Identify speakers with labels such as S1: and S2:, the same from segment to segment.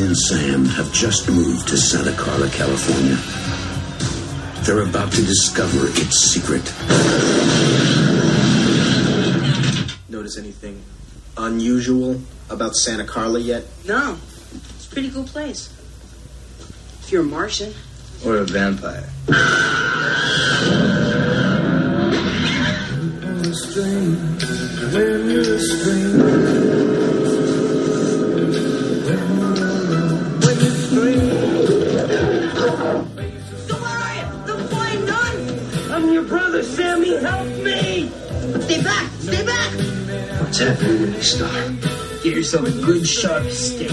S1: and Sam have just moved to Santa Carla, California. They're about to discover its secret.
S2: Notice anything unusual about Santa Carla yet?
S3: No, it's a pretty cool place. If you're a Martian,
S4: Or a vampire.
S5: I'm your brother, Sammy. Help me!
S3: stay back, stay back.
S4: What's happening when you start? Get yourself a good sharp stick.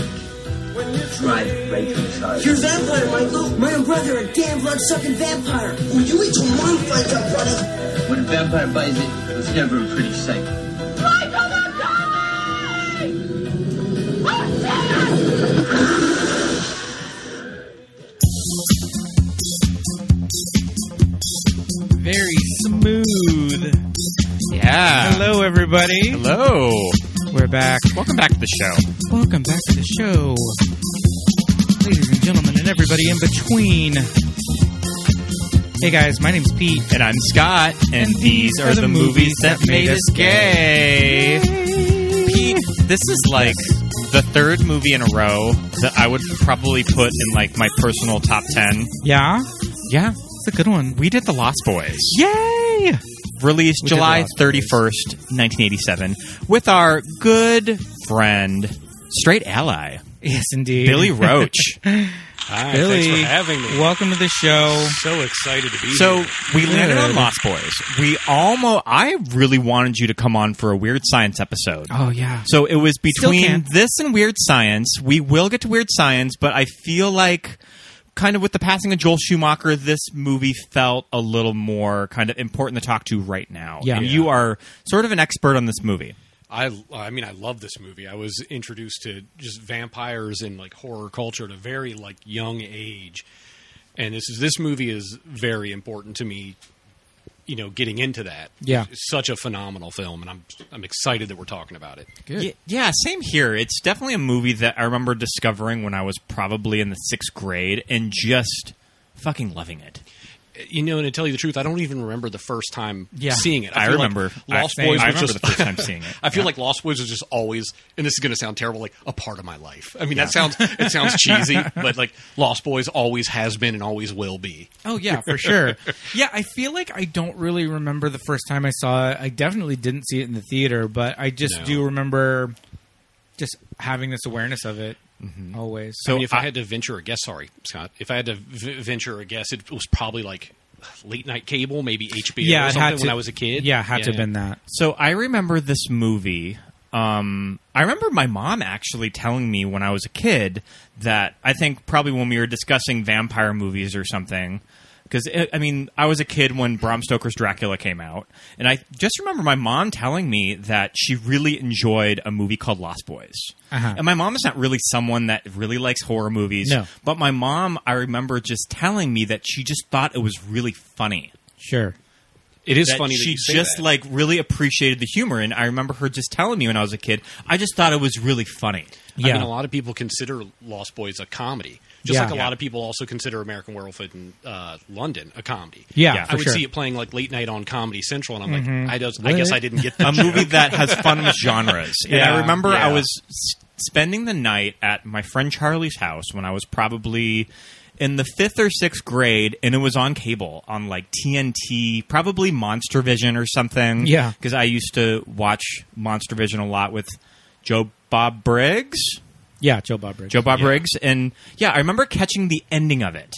S4: Drive it right through his heart.
S5: You're a vampire, Michael. My brother, a damn blood-sucking vampire. Will you eat your mom fight up, buddy?
S4: When a vampire buys it, it's never a pretty sight.
S6: Very smooth.
S7: Yeah.
S6: Hello, everybody.
S7: Hello.
S6: We're back.
S7: Welcome back to the show.
S6: Welcome back to the show, ladies and gentlemen, and everybody in between. Hey guys, my name's Pete.
S7: And I'm Scott, and, these are, the movies that made us gay. Pete, this is like the third movie in a row that I would probably put in like my personal top 10.
S6: Yeah,
S7: Yeah.
S6: it's a good one.
S7: We did The Lost Boys.
S6: Yay!
S7: Released
S6: We did The
S7: July
S6: Lost
S7: 31st, 1987, with our good friend, straight ally,
S6: Yes, indeed.
S7: Billy Roach.
S8: Hi,
S6: Billy,
S8: thanks for having me.
S6: Welcome to the show.
S8: So excited to be
S7: So
S8: here.
S7: we landed on
S6: Good.
S7: Lost Boys. We almost. I really wanted you to come on for a Weird Science episode.
S6: Oh yeah.
S7: So it was
S6: Still
S7: between
S6: can.
S7: this and Weird Science. We will get to Weird Science, but I feel like. Kind of with the passing of Joel Schumacher, this movie felt a little more kind of important to talk to right now.
S6: Yeah.
S7: And you are sort of an expert on this movie.
S8: I, I mean, I love this movie. I was introduced to just vampires and like horror culture at a very like young age, and this is this movie is very important to me. You know, getting into that.
S6: Yeah.
S8: it's such a phenomenal film, and I'm I'm excited that we're talking about it.
S6: Good.
S7: Y- Yeah, same here. It's definitely a movie that I remember discovering when I was probably in the sixth grade and just fucking loving it.
S8: You know, and to tell you the truth, I don't even remember the first time
S6: Yeah.
S8: seeing it.
S7: I
S8: feel like
S7: remember.
S8: Lost
S7: I-
S8: Boys. was
S7: I remember
S8: just,
S7: the first time seeing it.
S8: I feel
S7: Yeah.
S8: like Lost Boys was just always, and this is going to sound terrible, like a part of my life. I mean, that sounds it sounds cheesy, but like Lost Boys always has been and always will be.
S6: Oh yeah, for sure. yeah, I feel like I don't really remember the first time I saw it. I definitely didn't see it in the theater, but I just
S8: No.
S6: do remember just having this awareness of it always.
S8: I mean, if I, had to venture a guess, sorry, Scott, if I had to v- venture a guess, it was probably like late night cable, maybe HBO
S6: yeah,
S8: or
S6: it
S8: something
S6: had to,
S8: when I was a kid.
S6: Yeah, it had to have been that.
S7: So I remember this movie. Um, I remember my mom actually telling me when I was a kid that I think probably when we were discussing vampire movies or something. Because I mean, I was a kid when Bram Stoker's Dracula came out, and I just remember my mom telling me that she really enjoyed a movie called Lost Boys.
S6: Uh-huh.
S7: And my mom is not really someone that really likes horror movies,
S6: No.
S7: but my mom, I remember just telling me that she just thought it was really funny
S6: Sure.
S8: It is
S7: that
S8: funny. that
S7: she
S8: you say
S7: just
S8: that.
S7: like really appreciated the humor and i remember her just telling me when i was a kid i just thought it was really funny
S6: Yeah.
S8: I mean, a lot of people consider Lost Boys a comedy, just
S6: Yeah.
S8: like a
S6: Yeah.
S8: lot of people also consider American Werewolf in uh, London a comedy.
S6: Yeah,
S8: I
S6: for
S8: would
S6: sure. Mm-hmm.
S8: see it playing like late night on Comedy Central, and I'm like, I just, I guess I didn't get the
S7: a
S8: joke.
S7: movie that has fun with genres and
S6: Yeah.
S7: i remember i
S8: Yeah.
S7: was s- spending the night at my friend charlie's house when i was probably in the fifth or sixth grade and it was on cable on like tnt probably monster vision or something
S6: Yeah.
S7: because i used to watch monster vision a lot with joe bob briggs
S6: Yeah, Joe Bob Briggs.
S7: Joe Bob Riggs. And yeah, I remember catching the ending of it.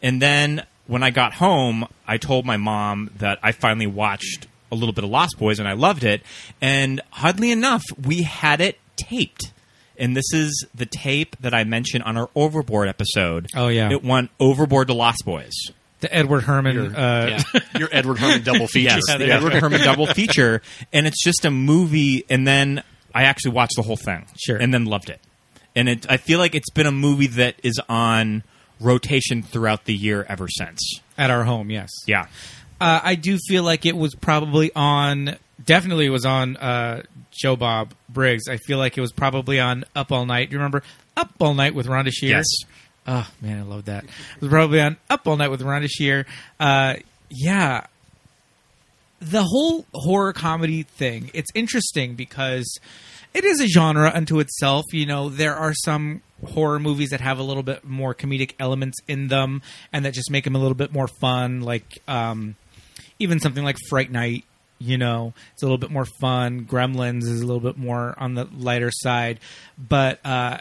S7: And then when I got home, I told my mom that I finally watched a little bit of Lost Boys and I loved it. And oddly enough, we had it taped. And this is the tape that I mentioned on our Overboard episode.
S6: Oh, yeah.
S7: It went Overboard to Lost Boys.
S6: the Edward Herman. Uh,
S8: yeah. your Edward Herman double feature.
S7: Yes, the Edward Herman double feature. And it's just a movie. And then I actually watched the whole thing.
S6: Sure.
S7: And then loved it. And it, I feel like it's been a movie that is on rotation throughout the year ever since.
S6: At our home, yes.
S7: Yeah.
S6: Uh, I do feel like it was probably on definitely was on uh, Joe Bob Briggs. I feel like it was probably on Up All Night. You remember Up All Night with Rhonda Shear?
S7: Yes.
S6: Oh man, I love that. It was probably on Up All Night with Rhonda Shear. Uh, yeah, the whole horror comedy thing. It's interesting because it is a genre unto itself. You know, there are some horror movies that have a little bit more comedic elements in them, and that just make them a little bit more fun. Like um, even something like Fright Night. You know, it's a little bit more fun. Gremlins is a little bit more on the lighter side, but uh,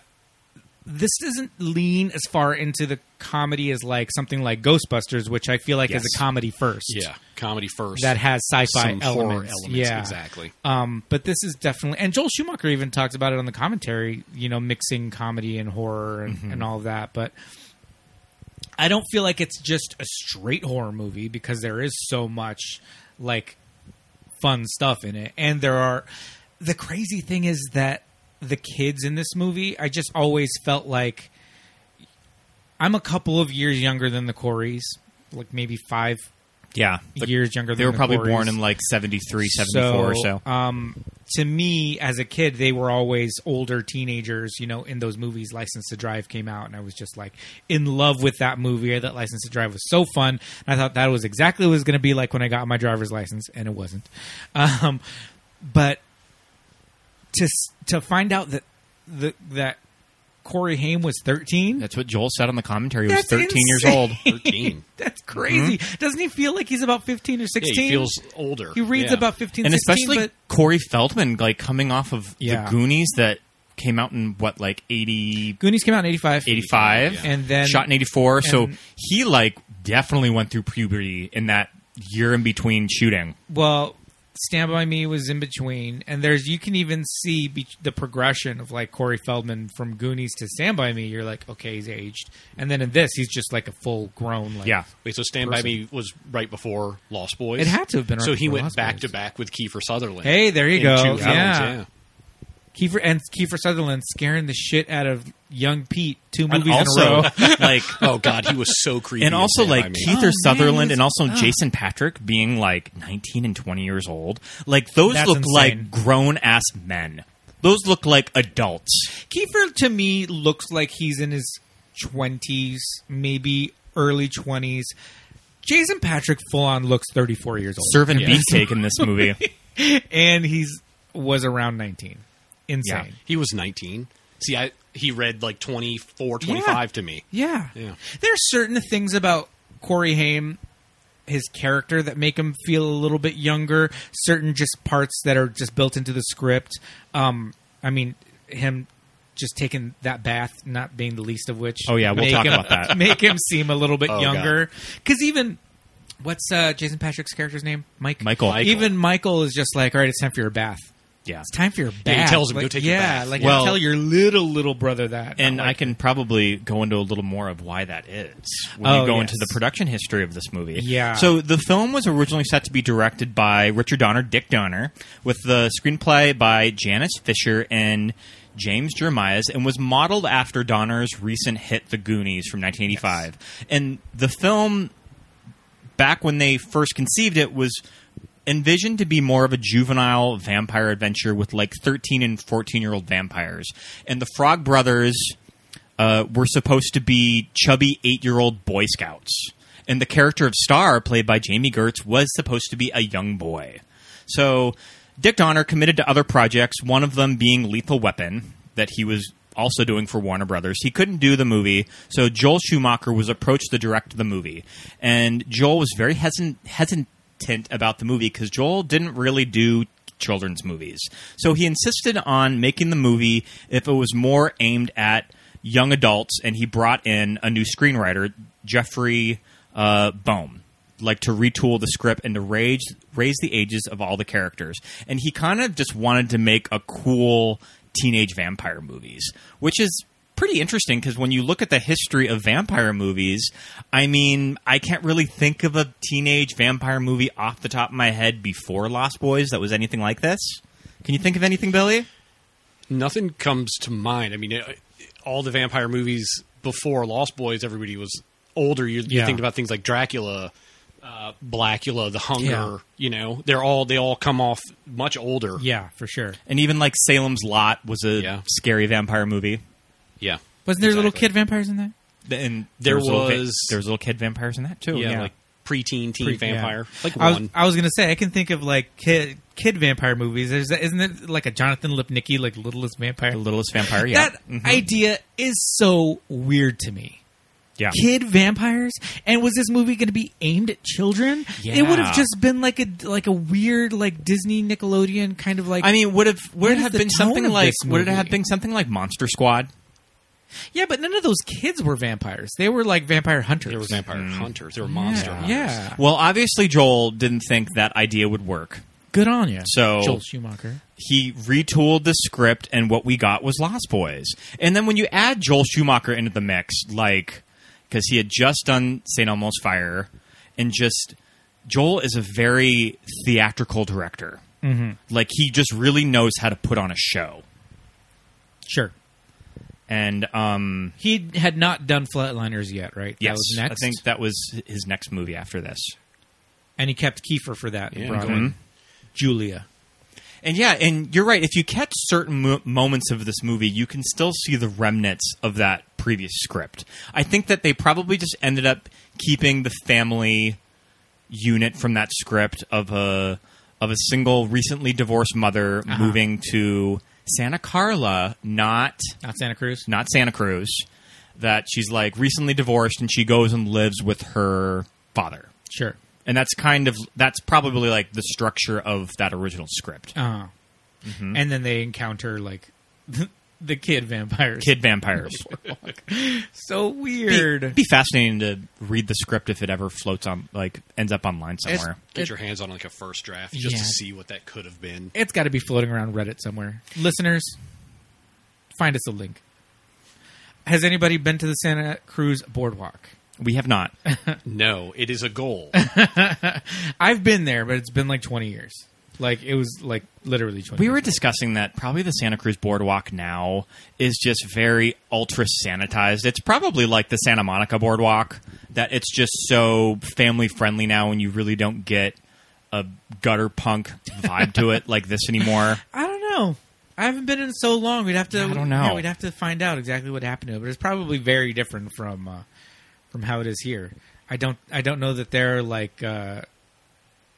S6: this doesn't lean as far into the comedy as like something like Ghostbusters, which I feel like is
S8: Yes.
S6: a comedy first.
S8: Yeah, comedy first.
S6: That has sci-fi
S8: Some horror
S6: elements.
S8: elements,
S6: yeah,
S8: exactly.
S6: Um, but this is definitely, and Joel Schumacher even talks about it on the commentary. You know, mixing comedy and horror and, and all that. But I don't feel like it's just a straight horror movie because there is so much like fun stuff in it, and there are. The crazy thing is that the kids in this movie, I just always felt like I'm a couple of years younger than the Coreys, like maybe five
S7: Yeah.
S6: years younger.
S7: They
S6: than
S7: were
S6: the
S7: probably
S6: Corys.
S7: born in like 73, 74 or so.
S6: Um, to me, as a kid, they were always older teenagers. You know, in those movies, License to Drive came out, and I was just like in love with that movie. I thought License to Drive was so fun, and I thought that was exactly what it was going to be like when I got my driver's license, and it wasn't. Um, but to s- to find out that the, that Corey Haim was thirteen.
S7: That's what Joel said on the commentary. He was
S6: That's
S7: 13 years
S6: insane.
S7: old.
S8: 13.
S6: that's crazy. Doesn't he feel like he's about fifteen or
S8: Mm-hmm. Yeah,
S6: sixteen?
S8: he feels older.
S6: He reads
S8: Yeah.
S6: about fifteen,
S7: and
S6: 16,
S7: especially
S6: but-
S7: Corey Feldman, like coming off of
S6: Yeah.
S7: the Goonies that came out in what, like 80,
S6: Goonies came out in 85.
S7: 85?
S6: And then-
S7: shot in 84. so
S6: and-
S7: he, like, definitely went through puberty in that year in between shooting.
S6: Well, Stand By Me was in between. And there's, you can even see be- the progression of like Corey Feldman from Goonies to Stand By Me. You're like, okay, he's aged. And then in this, he's just like a full grown, like,
S7: Yeah.
S8: Wait, so Stand By Me was right before Lost Boys?
S6: It had to have been right
S8: so he
S6: before
S8: went
S6: Lost
S8: back
S6: Boys.
S8: to back with Kiefer Sutherland.
S6: Hey, there you
S8: in
S6: go.
S8: two
S6: Yeah.
S8: films,
S6: Kiefer, and Kiefer Sutherland scaring the shit out of young Pete two
S7: And
S6: movies in a
S7: also,
S6: row.
S7: like,
S8: Oh, God, he was so creepy.
S7: and
S8: in
S7: also
S8: Stand
S7: like
S8: By Me.
S7: Keith or
S6: man,
S7: Sutherland, and
S6: that's-
S7: also Jason Patrick being like 19 and 20 years old. Like those
S6: That's
S7: look
S6: insane.
S7: like grown ass men. Those look like adults.
S6: Kiefer to me looks like he's in his twenties, maybe early twenties. Jason Patrick full on looks thirty four years old,
S7: Serving
S8: Yeah.
S7: beefcake in this movie.
S6: and he's was around nineteen. Insane.
S8: He was 19. See, I he read like 24, 25 to me.
S6: Yeah.
S8: Yeah.
S6: There are certain things about Corey Haim, his character, that make him feel a little bit younger. Certain just parts that are just built into the script. Um, I mean, him just taking that bath, not being the least of which.
S7: Oh, yeah, we'll
S6: make
S7: talk
S6: him-
S7: about that.
S6: Make him seem a little bit
S8: Oh,
S6: younger. Because even. What's uh, Jason Patrick's character's name? Mike.
S7: Michael. Michael.
S6: Even Michael is just like, all right, it's time for your bath.
S7: Yeah.
S6: It's time for your
S8: he
S6: bath.
S8: tells him,
S6: like,
S8: "Go take your
S6: yeah,
S8: bath."
S6: like
S7: Well-
S6: you tell your little little brother that.
S7: And
S6: Not
S7: I
S6: like-
S7: can probably go into a little more of why that is when
S6: Oh,
S7: you go
S6: yes.
S7: into the production history of this movie.
S6: Yeah.
S7: So the film was originally set to be directed by Richard Donner, Dick Donner, with the screenplay by Janice Fisher and James Jeremias, and was modeled after Donner's recent hit, The Goonies, from 1985. And the film back when they first conceived it was envisioned to be more of a juvenile vampire adventure with like 13 and 14 year old vampires and the frog brothers uh, were supposed to be chubby 8 year old boy scouts and the character of star played by jamie gertz was supposed to be a young boy so dick donner committed to other projects one of them being lethal weapon that he was also doing for Warner Brothers. He couldn't do the movie, so Joel Schumacher was approached to direct the movie. And Joel was very hesin- hesitant about the movie because Joel didn't really do children's movies. So he insisted on making the movie if it was more aimed at young adults, and he brought in a new screenwriter, Jeffrey uh, Boehm like to retool the script and to raise raise the ages of all the characters. And he kind of just wanted to make a cool teenage vampire movies, which is pretty interesting because when you look at the history of vampire movies, I mean, I can't really think of a teenage vampire movie off the top of my head before Lost Boys that was anything like this. Can you think of anything, Billy?
S8: Nothing comes to mind. I mean, it, all the vampire movies before Lost Boys, everybody was older. You, you
S6: Yeah.
S8: think about things like Dracula, uh, uh, Blackula, The Hunger.
S6: Yeah.
S8: You know, they're all they all come off much older.
S6: Yeah, for sure.
S7: And even like Salem's Lot was a
S8: Yeah.
S7: scary vampire movie.
S8: yeah.
S6: Wasn't there little
S8: Exactly.
S6: kid vampires in that?
S7: And
S8: There
S7: little va-
S8: was-
S7: there was little kid vampires in that too.
S8: yeah, like preteen, teen
S6: Oh, Pre-
S8: vampire,
S6: yeah.
S8: like
S6: I was,
S8: one.
S6: I was gonna say I can think of like kid kid vampire movies. There's that, isn't it like a Jonathan Lipnicki like Littlest Vampire?
S7: the littlest vampire. Yeah,
S6: That
S8: Mm-hmm.
S7: Mhm.
S6: idea is so weird to me.
S7: yeah.
S6: Kid vampires, and was this movie going to be aimed at children?
S7: Yeah.
S6: It would have just been like a like a weird like Disney Nickelodeon kind of like.
S7: I mean, would have would
S6: What
S7: it
S6: is
S7: have
S6: the
S7: been
S6: tone
S7: something
S6: of
S7: like
S6: this
S7: would it have
S6: movie?
S7: been something like Monster Squad?
S6: yeah, but none of those kids were vampires. They were like vampire hunters.
S8: There were vampire hunters. There were monster
S6: Mm. yeah,
S8: hunters.
S6: yeah.
S7: Well, obviously Joel didn't think that idea would work.
S6: Good on you.
S7: So-
S6: Joel Schumacher.
S7: He retooled the script, and what we got was Lost Boys. And then when you add Joel Schumacher into the mix, like because he had just done Saint Elmo's Fire, and just Joel is a very theatrical director. Mm-hmm. Like he just really knows how to put on a show.
S6: Sure.
S7: And um,
S6: He had not done Flatliners yet, right? That
S7: yes,
S6: was next.
S7: I think that was his next movie after this.
S6: and he kept Kiefer for that. and
S8: Yeah.
S6: brought
S7: Mm-hmm.
S6: in Julia.
S7: And yeah, and you're right. If you catch certain mo- moments of this movie, you can still see the remnants of that previous script. I think that they probably just ended up keeping the family unit from that script of a of a single recently divorced mother moving to Santa Carla, not
S6: Not Santa Cruz.
S7: not Santa Cruz. That she's like recently divorced and she goes and lives with her father.
S6: Sure.
S7: And that's kind of that's probably like the structure of that original script.
S6: Uh, And then they encounter like the, kid vampires.
S7: Kid vampires.
S6: So
S7: be,
S6: weird.
S7: be fascinating to read the script if it ever floats on, like ends up online somewhere.
S8: Get your hands on like a first draft just
S6: Yeah.
S8: to see what that could have been.
S6: it's got to be floating around Reddit somewhere. Listeners, find us a link. Has anybody been to the Santa Cruz boardwalk?
S7: we have not.
S8: No, it is a goal.
S6: I've been there, but it's been like 20 years. Like it was like literally 20.
S7: We
S6: years.
S7: were discussing that probably the Santa Cruz boardwalk now is just very ultra sanitized. It's probably like the Santa Monica boardwalk that it's just so family friendly now, and you really don't get a gutter punk vibe to it like this anymore.
S6: I don't know. I haven't been in so long. We'd have to.
S7: I don't know.
S6: yeah, we'd have to find out exactly what happened to it, but it's probably very different from uh, from how it is here. I don't. I don't know that there are like uh,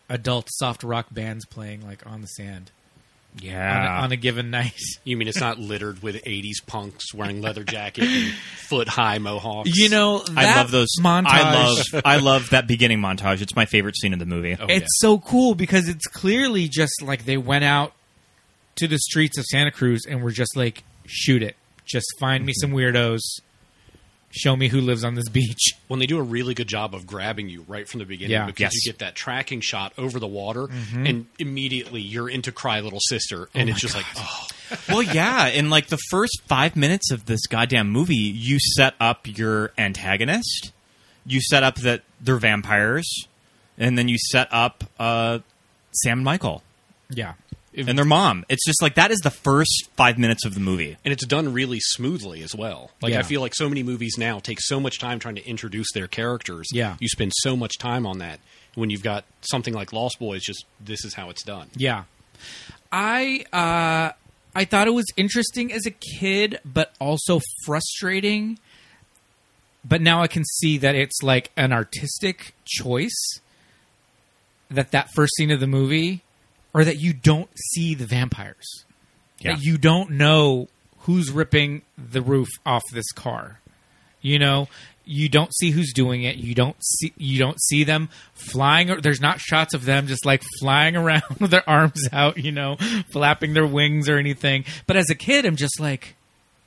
S6: adult soft rock bands playing like on the sand on,
S7: Yeah,
S6: a, on a given night.
S8: You mean it's not littered with '80s punks wearing leather jacket and foot high mohawks?
S6: You know, that
S7: I love those
S6: montage.
S7: I love I love that beginning montage. It's my favorite scene in the movie.
S8: Oh,
S6: It's so cool because it's clearly just like they went out to the streets of Santa Cruz and were just like, shoot it. Just find me some weirdos. Show me who lives on this beach.
S8: when they do a really good job of grabbing you right from the beginning
S6: Yeah. Mm-hmm.
S8: because
S7: Yes.
S8: you get that tracking shot over the water and immediately you're into cry little sister and it's just like oh
S7: well, yeah. In like the first five minutes of this goddamn movie, you set up your antagonist. You set up that they're vampires, and then you set up uh, Sam Michael
S6: Yeah.
S7: and their mom. It's just like that is the first five minutes of the movie.
S8: and it's done really smoothly as well like
S6: Yeah.
S8: i feel like so many movies now take so much time trying to introduce their characters
S6: Yeah.
S8: you spend so much time on that when you've got something like lost boys just this is how it's done
S6: Yeah. I uh I thought it was interesting as a kid, but also frustrating. But now I can see that it's like an artistic choice that that first scene of the movie or that you don't see the vampires.
S7: Yeah.
S6: That you don't know who's ripping the roof off this car. You know, you don't see who's doing it. You don't see you don't see them flying. Or, there's not shots of them just like flying around with their arms out. You know, flapping their wings or anything. But as a kid, I'm just like,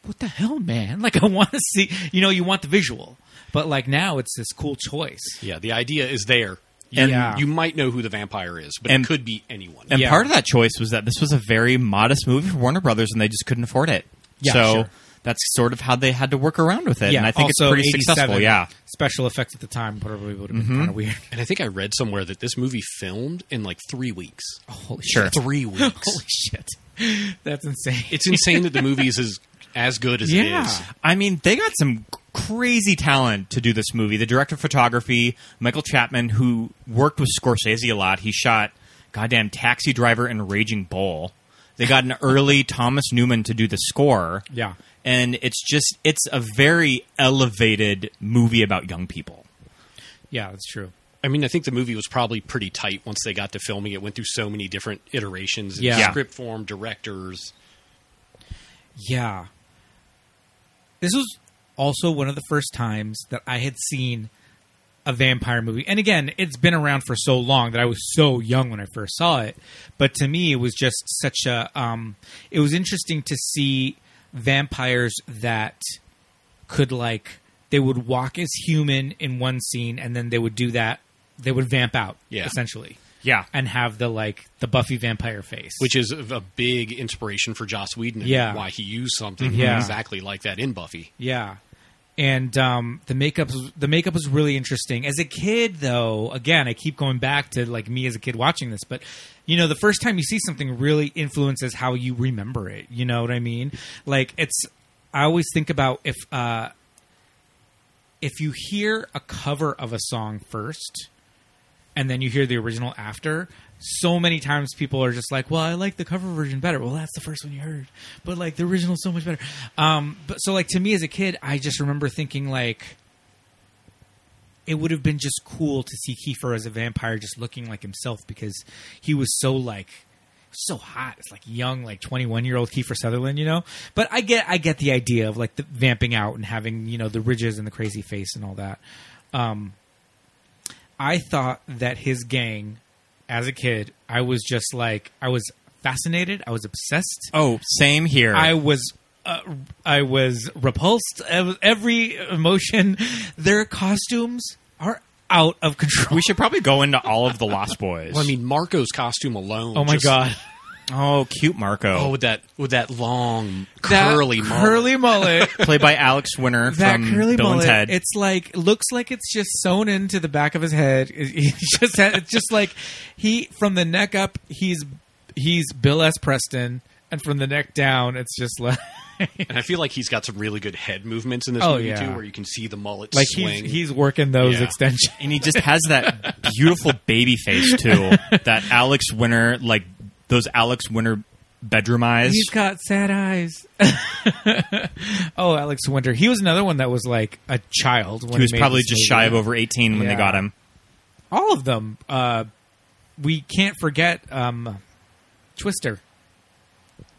S6: what the hell, man? Like I want to see. You know, you want the visual. But like now, it's this cool choice.
S8: yeah the idea is there
S6: And-
S8: You- you might know who the vampire is but
S7: And-
S8: it could be anyone
S7: And
S6: Yeah.
S7: part of that choice was that this was a very modest movie for Warner Brothers, and they just couldn't afford it.
S6: Yeah,
S7: so
S6: sure.
S7: that's sort of how they had to work around with it. and I think it's
S6: also
S7: pretty
S6: 87
S7: successful. Yeah. Mm-hmm.
S6: special effects at the time probably would have been kind of weird.
S8: and i think i read somewhere that this movie filmed in like three weeks
S6: Holy
S7: Sure.
S6: shit!
S8: three weeks
S6: Holy shit! That's insane.
S8: it's insane that the movie is as, as good as
S6: Yeah.
S8: it is.
S7: I mean, they got some crazy talent to do this movie. The director of photography, Michael Chapman, who worked with Scorsese a lot, he shot goddamn Taxi Driver and Raging Bull. They got an early Thomas Newman to do the score.
S8: Yeah.
S7: And it's just it's a very elevated movie about young people.
S6: Yeah, that's true.
S8: I mean, I think the movie was probably pretty tight once they got to filming. It went through so many different iterations, in
S6: Yeah. Yeah.
S8: script form, directors.
S6: Yeah. This was also one of the first times that I had seen a vampire movie. And again, it's been around for so long that I was so young when I first saw it. But to me, it was just such a. Um, it was interesting to see vampires that could, like, they would walk as human in one scene and then they would do that. They would vamp out,
S8: Yeah.
S6: essentially.
S7: Yeah.
S6: And have the, like, the Buffy vampire face.
S8: which is a big inspiration for Joss Whedon. and
S6: Yeah.
S8: why he used something
S6: Yeah.
S8: exactly like that in Buffy.
S6: Yeah. And um, the makeup the makeup was really interesting. As a kid though, again, I keep going back to like me as a kid watching this, but you know, the first time you see something really influences how you remember it. You know what I mean? Like it's I always think about if uh if you hear a cover of a song first and then you hear the original after, so many times people are just like, "Well, I like the cover version better." Well, that's the first one you heard, but like the original's so much better. Um, but so like to me as a kid, I just remember thinking like it would have been just cool to see Kiefer as a vampire, just looking like himself because he was so like so hot. It's like young, like twenty one year old Kiefer Sutherland, you know. But I get I get the idea of like the vamping out and having you know the ridges and the crazy face and all that. Um, I thought that his gang, as a kid, I was just like I was fascinated. I was obsessed.
S7: Oh, same here.
S6: I was uh, I was repulsed. Ev- Every emotion. Their costumes are out of control.
S7: we should probably go into all of the Lost Boys.
S8: Well, I mean, Marco's costume alone.
S6: oh my
S8: just-
S6: god!
S7: oh, cute Marco,
S8: Oh, with that with that long
S6: That
S8: curly mullet.
S6: curly mullet.
S7: played by Alex Winter
S6: That
S7: from
S6: curly
S7: Bill
S6: mullet.
S7: and Ted.
S6: It's like looks like it's just sewn into the back of his head. It's just it's just like he from the neck up. He's he's Bill S. Preston, and from the neck down, it's just like
S8: and I feel like he's got some really good head movements in this
S6: Oh,
S8: movie
S6: yeah.
S8: too, where you can see the mullet
S6: like
S8: swing.
S6: he's he's working those
S8: Yeah.
S6: extensions.
S7: and he just has that beautiful baby face too. That Alex Winter, like those Alex Winter bedroom eyes.
S6: He's got sad eyes. oh, Alex Winter. He was another one that was like a child. When
S7: He was
S6: made
S7: probably
S6: this
S7: just
S6: movie.
S7: shy of over eighteen when
S6: Yeah.
S7: they got him.
S6: all of them. Uh, we can't forget um, Twister,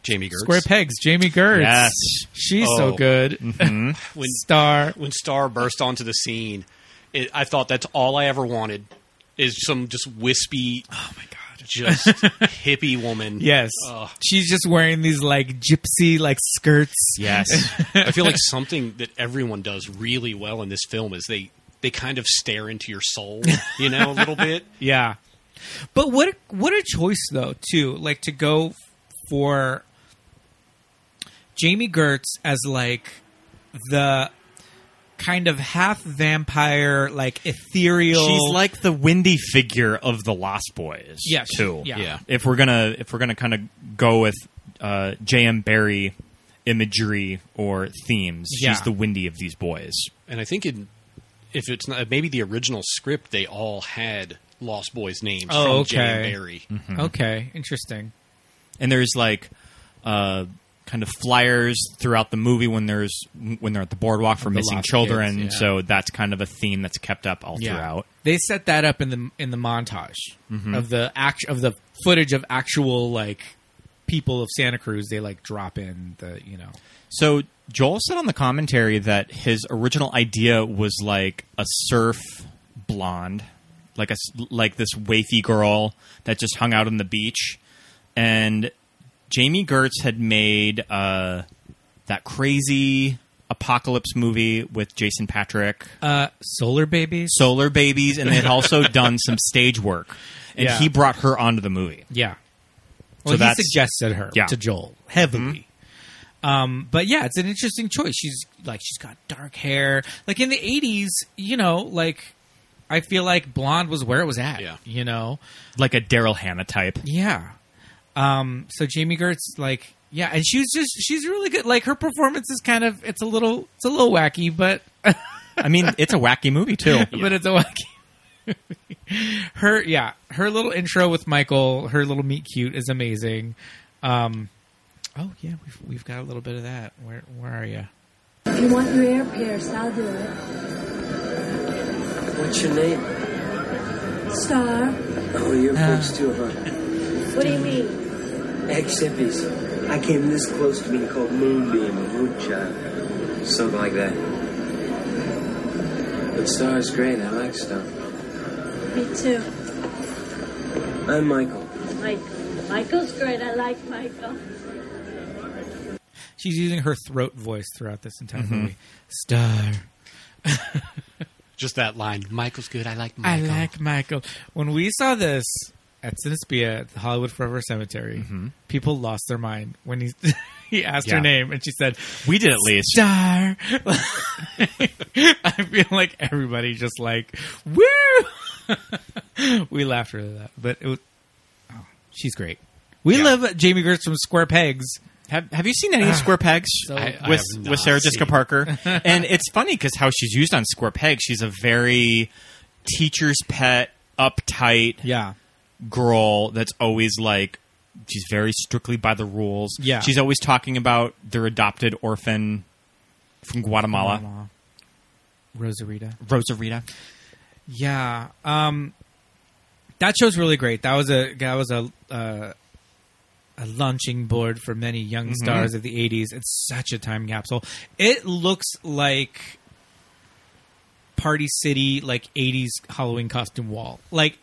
S8: Jamie Gertz.
S6: Square Pegs, Jamie Gertz.
S7: Yes. Mm.
S6: she's
S8: Oh.
S6: so good.
S7: Mm-hmm.
S8: When
S6: Star.
S8: when Star burst onto the scene, it, I thought that's all I ever wanted is some just wispy, oh my god, just hippie woman. Oh,
S6: Yes,
S7: Oh.
S8: Ugh.
S6: she's just wearing these like gypsy like skirts.
S7: Yes.
S8: I feel like something that everyone does really well in this film is they they kind of stare into your soul, you know, a little bit.
S6: Yeah. But what what a choice though too, like to go f- for Jamie Gertz as like the kind of half vampire, like ethereal.
S7: She's like the windy figure of the Lost Boys.
S6: Yes.
S7: too.
S6: Yeah.
S8: Yeah.
S7: If we're gonna if we're gonna kind of go with uh, J.M. Barry imagery or themes,
S6: Yeah.
S7: she's the windy of these boys.
S8: And I think in if it's not maybe the original script, they all had Lost Boys names
S6: Oh,
S8: from
S6: okay.
S8: Jane Barry.
S7: Mm-hmm.
S6: okay, interesting.
S7: and there's like uh, kind of flyers throughout the movie when there's when they're at the boardwalk for
S6: the
S7: missing
S6: lost
S7: children.
S6: kids, yeah.
S7: So that's kind of a theme that's kept up all throughout. Mm-hmm.
S6: They set that up in the in the montage of the act of the footage of actual like people of Santa Cruz. They like drop in the you know
S7: So Joel said on the commentary that his original idea was like a surf blonde, like a s- like this wafy girl that just hung out on the beach, and Jamie Gertz had made uh, that crazy apocalypse movie with Jason Patrick.
S6: uh, solar babies.
S7: solar babies and they had also done some stage work and
S6: Yeah.
S7: he brought her onto the movie
S6: Yeah.
S7: So
S6: Well, he
S7: that's- Hmm?
S6: suggested her
S7: Yeah. Mm-hmm.
S6: to Joel heavily. Um, but yeah, it's an interesting choice. She's like she's got dark hair. Like in the '80s, you know, like I feel like blonde was where it was at.
S8: Yeah.
S6: You know.
S7: like a daryl hannah type
S6: Yeah. Um, so Jamie Gertz, like, yeah, and she's just she's really good. Like her performance is kind of it's a little it's a little wacky, but
S7: I mean, it's a wacky movie too.
S6: but it's a wacky movie. Her, yeah, her little intro with Michael, her little meet cute is amazing. Um, oh yeah, we've we've got a little bit of that. Where where are you?
S9: If you want your ear pierced, I'll do it.
S10: What's your name?
S9: Star,
S10: Oh, your
S8: Ah.
S10: folks too, huh?
S9: what do you mean?
S10: Ex hippies. I came this close to being called Moonbeam or Moonchild. Something like that. But Star is great. I like Star.
S9: Me too.
S10: I'm Michael.
S9: Michael. Michael's great. I like Michael.
S6: She's using her throat voice throughout this entire movie. Star,
S8: Just that line. Michael's good. I like
S6: I
S8: Michael.
S6: like Michael. When we saw this at Cinespia at the Hollywood Forever Cemetery, people lost their mind when he he asked her
S7: Yeah.
S6: name and she said
S7: We did at least.
S6: Star. I feel like everybody just like woo. we laughed really that, but it was, oh, she's great. We love Jamie Gertz from Square Pegs.
S7: Have Have you seen any Square Pegs
S8: I- I
S7: with
S8: have
S7: with
S8: not
S7: Sarah Jessica
S8: seen.
S7: Parker? and it's funny because how she's used on Square Pegs, she's a very teacher's pet, uptight
S6: Yeah,
S7: girl that's always like she's very strictly by the rules.
S6: Yeah.
S7: she's always talking about their adopted orphan from Guatemala,
S6: Mama. Rosarita.
S7: Rosarita.
S6: Yeah, um, that show's really great. That was a that was a uh, a launching board for many young
S8: Mm-hmm.
S6: stars of the '80s. It's such a time capsule. It looks like Party City, like '80s Halloween costume wall, like.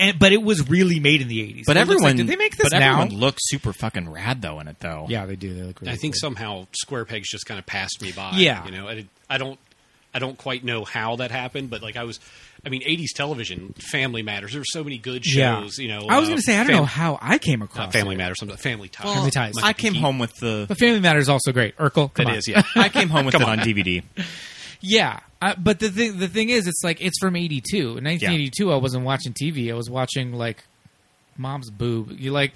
S6: And, but it was really made in the '80s.
S7: But
S6: It looks like,
S7: everyone,
S6: did they make this
S7: but
S6: now?
S7: everyone looks super fucking rad though in it though.
S6: yeah, they do. They look. Really
S8: I think
S6: good.
S8: somehow Square Pegs just kind of passed me by.
S6: Yeah.
S8: you know, I, I don't, I don't quite know how that happened, but like I was, I mean, '80s television, Family Matters. There were so many good shows. You know,
S6: I was
S8: uh,
S6: going to say I don't
S8: fam-
S6: know how I came across
S8: not Family
S6: it.
S8: Matters, something Family Ties.
S6: Family Ties.
S8: Michael
S7: I came
S8: Keaton.
S7: home with the.
S6: But Family Matters is also great. Urkel, come
S8: That
S6: on.
S8: is, yeah.
S7: I came home with it on DVD.
S6: Yeah, I, but the thing the thing is, it's like it's from '82. In 1982, I wasn't watching TV. I was watching like mom's boob. You like,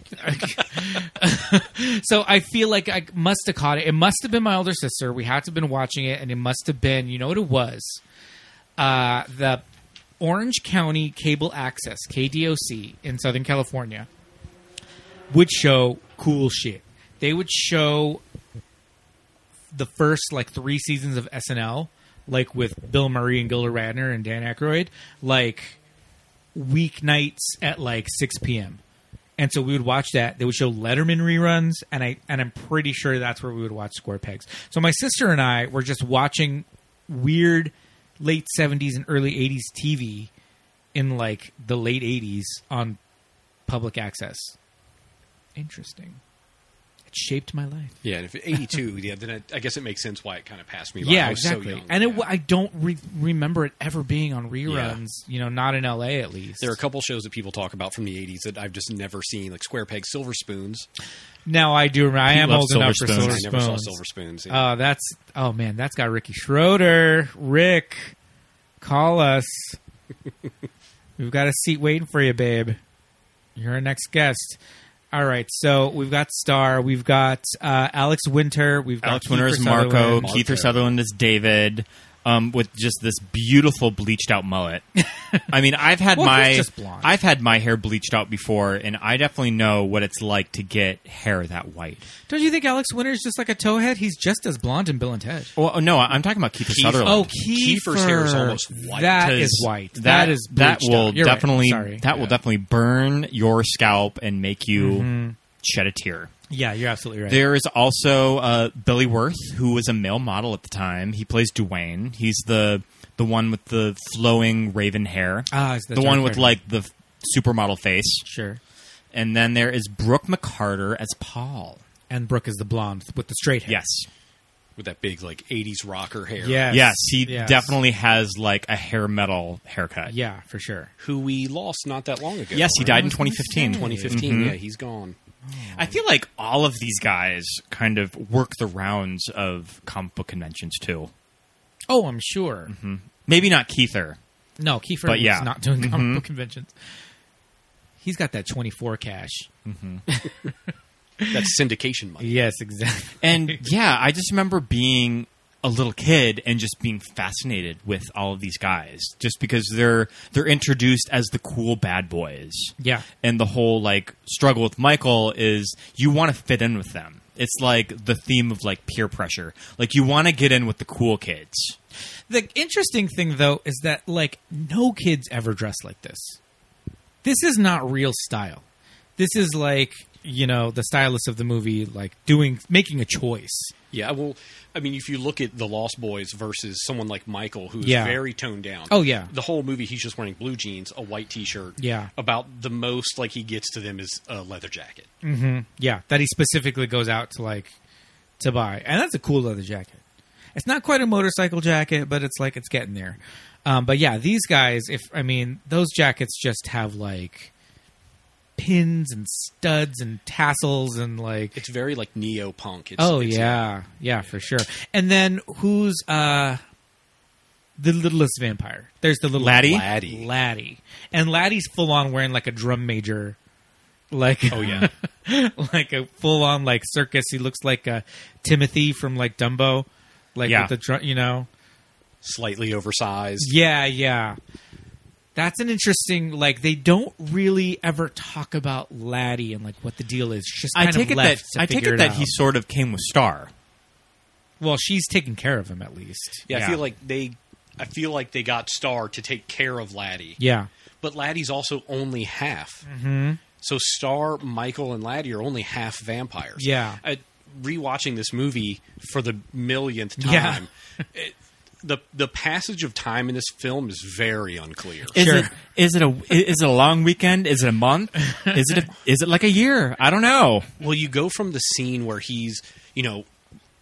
S6: so I feel like I must have caught it. It must have been my older sister. We had to have been watching it, and it must have been. You know what it was? Uh, the Orange County Cable Access (KDOC) in Southern California would show cool shit. They would show the first like three seasons of SNL, like with Bill Murray and Gilda Radner and Dan Aykroyd, like weeknights at like six p.m. And so we would watch that. They would show Letterman reruns, and I and I'm pretty sure that's where we would watch Square Pegs. So my sister and I were just watching weird late '70s and early '80s TV in like the late '80s on public access. Interesting. It shaped my life.
S8: Yeah, and if '82, yeah, then I, I guess it makes sense why it kind of passed me by.
S6: Yeah,
S8: I was so
S6: exactly.
S8: young.
S6: and it,
S8: Yeah.
S6: w I don't re- remember it ever being on reruns. You know, not in L.A. at least.
S8: There are a couple shows that people talk about from the '80s that I've just never seen, like Square Peg, Silver Spoons.
S6: now I do. remember- I am
S7: loves
S6: old enough for
S7: Silver Spoons.
S6: Silver
S8: I
S6: Spoons.
S8: never saw Silver Spoons. yeah.
S6: Oh, that's oh man, that's got Ricky Schroeder. Rick, call us. we've got a seat waiting for you, babe. You're our next guest. All right, so we've got Star, we've got uh, Alex Winter, we've got
S7: Alex
S6: Kiefer
S7: Winter is Marco.
S6: Sutherland.
S7: Keith
S8: Marco.
S7: Sutherland is David. Um, with just this beautiful bleached out mullet. I mean, I've had
S6: Well,
S7: my
S6: he's just blonde.
S7: I've had my hair bleached out before, and I definitely know what it's like to get hair that white.
S6: Don't you think Alex Winter is just like a towhead? He's just as blonde in Bill and Ted.
S7: Well, no, I- I'm talking about Keith Sutherland.
S6: Oh,
S8: Kiefer's
S6: Kiefer.
S8: hair is almost white.
S6: That
S7: 'Cause
S6: is white. that
S7: That
S6: is
S7: that
S6: bleached
S7: will
S6: out. You're right.
S7: definitely
S6: Sorry.
S7: that will definitely burn your scalp and make you shed a tear.
S6: Yeah, you're absolutely Mm-hmm. right.
S7: There is also uh, Billy Worth, who was a male model at the time. He plays Dwayne. He's the the one with the flowing raven hair.
S6: Ah, it's the
S7: the one
S6: dark
S7: with
S6: hair.
S7: like the f- supermodel face.
S6: sure.
S7: And then there is Brooke McCarter as Paul.
S6: And Brooke is the blonde with the straight hair.
S7: Yes.
S8: with that big like '80s rocker hair.
S6: Yes.
S7: Yes, he
S6: Yes.
S7: definitely has like a hair metal haircut.
S6: Yeah, for sure.
S8: who we lost not that long ago.
S7: Yes, he
S8: right?
S7: died in Mm-hmm.
S6: was gonna
S7: 2015.
S6: say.
S8: 2015.
S6: Mm-hmm.
S8: Yeah, he's gone.
S7: I feel like all of these guys kind of work the rounds of comic book conventions too.
S6: Oh, I'm sure.
S7: Maybe not Keither.
S6: No, Kiefer
S7: But
S6: is
S7: yeah.
S6: not doing comic book conventions. He's got that 24 cash.
S8: That's syndication money.
S6: Yes, exactly.
S7: And yeah, I just remember being a little kid and just being fascinated with all of these guys just because they're they're introduced as the cool bad boys.
S6: Yeah.
S7: And the whole like struggle with Michael is you want to fit in with them. It's like the theme of like peer pressure. Like you want to get in with the cool kids.
S6: The interesting thing though is that like no kids ever dress like this. This is not real style. This is like, you know, the stylist of the movie like doing making a choice.
S8: Yeah, well, I mean, if you look at the Lost Boys versus someone like Michael, who's
S6: Yeah.
S8: very toned down.
S6: Oh, yeah.
S8: the whole movie he's just wearing blue jeans, a white T-shirt.
S6: Yeah.
S8: about the most like he gets to them is a leather jacket.
S6: hmm Yeah, that he specifically goes out to like to buy, and that's a cool leather jacket. It's not quite a motorcycle jacket, but it's like it's getting there. Um, but yeah, these guys, if I mean, those jackets just have like pins and studs and tassels and like
S8: It's very like neo punk.
S6: oh yeah, yeah, for sure. And then who's uh the littlest vampire? There's the little
S7: Laddie?
S6: Laddie, Laddie, and Laddie's full on wearing like a drum major, like
S8: Oh, yeah.
S6: like a full on like circus. He looks like uh, Timothy from like Dumbo, like
S7: Yeah.
S6: with the drum, you know.
S8: slightly oversized.
S6: Yeah, yeah. That's an interesting. Like they don't really ever talk about Laddie and like what the deal is. She's Just kind
S7: I take
S6: of
S7: it that
S6: left to
S7: I take
S6: figure
S7: it that
S6: out.
S7: he sort of came with Star.
S6: well, she's taking care of him at least.
S8: Yeah,
S7: Yeah.
S8: I feel like they, I feel like they got Star to take care of Laddie.
S6: Yeah.
S8: but Laddie's also only half.
S6: Mm-hmm.
S8: So Star, Michael, and Laddie are only half vampires.
S6: Yeah.
S8: I, rewatching this movie for the millionth
S6: Yeah.
S8: time, it, the the passage of time in this film is very unclear.
S7: Is
S6: Sure.
S7: it is it a is it a long weekend? Is it a month? Is it a, is it like a year? I don't know.
S8: Well, you go from the scene where he's, you know,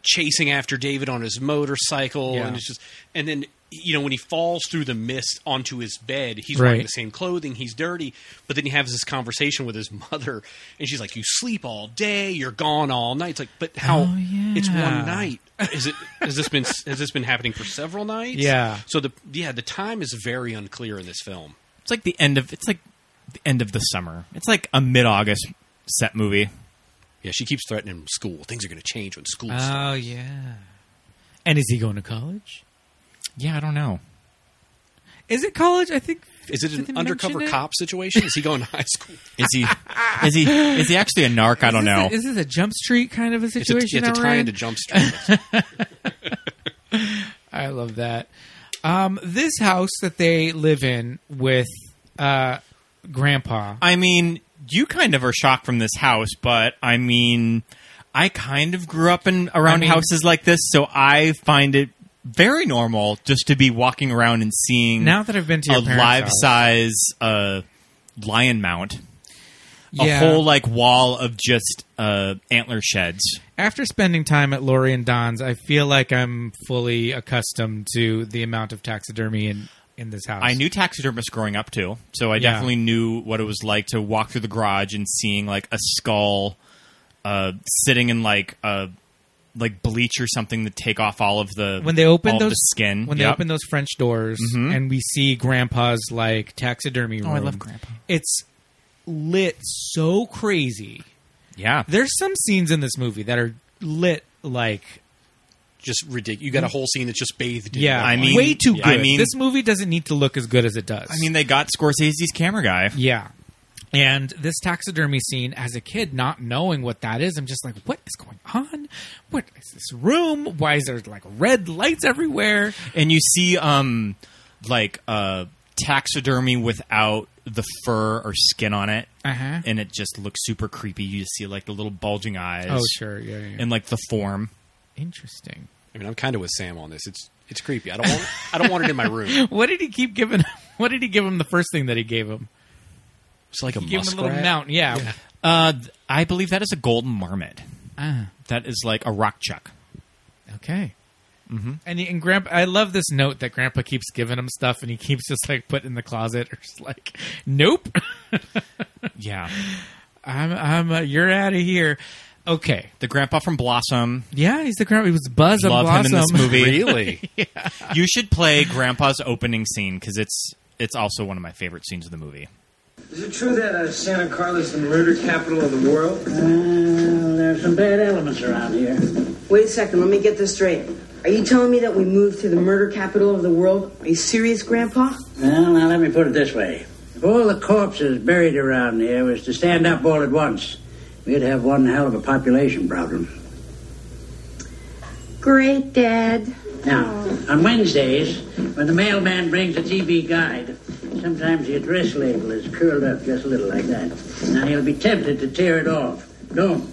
S8: chasing after David on his motorcycle,
S6: Yeah.
S8: and it's just, and then you know when he falls through the mist onto his bed, he's
S6: Right.
S8: wearing the same clothing, he's dirty, but then he has this conversation with his mother, and she's like, "You sleep all day, you're gone all night." It's like, but how?
S6: Oh, yeah.
S8: It's one night. Is it? Has this been? has this been happening for several nights?
S6: Yeah.
S8: So the yeah the time is very unclear in this film.
S7: It's like the end of it's like the end of the summer. It's like a mid August set movie.
S8: Yeah, she keeps threatening school. Things are going to change when school. starts.
S6: Oh yeah. And is he going to college?
S7: Yeah, I don't know.
S6: Is it college? I think.
S8: Is it
S6: did they
S8: an undercover
S6: mention it?
S8: cop situation? Is he going to high school?
S7: Is he is he is he actually a narc? I don't
S6: Is
S7: know.
S6: this a- is this a Jump Street kind of a
S8: It's a,
S6: situation?
S8: it's a
S6: that we're
S8: tie
S6: in?
S8: into Jump Street.
S6: I love that. Um, this house that they live in with uh, Grandpa.
S7: I mean, you kind of are shocked from this house, but I mean, I kind of grew up in around
S6: I mean-
S7: houses like this, so I find it very normal just to be walking around and seeing
S6: Now that I've been to your
S7: a
S6: parents'
S7: live
S6: house.
S7: size uh, lion mount,
S6: Yeah.
S7: a whole like wall of just uh, antler sheds.
S6: After spending time at Lori and Don's, I feel like I'm fully accustomed to the amount of taxidermy in, in this house.
S7: I knew taxidermist growing up too, so I
S6: Yeah.
S7: definitely knew what it was like to walk through the garage and seeing like a skull uh, sitting in like a like bleach or something to take off all of the
S6: when they open
S7: all of
S6: those
S7: the skin
S6: when they
S7: Yep. Mm-hmm.
S6: open those French doors and we see Grandpa's like taxidermy room.
S7: Oh, I love Grandpa.
S6: It's lit so crazy.
S7: yeah
S6: There's some scenes in this movie that are lit like
S8: just ridiculous. You got a whole scene that's just bathed. in
S6: yeah,
S8: that
S7: I
S8: light.
S7: mean-
S6: way too good.
S7: I mean-
S6: this movie doesn't need to look as good as it does.
S7: I mean they got Scorsese's camera guy
S6: yeah. And this taxidermy scene, as a kid, not knowing what that is, I'm just like, what is going on? What is this room? Why is there like red lights everywhere?
S7: and you see um like uh taxidermy without the fur or skin on it
S6: Uh-huh.
S7: and it just looks super creepy you just see like the little bulging eyes
S6: Oh, sure. Yeah, yeah.
S7: and like the form
S6: Interesting.
S8: I mean, I'm kind of with Sam on this. It's it's creepy. I don't want I don't want it in my room.
S6: What did he keep giving? What did he give him the first thing that he gave him?
S8: It's like a
S6: Give him a little
S8: muskrat.
S6: mount. Yeah.
S7: Uh, th- I believe that is a golden marmot.
S6: Ah,
S7: That is like a rock chuck.
S6: okay. Mm-hmm. And, he- and Grandpa, I love this note that Grandpa keeps giving him stuff, and he keeps just like putting in the closet, or just like, nope,
S7: Yeah,
S6: I'm, I'm, uh, you're out of here. Okay.
S7: the grandpa from Blossom.
S6: Yeah, he's the grandpa. He was Buzz on
S7: Love him in
S6: Blossom.
S7: this movie.
S8: Really?
S7: You should play Grandpa's opening scene because it's it's also one of my favorite scenes of the movie.
S10: Is it true that uh, Santa Carla's the murder capital of the world?
S4: Well, there's some bad elements around here.
S5: Wait a second, let me get this straight.
S11: Are you telling me that we moved to the murder capital of the world? Are you serious, Grandpa?
S12: Well, now let me put it this way. If all the corpses buried around here was to stand up all at once, we'd have one hell of a population problem.
S9: Great, Dad.
S12: Now, on Wednesdays, when the mailman brings a TV guide, sometimes the address label is curled up just a little like that. Now, he'll be tempted to tear it off. Don't.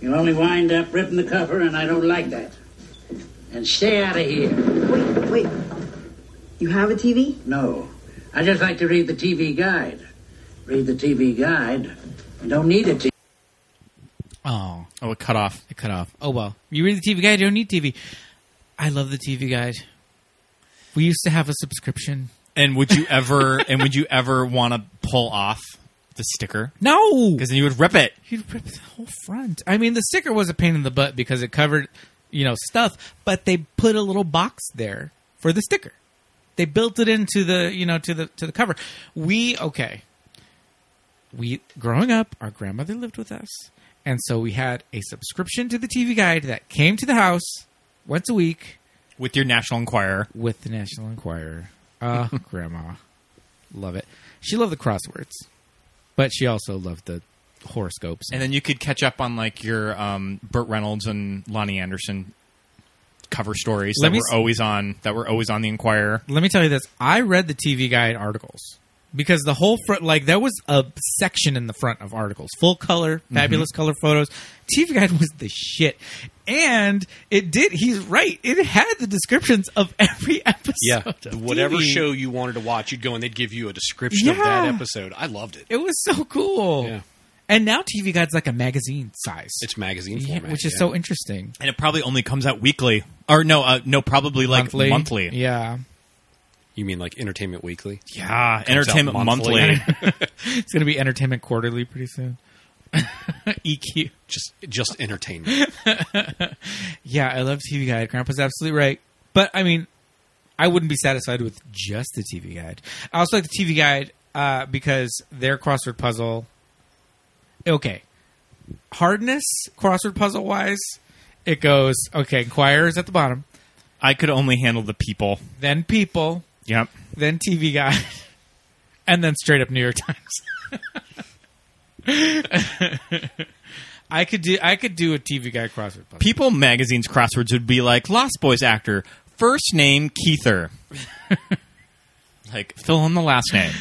S12: You'll only wind up ripping the cover, and I don't like that. And stay out of here.
S11: Wait, wait. You have a TV?
S12: No. I just like to read the TV guide. Read the TV guide. You don't need a TV.
S6: Oh.
S7: Oh, it cut off. It cut off.
S6: Oh well. You read the TV guide, you don't need TV. I love the TV guide. We used to have a subscription.
S7: And would you ever? and would you ever want to pull off the sticker?
S6: No.
S7: Because then you would rip it.
S6: You'd rip the whole front. I mean, the sticker was a pain in the butt because it covered, you know, stuff, but they put a little box there for the sticker. They built it into the, you know, to the to the cover. We okay. We growing up, our grandmother lived with us, and so we had a subscription to the TV guide that came to the house once a week
S7: with your National Enquirer.
S6: With the National Enquirer. Ah, grandma. Love it. She loved the crosswords, but she also loved the horoscopes.
S7: And then you could catch up on like your um, Burt Reynolds and Lonnie Anderson cover stories
S6: Let
S7: that
S6: me
S7: were
S6: s-
S7: always on that were always on the Enquirer.
S6: Let me tell you this. I read the TV guide articles because the whole front, like, there was a section in the front of articles, full color, fabulous
S7: Mhm.
S6: color photos. TV guide was the shit. And it did, he's right. It had the descriptions of every episode.
S8: Yeah,
S6: of
S8: whatever
S6: TV.
S8: show you wanted to watch, you'd go and they'd give you a description of that
S6: Yeah.
S8: episode. I loved it.
S6: It was so cool. And now TV Guide's like a magazine size. It's
S8: magazine
S7: format,
S6: which is
S7: yeah.
S6: so interesting.
S7: And it probably only comes out weekly, or no, uh, no, probably like monthly.
S6: Yeah.
S8: You mean like Entertainment Weekly?
S7: Yeah,
S8: Comes out
S7: Entertainment Monthly.
S6: it's going to be Entertainment Quarterly pretty soon. E EQ.
S8: Just just entertainment.
S6: yeah, I love TV Guide. Grandpa's absolutely right. But I mean, I wouldn't be satisfied with just the TV Guide. I also like the TV Guide uh, because their crossword puzzle. Okay, hardness crossword puzzle wise, it goes okay. Inquirers at the bottom.
S7: I could only handle the people.
S6: Then people.
S7: Yep.
S6: Then TV Guide, and then straight up New York Times. I could do I could do a TV Guide crossword puzzle.
S7: People magazine's crosswords would be like Lost Boys actor, first name Keither. like fill in the last name.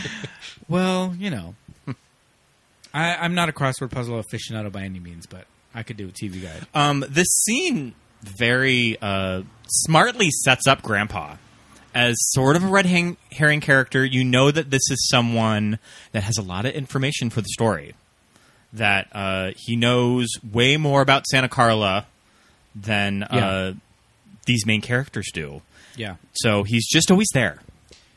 S6: Well, you know, I, I'm not a crossword puzzle aficionado by any means, but I could do a TV guide.
S7: Um, this scene very uh, smartly sets up Grandpa as sort of a red hang- herring character. You know that this is someone that has a lot of information for the story. That uh, he knows way more about Santa Carla than uh, these main characters do.
S6: Yeah.
S7: So he's just always there.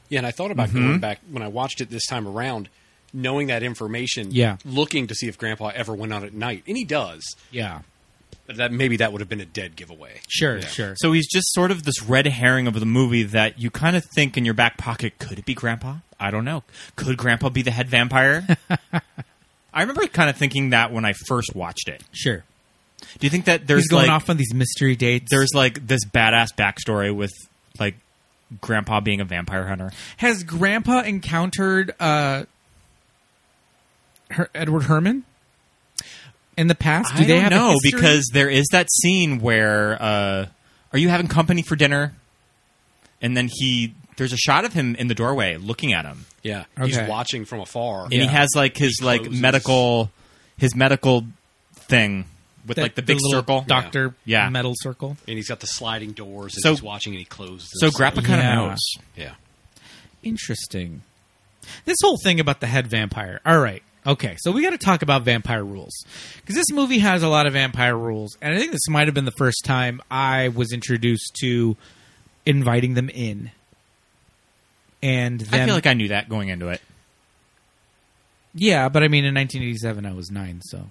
S8: yeah, and I thought about
S7: Mhm.
S6: Mm-hmm.
S8: going back when I watched it this time around, knowing that information,
S7: Yeah.
S8: looking to see if Grandpa ever went out at night, and he does.
S6: Yeah.
S8: But that maybe that would have been a dead giveaway.
S6: Sure,
S8: Yeah.
S6: sure.
S7: So he's just sort of this red herring of the movie that you kind of think in your back pocket could it be Grandpa? I don't know. Could Grandpa be the head vampire? I remember kind of thinking that when I first watched it.
S6: Sure.
S7: Do you think that there's
S6: He's going
S7: like,
S6: off on these mystery dates.
S7: there's like this badass backstory with like Grandpa being a vampire hunter?
S6: Has Grandpa encountered uh, Her- Edward Herman in the past? Do
S7: I
S6: they
S7: don't
S6: have a
S7: know
S6: history?
S7: because there is that scene where uh, are you having company for dinner? And then he there's a shot of him in the doorway looking at him.
S8: Yeah,
S7: Okay.
S8: he's watching from afar,
S7: and he has like his
S8: He
S7: like
S8: closes.
S7: medical his medical thing with
S6: That-
S7: like the
S6: the
S7: big
S6: little
S7: circle
S6: doctor
S7: yeah,
S6: metal circle
S8: and he's got the sliding doors, and
S7: So-
S8: he's watching, and he closes.
S7: so Grappa kind of
S6: Yeah.
S7: knows
S8: yeah
S6: Interesting. This whole thing about the head vampire. All right. Okay. So we got to talk about vampire rules. Because this movie has a lot of vampire rules. And I think this might have been the first time I was introduced to inviting them in. And
S7: I
S6: then.
S7: feel like I knew that going into it
S6: Yeah, but I mean, in 1987, I was nine, so.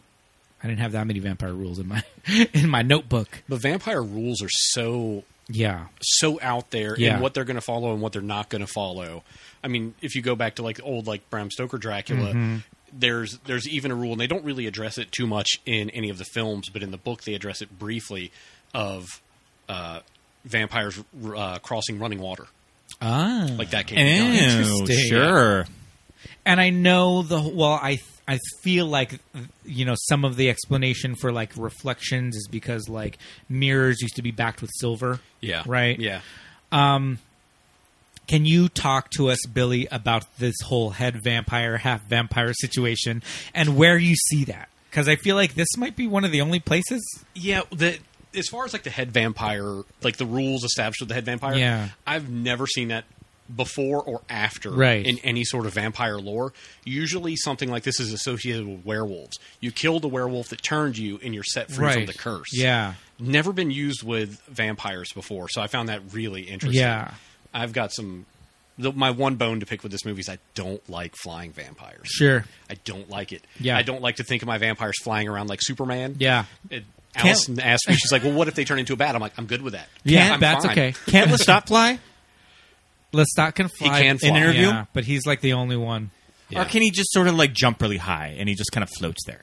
S6: I didn't have that many vampire rules in my in my notebook.
S8: But vampire rules are so
S6: Yeah.
S8: so out there
S6: Yeah.
S8: in what they're going to follow and what they're not going to follow. I mean, if you go back to like old like Bram Stoker Dracula,
S7: Mm-hmm.
S6: Mhm.
S8: there's there's even a rule, and they don't really address it too much in any of the films, but in the book they address it briefly of uh, vampires uh, crossing running water.
S6: Ah,
S8: Like that can be done.
S7: Oh,
S8: Interesting.
S7: sure.
S6: and I know the well. I I feel like you know some of the explanation for like reflections is because like mirrors used to be backed with silver.
S8: Yeah.
S6: Right.
S8: Yeah.
S6: Um, can you talk to us, Billy, about this whole head vampire, half vampire situation, and where you see that? Because I feel like this might be one of the only places.
S8: Yeah, the as far as like the head vampire, like the rules established with the head vampire,
S6: Yeah.
S8: I've never seen that before or after
S6: Right.
S8: in any sort of vampire lore. Usually something like this is associated with werewolves. You kill the werewolf that turned you and you're set free from
S6: Right.
S8: the curse.
S6: Yeah.
S8: Never been used with vampires before, so I found that really interesting.
S6: Yeah.
S8: I've got some the, my one bone to pick with this movie is I don't like flying vampires.
S6: Sure.
S8: I don't like it.
S6: Yeah.
S8: I don't like to think of my vampires flying around like Superman.
S6: Yeah.
S8: It,
S6: Can't-
S8: Allison asked me, she's like, "Well, what if they turn into a bat?" I'm like, "I'm good with that.
S6: Yeah,
S8: I'm
S6: that's
S8: fine."
S6: okay. Can't Lestat fly? Lestat can
S8: He
S6: fly.
S8: can fly.
S6: yeah, but he's like the only one.
S7: Or can he just sort of like jump really high and he just kind of floats there?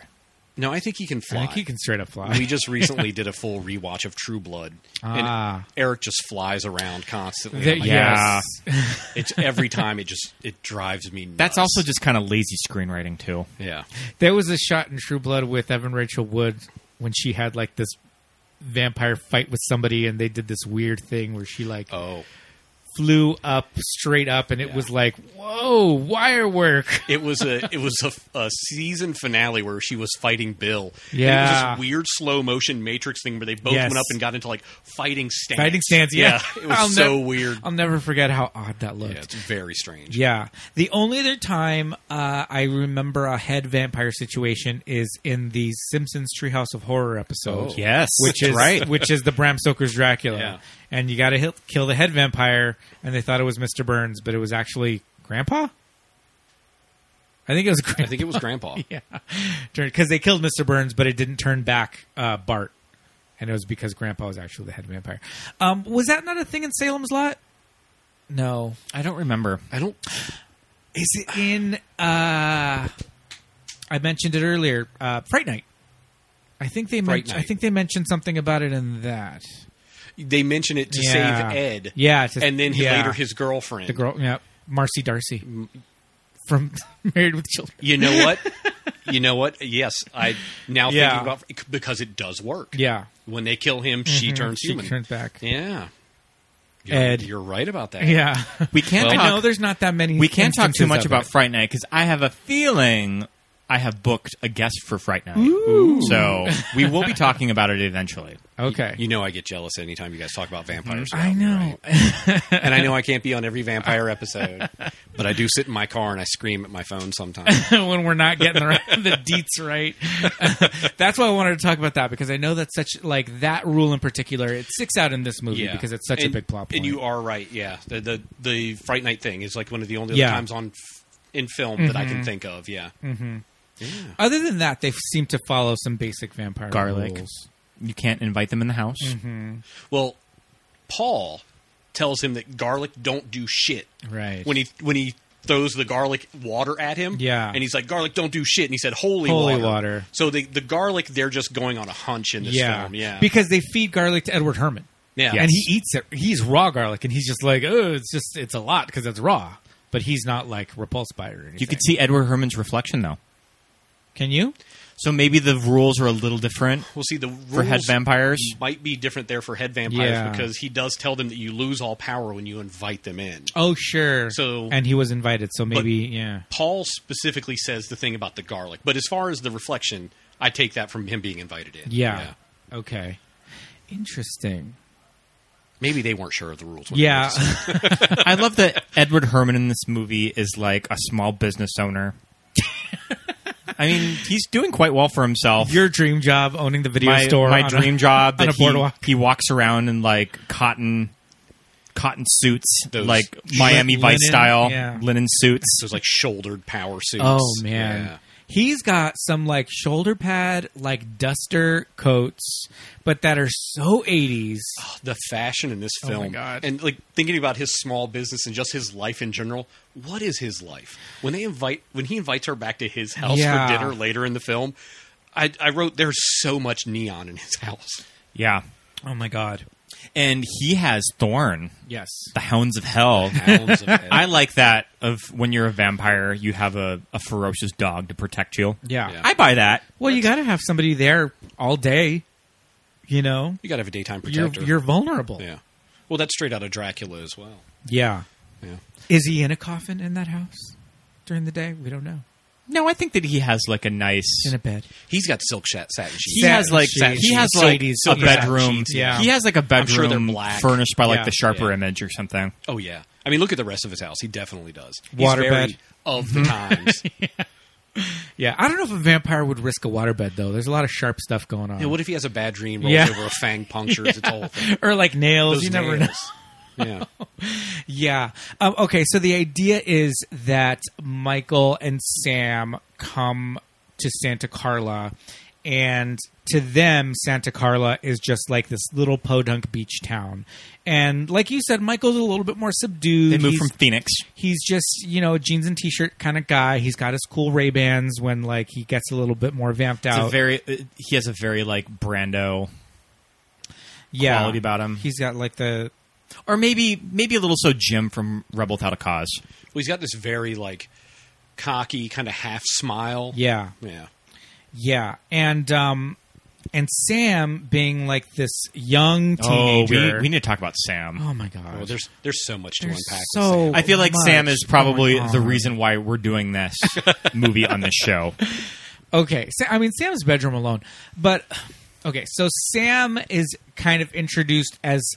S8: No, I think he can fly.
S6: think he can straight up fly.
S8: We just recently did a full rewatch of True Blood,
S6: Ah.
S8: and Eric just flies around constantly.
S6: There-
S8: I'm like,
S7: yes.
S8: "Yes." it's every time it just it drives me. Nuts.
S7: That's also just kind of lazy screenwriting too.
S8: Yeah.
S6: There was a shot in True Blood with Evan Rachel Wood when she had like this vampire fight with somebody, and they did this weird thing where she like
S8: oh
S6: flew up straight up, and it was like whoa wire work.
S8: It was a it was a, a season finale where she was fighting Bill. And it
S6: Yeah.
S8: was this weird slow motion Matrix thing where they both
S6: Yes.
S8: went up and got into like fighting stance.
S6: Fighting stance, yeah.
S8: it was
S6: I'll
S8: so
S6: nev-
S8: weird.
S6: I'll never forget how odd that looked.
S8: Yeah, it's very strange.
S6: Yeah. The only other time uh, I remember a head vampire situation is in the Simpsons Treehouse of Horror episode.
S7: Oh. Yes,
S6: which
S7: that's
S6: is
S7: right.
S6: which is the Bram Stoker's Dracula,
S7: Yeah.
S6: and you got to kill the head vampire, and they thought it was Mister Burns, but it was actually Grandpa. I think it was. Grandpa.
S8: I think it was Grandpa.
S6: yeah, because they killed Mister Burns, but it didn't turn back uh, Bart, and it was because Grandpa was actually the head vampire. Um, was that not a thing in Salem's Lot? No,
S7: I don't remember.
S8: I don't.
S6: Is it in? Uh, I mentioned it earlier. Uh, Fright Night. I think they.
S8: Fright
S6: Men- I
S8: Night.
S6: think they mentioned something about it in that.
S8: They mention it to
S6: Yeah.
S8: save Ed.
S6: Yeah, to-
S8: and then he-
S6: yeah.
S8: later his girlfriend.
S6: The girl. Yeah, Marcy Darcy from Married with Children.
S8: You know what? you know what? Yes, I now
S6: Yeah.
S8: thinking about because it does work.
S6: Yeah.
S8: when they kill him, she
S6: Mhm,
S8: turns
S6: she
S8: human.
S6: turns back.
S8: Yeah. You're,
S6: Ed.
S8: you're right about that.
S6: Yeah,
S7: We can't
S6: I
S7: talk-
S6: know there's not that many.
S7: We can't talk too
S6: instances
S7: much
S6: of
S7: about
S6: it.
S7: Fright Night because I have a feeling I have booked a guest for Fright Night. So we will be talking about it eventually.
S6: Okay.
S8: You know I get jealous anytime you guys talk about vampires.
S6: Mm-hmm. I know.
S8: and I know I can't be on every vampire episode, but I do sit in my car and I scream at my phone sometimes.
S6: when we're not getting the, the deets right. that's why I wanted to talk about that because I know that's such like that rule in particular. It sticks out in this movie because it's such
S8: And-
S6: a big plot point.
S8: And you are right, yeah. The the, the Fright Night thing is like one of the only
S6: Yeah.
S8: other times on f- in film that I can
S6: Mhm.
S8: think of, yeah.
S6: hmm Other than that, they seem to follow some basic vampire
S7: Garlic.
S6: rules.
S7: You can't invite them in the house.
S6: Mm-hmm,
S8: Well, Paul tells him that garlic don't do shit.
S6: Right.
S8: When he when he throws the garlic water at him,
S6: Yeah.
S8: and he's like, "Garlic don't do shit," and he said, "Holy,
S6: Holy
S8: water."
S6: water.
S8: So the the garlic, they're just going on a hunch in this film, yeah.
S6: Because they feed garlic to Edward Herman.
S8: Yeah.
S6: And
S8: Yes.
S6: he eats it. He's raw garlic, and he's just like, oh, it's just it's a lot because it's raw. But he's not like repulsed by it or anything.
S7: You could see Edward Herman's reflection though.
S6: Can you?
S7: So maybe the rules are a little different.
S8: We'll see the rules
S7: For head vampires?
S8: might be different there for head vampires
S6: Yeah.
S8: because he does tell them that you lose all power when you invite them in.
S6: Oh, sure.
S8: So-
S6: and he was invited, so maybe yeah.
S8: Paul specifically says the thing about the garlic, but as far as the reflection, I take that from him being invited in.
S6: yeah, Okay. Interesting.
S8: Maybe they weren't sure of the rules. when they
S6: Yeah.
S8: wrote this.
S7: I love that Edward Herman in this movie is like a small business owner. I mean, he's doing quite well for himself.
S6: Your dream job owning the video
S7: my,
S6: store.
S7: my
S6: on a-
S7: dream job
S6: on
S7: that
S6: a boardwalk.
S7: He, he walks around in like cotton cotton suits
S8: Those
S7: like miami
S6: linen-
S7: vice style
S6: yeah.
S7: linen suits
S8: Those like shouldered power suits.
S6: Oh man.
S8: Yeah.
S6: He's got some like shoulder pad, like duster coats, but that are so 80s.
S8: the fashion in this
S6: Oh, my
S8: film
S6: God.
S8: and like thinking about his small business and just his life in general what is his life when they invite when he invites her back to his house
S6: Yeah.
S8: for dinner later in the film I, I wrote there's so much neon in his house
S7: yeah
S6: Oh my God.
S7: And he has Thorn.
S8: Yes.
S7: The Hounds of Hell.
S8: Hounds of Hell.
S7: I like that of when you're a vampire, you have a, a ferocious dog to protect you.
S6: Yeah. Yeah.
S7: I buy that.
S6: Well, you got to have somebody there all day. You know,
S8: You got to have a daytime
S6: You're-
S8: protector.
S6: you're vulnerable.
S8: Yeah. Well, that's straight out of Dracula as well.
S6: Yeah.
S8: Yeah.
S6: Is he in a coffin in that house during the day? We don't know.
S7: No, I think that he has like a nice
S6: in a bed.
S8: He's got silk shat, satin sheets.
S7: He has like he has like a bedroom. He has like a
S8: I'm sure
S7: bedroom
S8: they're black.
S7: furnished by like
S8: Yeah.
S7: the sharper
S8: Yeah.
S7: image or something.
S8: Oh yeah. I mean, look at the rest of his house. He definitely does. He's
S6: Waterbed.
S8: very of the
S6: Mhm.
S8: times.
S6: Yeah, I don't know if a vampire would risk a waterbed though. There's a lot of sharp stuff going on.
S8: Yeah, what if he has a bad dream, rolls
S6: Yeah.
S8: over a fang, punctures its
S6: Yeah.
S8: whole thing,
S6: Or, like, nails,
S8: Those
S6: you never
S8: nails. yeah.
S6: yeah. Um, okay, so the idea is that Michael and Sam come to Santa Carla, and to them, Santa Carla is just like this little podunk beach town. And like you said, Michael's a little bit more subdued.
S7: They moved
S6: He's-
S7: from Phoenix.
S6: He's just you know a jeans and t-shirt kind of guy. He's got his cool Ray Bans when like he gets a little bit more vamped
S7: It's a
S6: out.
S7: very it- he has a very like Brando
S6: yeah,
S7: quality about him.
S6: He's got like the
S7: or maybe maybe a little so Jim from Rebel Without a Cause.
S8: Well, he's got this very like cocky kind of half smile.
S6: Yeah.
S8: Yeah.
S6: Yeah, and um, and Sam being like this young
S7: Oh, we-
S6: teenager.
S7: we need to talk about Sam. Oh,
S6: Oh my god,
S8: Oh, there's there's so much to
S6: There's
S8: unpack.
S6: so
S8: with Sam.
S7: I feel like Sam
S6: much
S7: is probably
S6: going
S7: the
S6: on.
S7: reason why we're doing this movie on this show.
S6: okay. Sa- I mean, Sam's bedroom alone, but okay. So Sam is kind of introduced as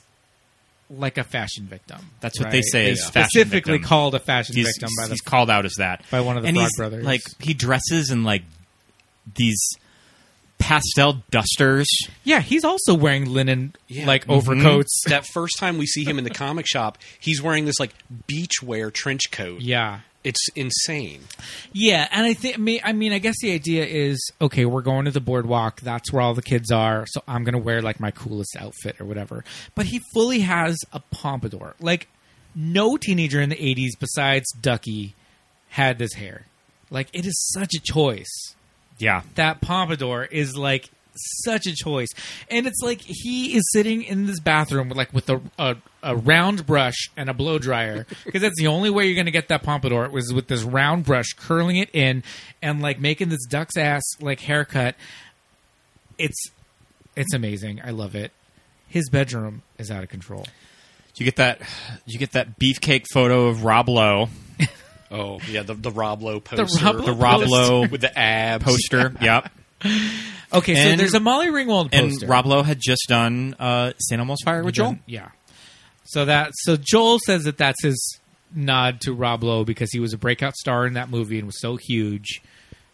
S6: like a fashion victim.
S7: That's what they
S6: right?
S7: say
S6: They
S7: is fashion
S6: specifically
S7: victim.
S6: called a fashion
S7: He's-
S6: victim by the
S7: he's called out as that
S6: by one of the
S7: and
S6: Frog
S7: he's,
S6: Brothers.
S7: Like he dresses in like these pastel dusters.
S6: yeah, he's also wearing linen
S8: Yeah. Mm-hmm.
S6: like overcoats.
S8: That first time we see him in the comic shop, he's wearing this like beachwear trench coat.
S6: Yeah.
S8: It's insane.
S6: Yeah, and I think I mean, I mean, I guess the idea is okay, we're going to the boardwalk. That's where all the kids are. So I'm gonna wear like my coolest outfit or whatever. But he fully has a pompadour. Like no teenager in the '80s besides Ducky had this hair. Like it is such a choice.
S7: Yeah.
S6: That pompadour is like such a choice, and it's like he is sitting in this bathroom with like with a a, a round brush and a blow dryer because that's the only way you're going to get that pompadour was with this round brush curling it in and like making this duck's ass like haircut. It's it's amazing. I love it. His bedroom is out of control.
S7: You get that you get that beefcake photo of Rob Lowe.
S8: Oh yeah, the the Rob Lowe poster,
S6: Rob Lowe
S7: The Rob
S8: poster.
S7: Lowe
S8: with the abs
S7: poster. Yep.
S6: Okay, so there's a Molly Ringwald poster.
S7: And Rob Lowe had just done uh, St. Elmo's Fire with Joel.
S6: Yeah. So that so Joel says that that's his nod to Rob Lowe because he was a breakout star in that movie and was so huge,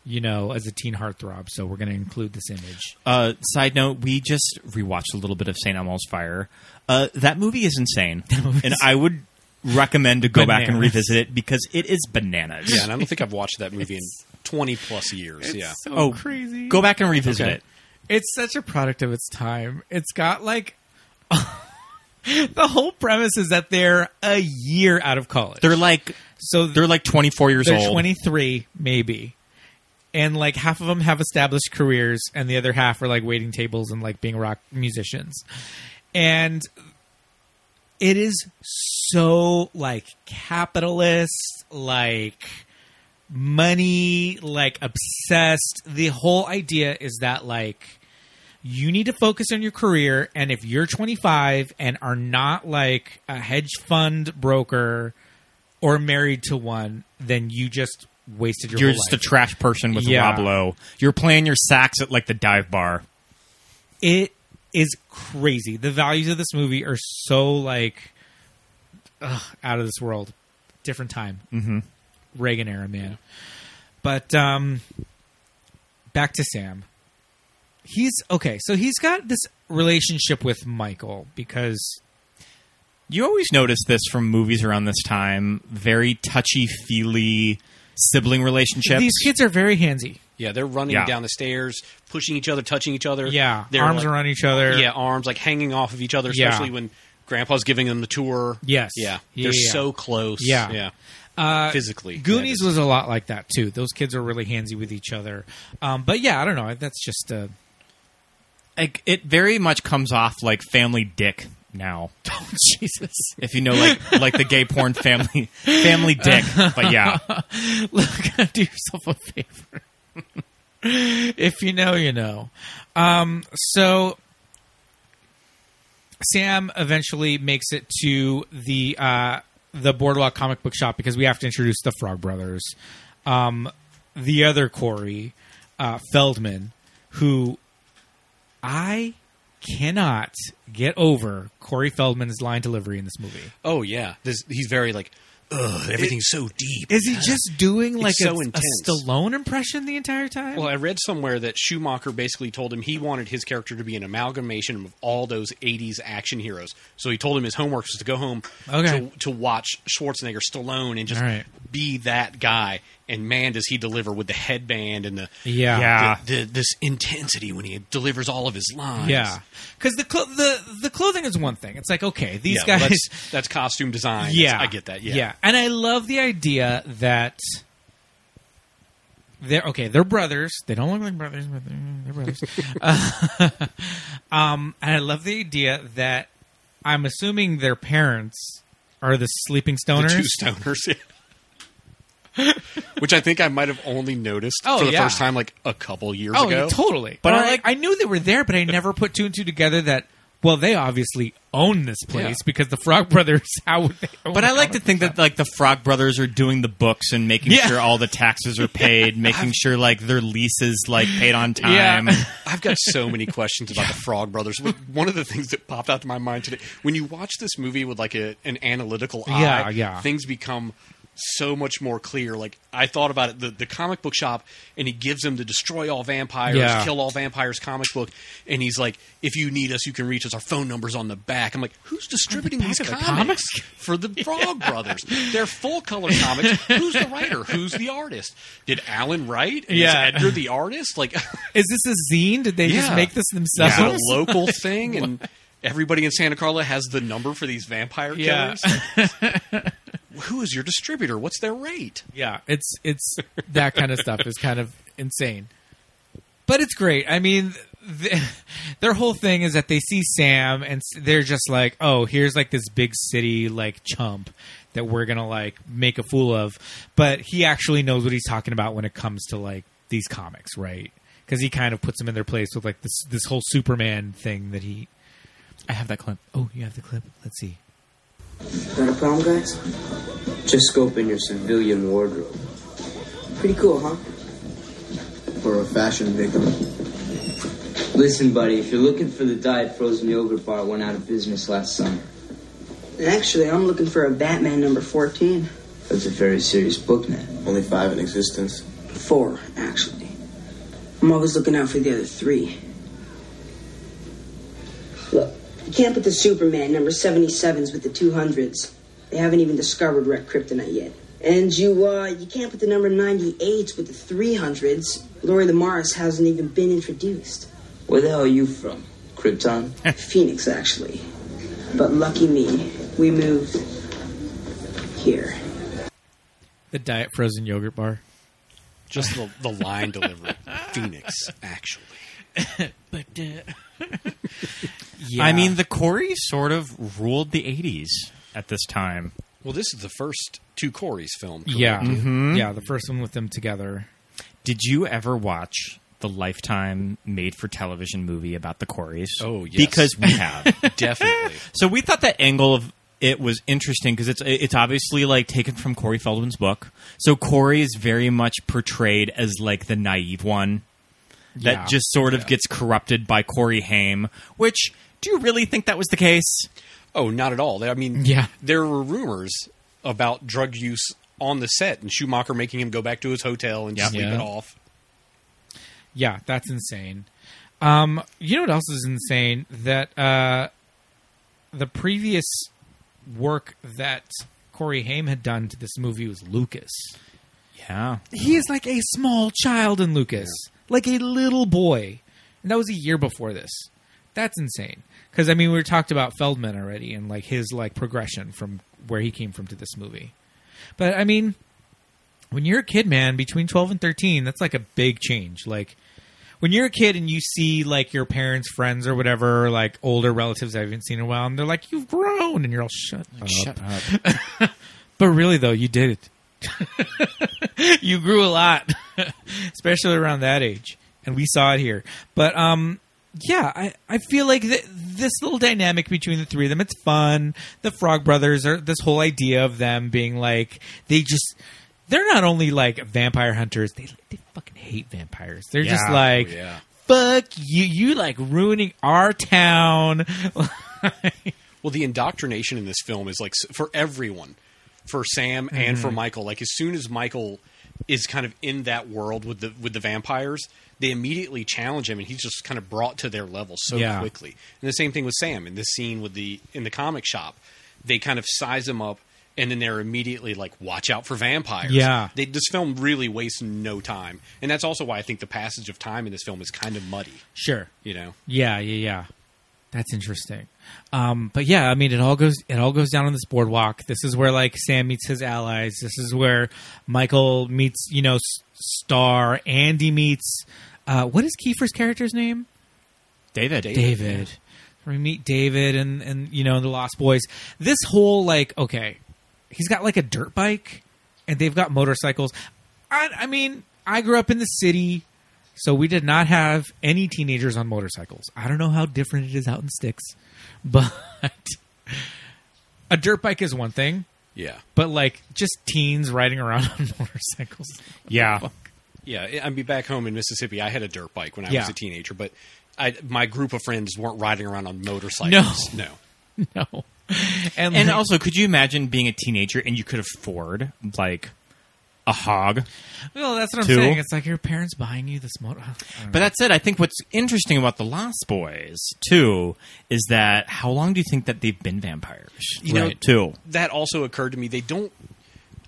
S6: you know, as a teen heartthrob. So we're going to include this image.
S7: Uh, side note: We just rewatched a little bit of Saint Elmo's Fire. Uh, that movie is insane, and I would recommend to go back and
S8: Bananas.
S7: revisit it because it is bananas.
S8: Yeah, and I don't think I've watched that movie in twenty plus years. yeah.
S7: oh,
S6: crazy.
S7: Go back and revisit
S8: Okay.
S7: it.
S6: It's such a product of its time. It's got like the whole premise is that they're a year out of college.
S7: They're like
S6: so
S7: they're like twenty four years
S6: they're
S7: old.
S6: 23 maybe and like half of them have established careers and the other half are like waiting tables and like being rock musicians and it is so like capitalist like money like obsessed the whole idea is that like you need to focus on your career and if you're 25 and are not like a hedge fund broker or married to one then you just wasted your
S7: You're
S6: whole
S7: just
S6: life.
S7: a trash person with
S6: Yeah.
S7: Rob Lowe. You're playing your sax at like the dive bar.
S6: it is crazy the values of this movie are so like ugh, out of this world different time
S7: Mhm.
S6: reagan era man but um back to sam he's okay so he's got this relationship with michael because
S7: You always notice this from movies around this time. Very touchy feely sibling relationships.
S6: these kids are very handsy
S8: Yeah, they're running
S7: Yeah.
S8: down the stairs, pushing each other, touching each other.
S6: Yeah,
S8: They're
S6: arms
S8: like-
S6: around each other.
S8: Yeah, arms like hanging off of each other,
S6: Yeah.
S8: especially when Grandpa's giving them the tour.
S6: Yes.
S8: yeah,
S6: Yeah,
S8: they're
S6: yeah,
S8: so
S6: yeah.
S8: close.
S6: Yeah.
S8: yeah,
S6: Uh,
S8: physically.
S6: Goonies
S8: That is-
S6: was a lot like that too. Those kids were really handsy with each other. Um, but yeah, I don't know. That's just a
S7: like it very much comes off like family dick now. Oh, Jesus! If you know, like, like the gay porn family, family dick. But yeah,
S6: look, do yourself a favor. if you know, you know. Um, so Sam eventually makes it to the uh, the Boardwalk comic book shop because we have to introduce the Frog Brothers, um, the other Corey uh, Feldman, who I cannot get over Corey Feldman's line delivery in this movie.
S8: Oh yeah, this, he's very like, ugh, everything's so deep.
S6: Is he just doing
S8: It's
S6: like a,
S8: so
S6: a
S8: intense.
S6: Stallone impression the entire time?
S8: Well, I read somewhere that Schumacher basically told him he wanted his character to be an amalgamation of all those 80s action heroes. So he told him his homework was to go home
S6: Okay.
S8: to, to watch Schwarzenegger, Stallone, and just
S6: All right.
S8: be that guy. And man, does he deliver with the headband and the
S6: Yeah. Yeah.
S8: the, the, this intensity when he delivers all of his lines.
S6: yeah, because the clo- the the clothing is one thing. It's like okay, these
S8: Yeah, well,
S6: guys.
S8: that's, that's costume design. That's-
S6: yeah,
S8: I get that. Yeah,
S6: and I love the idea that they're okay. They're brothers. They don't look like brothers, but they're, they're brothers. Uh, um, and I love the idea that I'm assuming their parents are the sleeping
S8: The
S6: stoners.
S8: two stoners. yeah. Which I think I might have only noticed
S6: Oh,
S8: for the
S6: yeah.
S8: first time like a couple years
S6: oh,
S8: ago.
S6: yeah, totally.
S7: But
S6: But
S7: I
S6: I,
S7: like-
S6: I knew they were there, but I never put two and two together that. Well, they obviously own this place
S7: Yeah.
S6: because the Frog Brothers. How would they? Own
S7: But
S6: a
S7: I like to
S6: comic
S7: think that like the Frog Brothers are doing the books and making
S6: Yeah.
S7: sure all the taxes are paid, making sure like their leases like paid on time.
S8: I've got so many questions about the Frog Brothers. One of the things that popped out to my mind today, when you watch this movie with like a, an analytical eye,
S6: Yeah, yeah.
S8: things become so much more clear. Like I thought about it, the, the comic book shop, and he gives them the destroy all vampires,
S6: Yeah.
S8: kill all vampires comic book, and he's like, if you need us, you can reach us. Our phone number's on the back. I'm like, who's distributing these
S6: of the
S8: comics, for the Frog Brothers? They're full color comics. Who's the writer? Who's the artist? Did Alan write? And
S6: Yeah.
S8: Is Edgar the artist? Like.
S6: Is this a zine? Did they just
S8: Yeah.
S6: make this
S8: It's
S6: themselves?
S8: a local thing, and everybody in Santa Carla has the number for these vampire
S6: Yeah.
S8: killers. Who is your distributor? What's their rate?
S6: Yeah, it's it's that kind of stuff is kind of insane, but it's great. I mean, th their whole thing is that they see Sam and s- they're just like, oh, here's like this big city like chump that we're gonna like make a fool of, but he actually knows what he's talking about when it comes to like these comics, right? Because he kind of puts them in their place with like this this whole Superman thing that he. I have that clip. Oh, you have the clip. Let's see.
S10: Got a problem, guys? Just scope in your civilian wardrobe. Pretty cool, huh?
S2: For a fashion victim.
S10: Listen, buddy, if you're looking for the diet frozen yogurt bar, it went out of business last summer.
S11: Actually, I'm looking for a Batman number 14.
S10: That's a very serious book, man.
S2: Only five in existence.
S11: Four, actually. I'm always looking out for the other three. Look, you can't put the Superman number 77s with the 200s. They haven't even discovered red kryptonite yet. And you, uh, you can't put the number 98s with the 300s. Lori the Morris hasn't even been introduced.
S10: Where the hell are you from? Krypton?
S11: Phoenix, actually. But lucky me, we moved here.
S6: The diet frozen yogurt bar.
S8: Just the, the line delivery. Phoenix, actually.
S6: But uh,
S7: I mean, the Corey sort of ruled the '80s at this time.
S8: Well, this is the first two Corey's film. correct?
S6: Yeah, yeah. The first one with them together.
S7: Did you ever watch the Lifetime made-for-television movie about the Coreys?
S8: Oh, yes.
S7: because we have.
S8: Definitely.
S7: So we thought that angle of it was interesting because it's it's obviously like taken from Corey Feldman's book. So Corey is very much portrayed as like the naive one that
S6: Yeah.
S7: just sort of gets corrupted by Corey Haim. Which do you really think that was the case?
S8: Oh, not at all. I mean,
S6: Yeah.
S8: there were rumors about drug use on the set and Schumacher making him go back to his hotel and
S7: Yeah.
S8: sleep
S6: Yeah.
S8: it off.
S6: Yeah, that's insane. Um, you know what else is insane? That uh, the previous work that Corey Haim had done to this movie was Lucas.
S7: Yeah,
S6: He is like a small child in Lucas, like a little boy, and that was a year before this. That's insane. Because I mean, we talked about Feldman already and like his like progression from where he came from to this movie. But I mean, when you're a kid, man, between 12 and 13, that's like a big change. Like, when you're a kid and you see like your parents, friends, or whatever, like older relatives I haven't seen in a while, and they're like, "You've grown," and you're all, "Shut up."
S7: Shut
S6: up. but really, though, you did it. you grew a lot, especially around that age, and we saw it here. But um, yeah, I, I feel like th- this little dynamic between the three of them, it's fun. The Frog Brothers are this whole idea of them being like they just they're not only like vampire hunters, they they fucking hate vampires. They're just
S7: Yeah.
S6: like
S7: Oh, yeah.
S6: fuck you, you like ruining our town.
S8: well, the indoctrination in this film is like s- for everyone, for Sam and for
S6: Mhm.
S8: Michael. Like as soon as Michael is kind of in that world with the with the vampires, they immediately challenge him, and he's just kind of brought to their level so
S6: Yeah.
S8: quickly. And the same thing with Sam in this scene with the in the comic shop, they kind of size him up. And then they're immediately like, "Watch out for vampires!"
S6: Yeah.
S8: they, this film really wastes no time, and that's also why I think the passage of time in this film is kind of muddy.
S6: Sure.
S8: you know,
S6: Yeah, yeah, yeah. That's interesting. Um, but yeah, I mean, it all goes it all goes down on this boardwalk. This is where like Sam meets his allies. This is where Michael meets you know S- Star. Andy meets uh, what is Kiefer's character's name?
S7: David.
S6: David. We meet David and and you know the Lost Boys. This whole like okay, he's got like a dirt bike, and they've got motorcycles. I, I mean, I grew up in the city, so we did not have any teenagers on motorcycles. I don't know how different it is out in sticks, but a dirt bike is one thing.
S8: Yeah.
S6: but like just teens riding around on motorcycles.
S7: Yeah.
S8: Yeah, I- I'd be back home in Mississippi. I had a dirt bike when I
S6: Yeah.
S8: was a teenager, but I, my group of friends weren't riding around on motorcycles. No.
S6: no.
S7: And,
S6: And, like-
S8: Mm-hmm.
S7: also, could you imagine being a teenager and you could afford like a hog?
S6: Well, that's what I'm
S7: Two?
S6: saying. It's like your parents buying you this motor. I don't
S7: But
S6: know.
S7: that's it. I think what's interesting about the Lost Boys too is that how long do you think that they've been vampires?
S8: You know,
S7: too.
S8: That also occurred to me. They don't.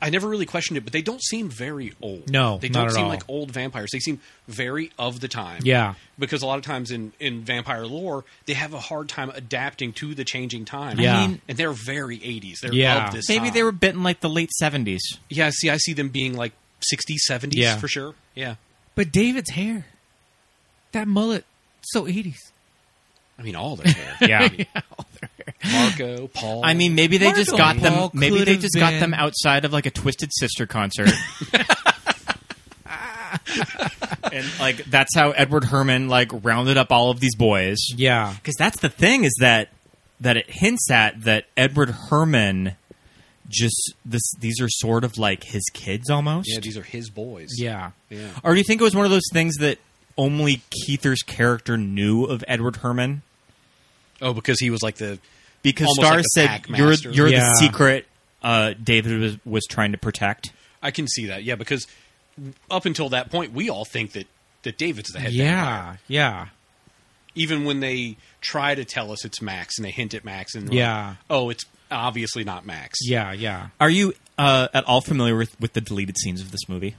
S8: I never really questioned it, but they don't seem very old.
S6: No,
S8: they
S6: not
S8: don't
S6: at
S8: seem
S6: all.
S8: like old vampires. They seem very of the time.
S6: Yeah.
S8: because a lot of times in in vampire lore, they have a hard time adapting to the changing time.
S7: Yeah. I mean-
S8: and they're very eighties. They're of this.
S7: Maybe
S8: time.
S7: they were bitten like the late seventies.
S8: Yeah, see, I see them being like 60s, 70s
S7: Yeah.
S8: for sure. Yeah,
S6: But David's hair, that mullet, so 80s.
S8: I mean all their hair.
S7: Yeah.
S8: Marco, Paul.
S7: I mean, maybe they just
S8: Marco
S7: got
S8: and
S7: them.
S8: Paul
S7: maybe
S8: could
S7: they
S8: have
S7: just got
S8: been-
S7: them outside of like a Twisted Sister concert. and like that's how Edward Herman like rounded up all of these boys.
S6: Yeah,
S7: because that's the thing is that that it hints at that Edward Herman just this these are sort of like his kids almost.
S8: Yeah, these are his boys.
S7: Yeah.
S8: Yeah.
S7: Or do you think it was one of those things that only Keither's character knew of Edward Herman?
S8: Oh, because he was like the
S7: because
S8: almost
S7: Star
S8: like the
S7: said
S8: pack
S7: you're
S8: master.
S7: you're the secret uh, David was was trying to protect.
S8: I can see that. Yeah, because up until that point, we all think that that David's the head. vampire.
S6: yeah, yeah.
S8: Even when they try to tell us it's Max and they hint at Max and we're
S6: Yeah.
S8: like, oh, it's obviously not Max.
S6: Yeah, yeah.
S7: Are you uh, at all familiar with, with the deleted scenes of this movie?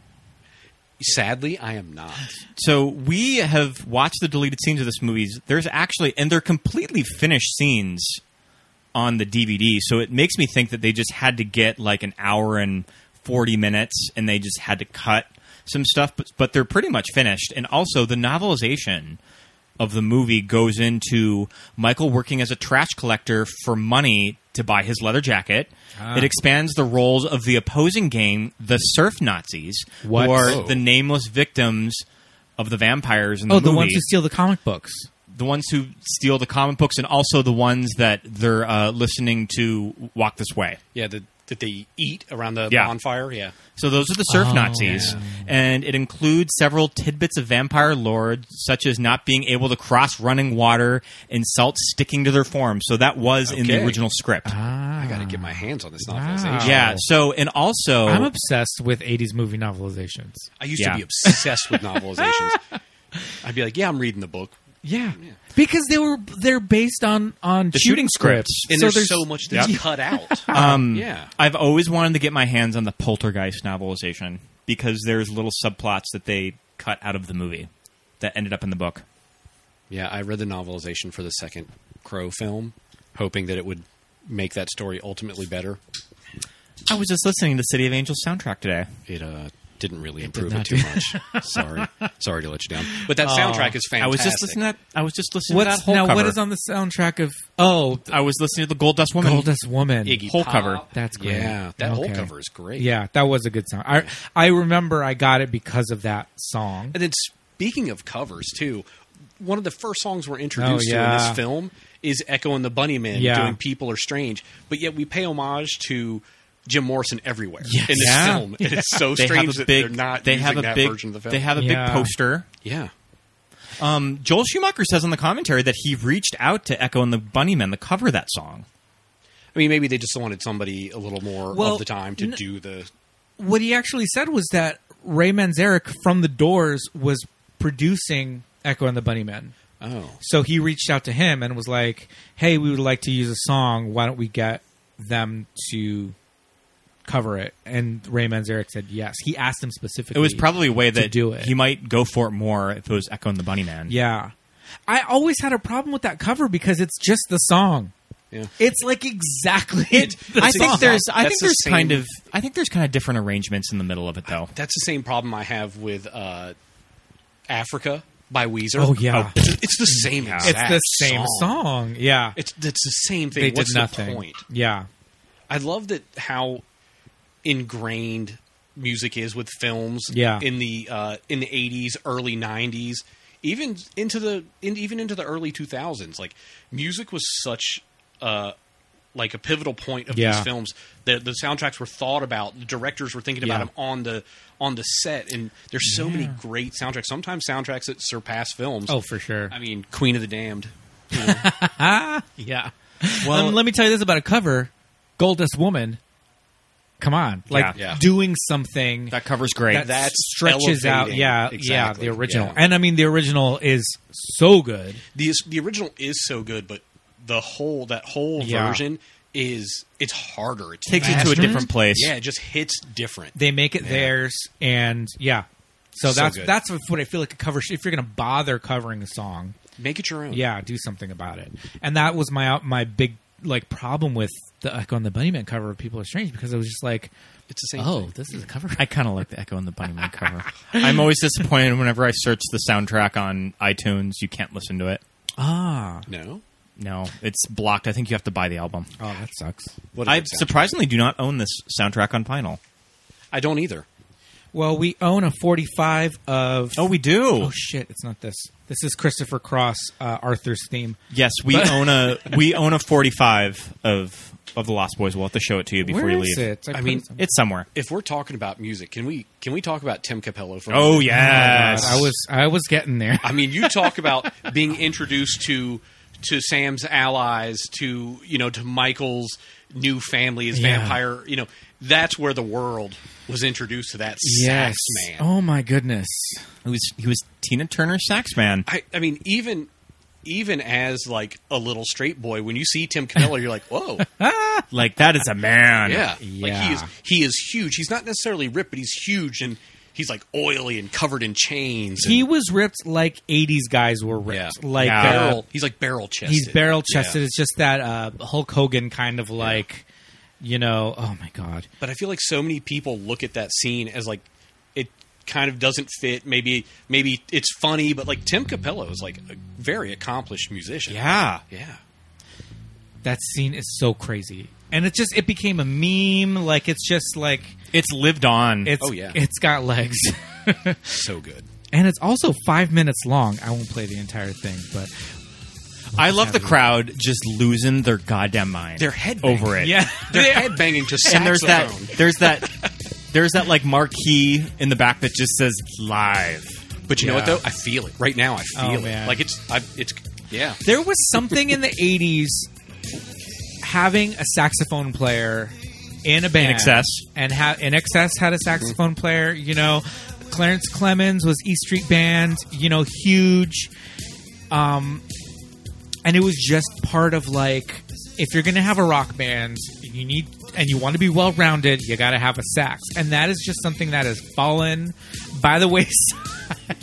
S8: Sadly, I am not.
S7: So we have watched the deleted scenes of this movie. There's actually and they're completely finished scenes on the DVD. So it makes me think that they just had to get like an hour and 40 minutes and they just had to cut some stuff but but they're pretty much finished. And also the novelization of the movie goes into Michael working as a trash collector for money to buy his leather jacket.
S6: Ah.
S7: It expands the roles of the opposing gang, the surf Nazis,
S6: What?
S7: who are
S6: Oh.
S7: the nameless victims of the vampires in the
S6: oh,
S7: movie.
S6: the ones who steal the comic books.
S7: the ones who steal the comic books, and also the ones that they're uh, listening to walk this way.
S8: Yeah, that that they eat around the
S7: Yeah.
S8: bonfire. Yeah.
S7: So those are the surf
S8: Oh,
S7: Nazis,
S8: yeah.
S7: and it includes several tidbits of vampire lore, such as not being able to cross running water and salt sticking to their form. So that was in the
S8: Okay.
S7: original script.
S6: Ah.
S8: I got to get my hands on this novelization.
S7: Yeah. So and also,
S6: I'm obsessed with 80s movie novelizations.
S8: I used
S7: Yeah.
S8: to be obsessed with novelizations. I'd be like, yeah, I'm reading the book.
S6: Yeah. Because they were they're based on on
S7: The shooting scripts.
S8: And
S6: so
S8: there's,
S6: there's
S8: so much that's
S7: Yep.
S8: cut out.
S7: um,
S8: yeah.
S7: I've always wanted to get my hands on the Poltergeist novelization because there's little subplots that they cut out of the movie that ended up in the book.
S8: Yeah, I read the novelization for the second Crow film, hoping that it would make that story ultimately better.
S7: I was just listening to City of Angels soundtrack today.
S8: It uh didn't really
S7: It did
S8: improve
S7: not
S8: it too
S7: do-
S8: much. Sorry, sorry to let you down. But that
S7: Oh.
S8: soundtrack is fantastic.
S7: I was just listening. To that, I was just listening
S6: What's-
S7: to that whole
S6: now,
S7: cover.
S6: what is on the soundtrack of? Oh,
S7: I was listening to the Gold Dust Woman.
S6: Gold Dust Woman.
S7: Iggy whole
S6: Pop.
S7: cover.
S6: That's great.
S8: Yeah, that whole
S6: Okay.
S8: cover is great.
S6: Yeah, that was a good song. I I remember I got it because of that song.
S8: And then speaking of covers too, one of the first songs we're introduced
S6: Oh,
S8: to in
S6: yeah.
S8: this film is Echo and the Bunnymen
S6: Yeah.
S8: doing "People Are Strange," but yet we pay homage to Jim Morrison everywhere
S7: Yes.
S8: in this
S7: Yeah.
S8: film. And it's so
S7: They have
S8: strange
S7: a
S8: that
S7: big-
S8: they're not.
S7: they
S8: using
S7: have a
S8: that
S7: big-
S8: version of the film.
S7: they have a big Yeah. poster.
S8: Yeah.
S7: Um, Joel Schumacher says on the commentary that he reached out to Echo and the Bunnymen to cover that song.
S8: I mean, maybe they just wanted somebody a little more
S6: Well,
S8: of the time to
S6: n-
S8: do the.
S6: What he actually said was that Ray Manzarek from The Doors was producing Echo and the Bunnymen.
S8: Oh.
S6: So he reached out to him and was like, "Hey, we would like to use a song. Why don't we get them to cover it?" And Ray Manzarek said yes. He asked him
S7: It
S6: specifically.
S7: was probably a way
S6: to
S7: that
S6: do it.
S7: he might go for it more if it was Echo and the Bunnymen.
S6: Yeah. I always had a problem with that cover because it's just the song.
S8: Yeah.
S6: It's like exactly the
S7: I
S6: song.
S7: think there's, I
S8: That's
S7: think
S8: the
S7: there's
S8: same-
S7: kind of, I think there's kind of different arrangements in the middle of it though.
S8: That's the same problem I have with uh, Africa by Weezer.
S6: Oh, yeah.
S8: it's, it's the same.
S6: It's
S8: exact
S6: the same song. Yeah.
S8: It's it's the same thing.
S6: They did
S8: What's
S6: nothing.
S8: the point?
S6: Yeah.
S8: I love that how ingrained music is with films.
S6: Yeah.
S8: in the uh, in the eighties, early nineties, even into the in, even into the early two thousands. Like music was such uh, like a pivotal point of
S6: Yeah.
S8: these films. The the soundtracks were thought about. The directors were thinking about
S6: Yeah.
S8: them on the on the set. And there's so many
S6: Yeah.
S8: great soundtracks. Sometimes soundtracks that surpass films.
S6: Oh, for sure.
S8: I mean, Queen of the Damned.
S6: yeah.
S7: Well-
S6: Well, let me tell you this about a cover. Goldust Woman. Come on. Like
S7: Yeah. Yeah.
S6: doing something. That
S7: cover's great.
S6: That
S7: That's
S6: stretches out.
S8: elevating.
S6: Yeah. Yeah.
S8: Exactly.
S6: The original.
S8: Yeah.
S6: And I mean, the original is so good.
S8: the the original is so good, but the whole that whole
S6: Yeah.
S8: version is it's harder. It's
S7: Takes it to a
S8: faster.
S7: different place.
S8: Yeah, it just hits different.
S6: They make it
S8: Yeah.
S6: theirs. And yeah. So
S8: So
S6: that's
S8: good.
S6: that's what I feel like a cover. sh- If you're going to bother covering a song,
S8: Make it your own.
S6: Yeah, do something about it. And that was my my big like problem with the Echo and the Bunnyman cover of People Are Strange because I was just like,
S8: it's the same.
S6: Oh,
S8: thing.
S6: this is a cover.
S7: I kind of like the Echo and the Bunnymen cover. I'm always disappointed whenever I search the soundtrack on iTunes. You can't listen to it.
S6: Ah,
S8: no,
S7: no, it's blocked. I think you have to buy the album.
S6: Oh, that sucks.
S8: What a
S7: I
S8: good soundtrack.
S7: surprisingly do not own this soundtrack on vinyl.
S8: I don't either.
S6: Well, we own a 45 of.
S7: Oh, we do.
S6: Oh shit! It's not this. This is Christopher Cross uh, Arthur's theme.
S7: Yes, we
S6: But-
S7: own a we own a 45 of of the Lost Boys. We'll have to show it to you before
S6: Where
S7: you
S6: is
S7: leave.
S6: it? I
S7: I,
S6: put
S7: mean,
S6: it somewhere.
S7: it's somewhere.
S8: If we're talking about music, can we can we talk about Tim Capello? For a
S7: Oh
S8: minute?
S7: yes,
S6: God, I was I was getting there.
S8: I mean, you talk about being introduced to to Sam's allies, to you know, to Michael's new family, his
S6: Yeah.
S8: vampire. You know, that's where the world was introduced to that
S6: Yes.
S8: sax man.
S6: Oh my goodness.
S7: He was he was Tina Turner sax man.
S8: I, I mean, even even as like a little straight boy, when you see Tim Canella, you're like, whoa,
S7: Like that is a man.
S8: yeah, like he is
S6: Yeah.
S8: he is huge. He's not necessarily ripped, but he's huge and he's like oily and covered in chains. and
S6: He was ripped like 80s guys were
S8: Yeah.
S6: ripped. Like
S7: Yeah.
S6: uh,
S8: barrel, he's like barrel chested.
S6: He's barrel chested. It's just that uh, Hulk Hogan kind of like, you know, oh my god.
S8: But I feel like so many people look at that scene as like it kind of doesn't fit. Maybe maybe it's funny, but like Tim Capello is like a very accomplished musician.
S7: yeah.
S8: yeah.
S6: That scene is so crazy, and it just it became a meme. Like it's just like
S7: It's lived on.
S6: it's
S8: Oh, yeah.
S6: it's got legs,
S8: so good.
S6: and it's also five minutes long. I won't play the entire thing, but
S7: I love the crowd just losing their goddamn mind.
S8: They're headbanging.
S7: over it.
S6: yeah,
S8: They're headbanging to saxophone.
S7: and there's that there's that there's that like marquee in the back that just says live.
S8: But you know what
S6: Yeah.
S8: though? I feel it right now. I
S6: Oh,
S8: feel
S6: man.
S8: it. Like it's, I, it's, yeah.
S6: there was something in the '80s having a saxophone player in a band.
S7: NXS.
S6: and ha- NXS had a saxophone player. You know, Clarence Clemens was E Street Band. You know, huge. Um, and it was just part of like, if you're gonna have a rock band, you need and you want to be well rounded, you got to have a sax, and that is just something that has fallen by the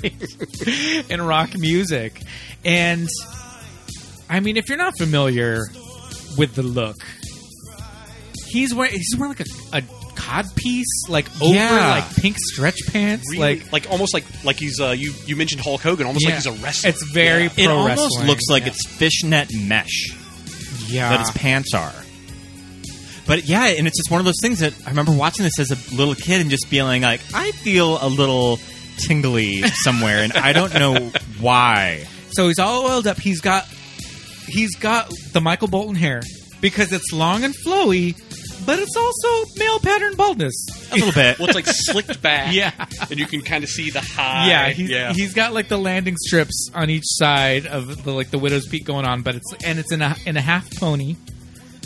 S6: wayside in rock music, and. I mean, if you're not familiar with the look, he's wearing he's wearing like a, a codpiece like over
S8: Yeah.
S6: like pink stretch pants,
S8: Really-
S6: like
S8: like almost like like he's uh, you you mentioned Hulk Hogan, almost
S6: Yeah.
S8: like he's a wrestler.
S6: It's very
S8: Yeah.
S7: it almost looks like it's fishnet mesh.
S6: Yeah.
S7: that his pants are. But yeah, and it's just one of those things that I remember watching this as a little kid and just feeling like I feel a little tingly somewhere, and I don't know why.
S6: So he's all oiled up. He's got he's got the Michael Bolton hair because it's long and flowy, but it's also male pattern baldness a little bit.
S8: well, it's like slicked back.
S6: Yeah.
S8: and you can kind of see the high.
S6: yeah, he's, he's got like the landing strips on each side of the like the widow's peak going on, but it's and it's in a in a half pony,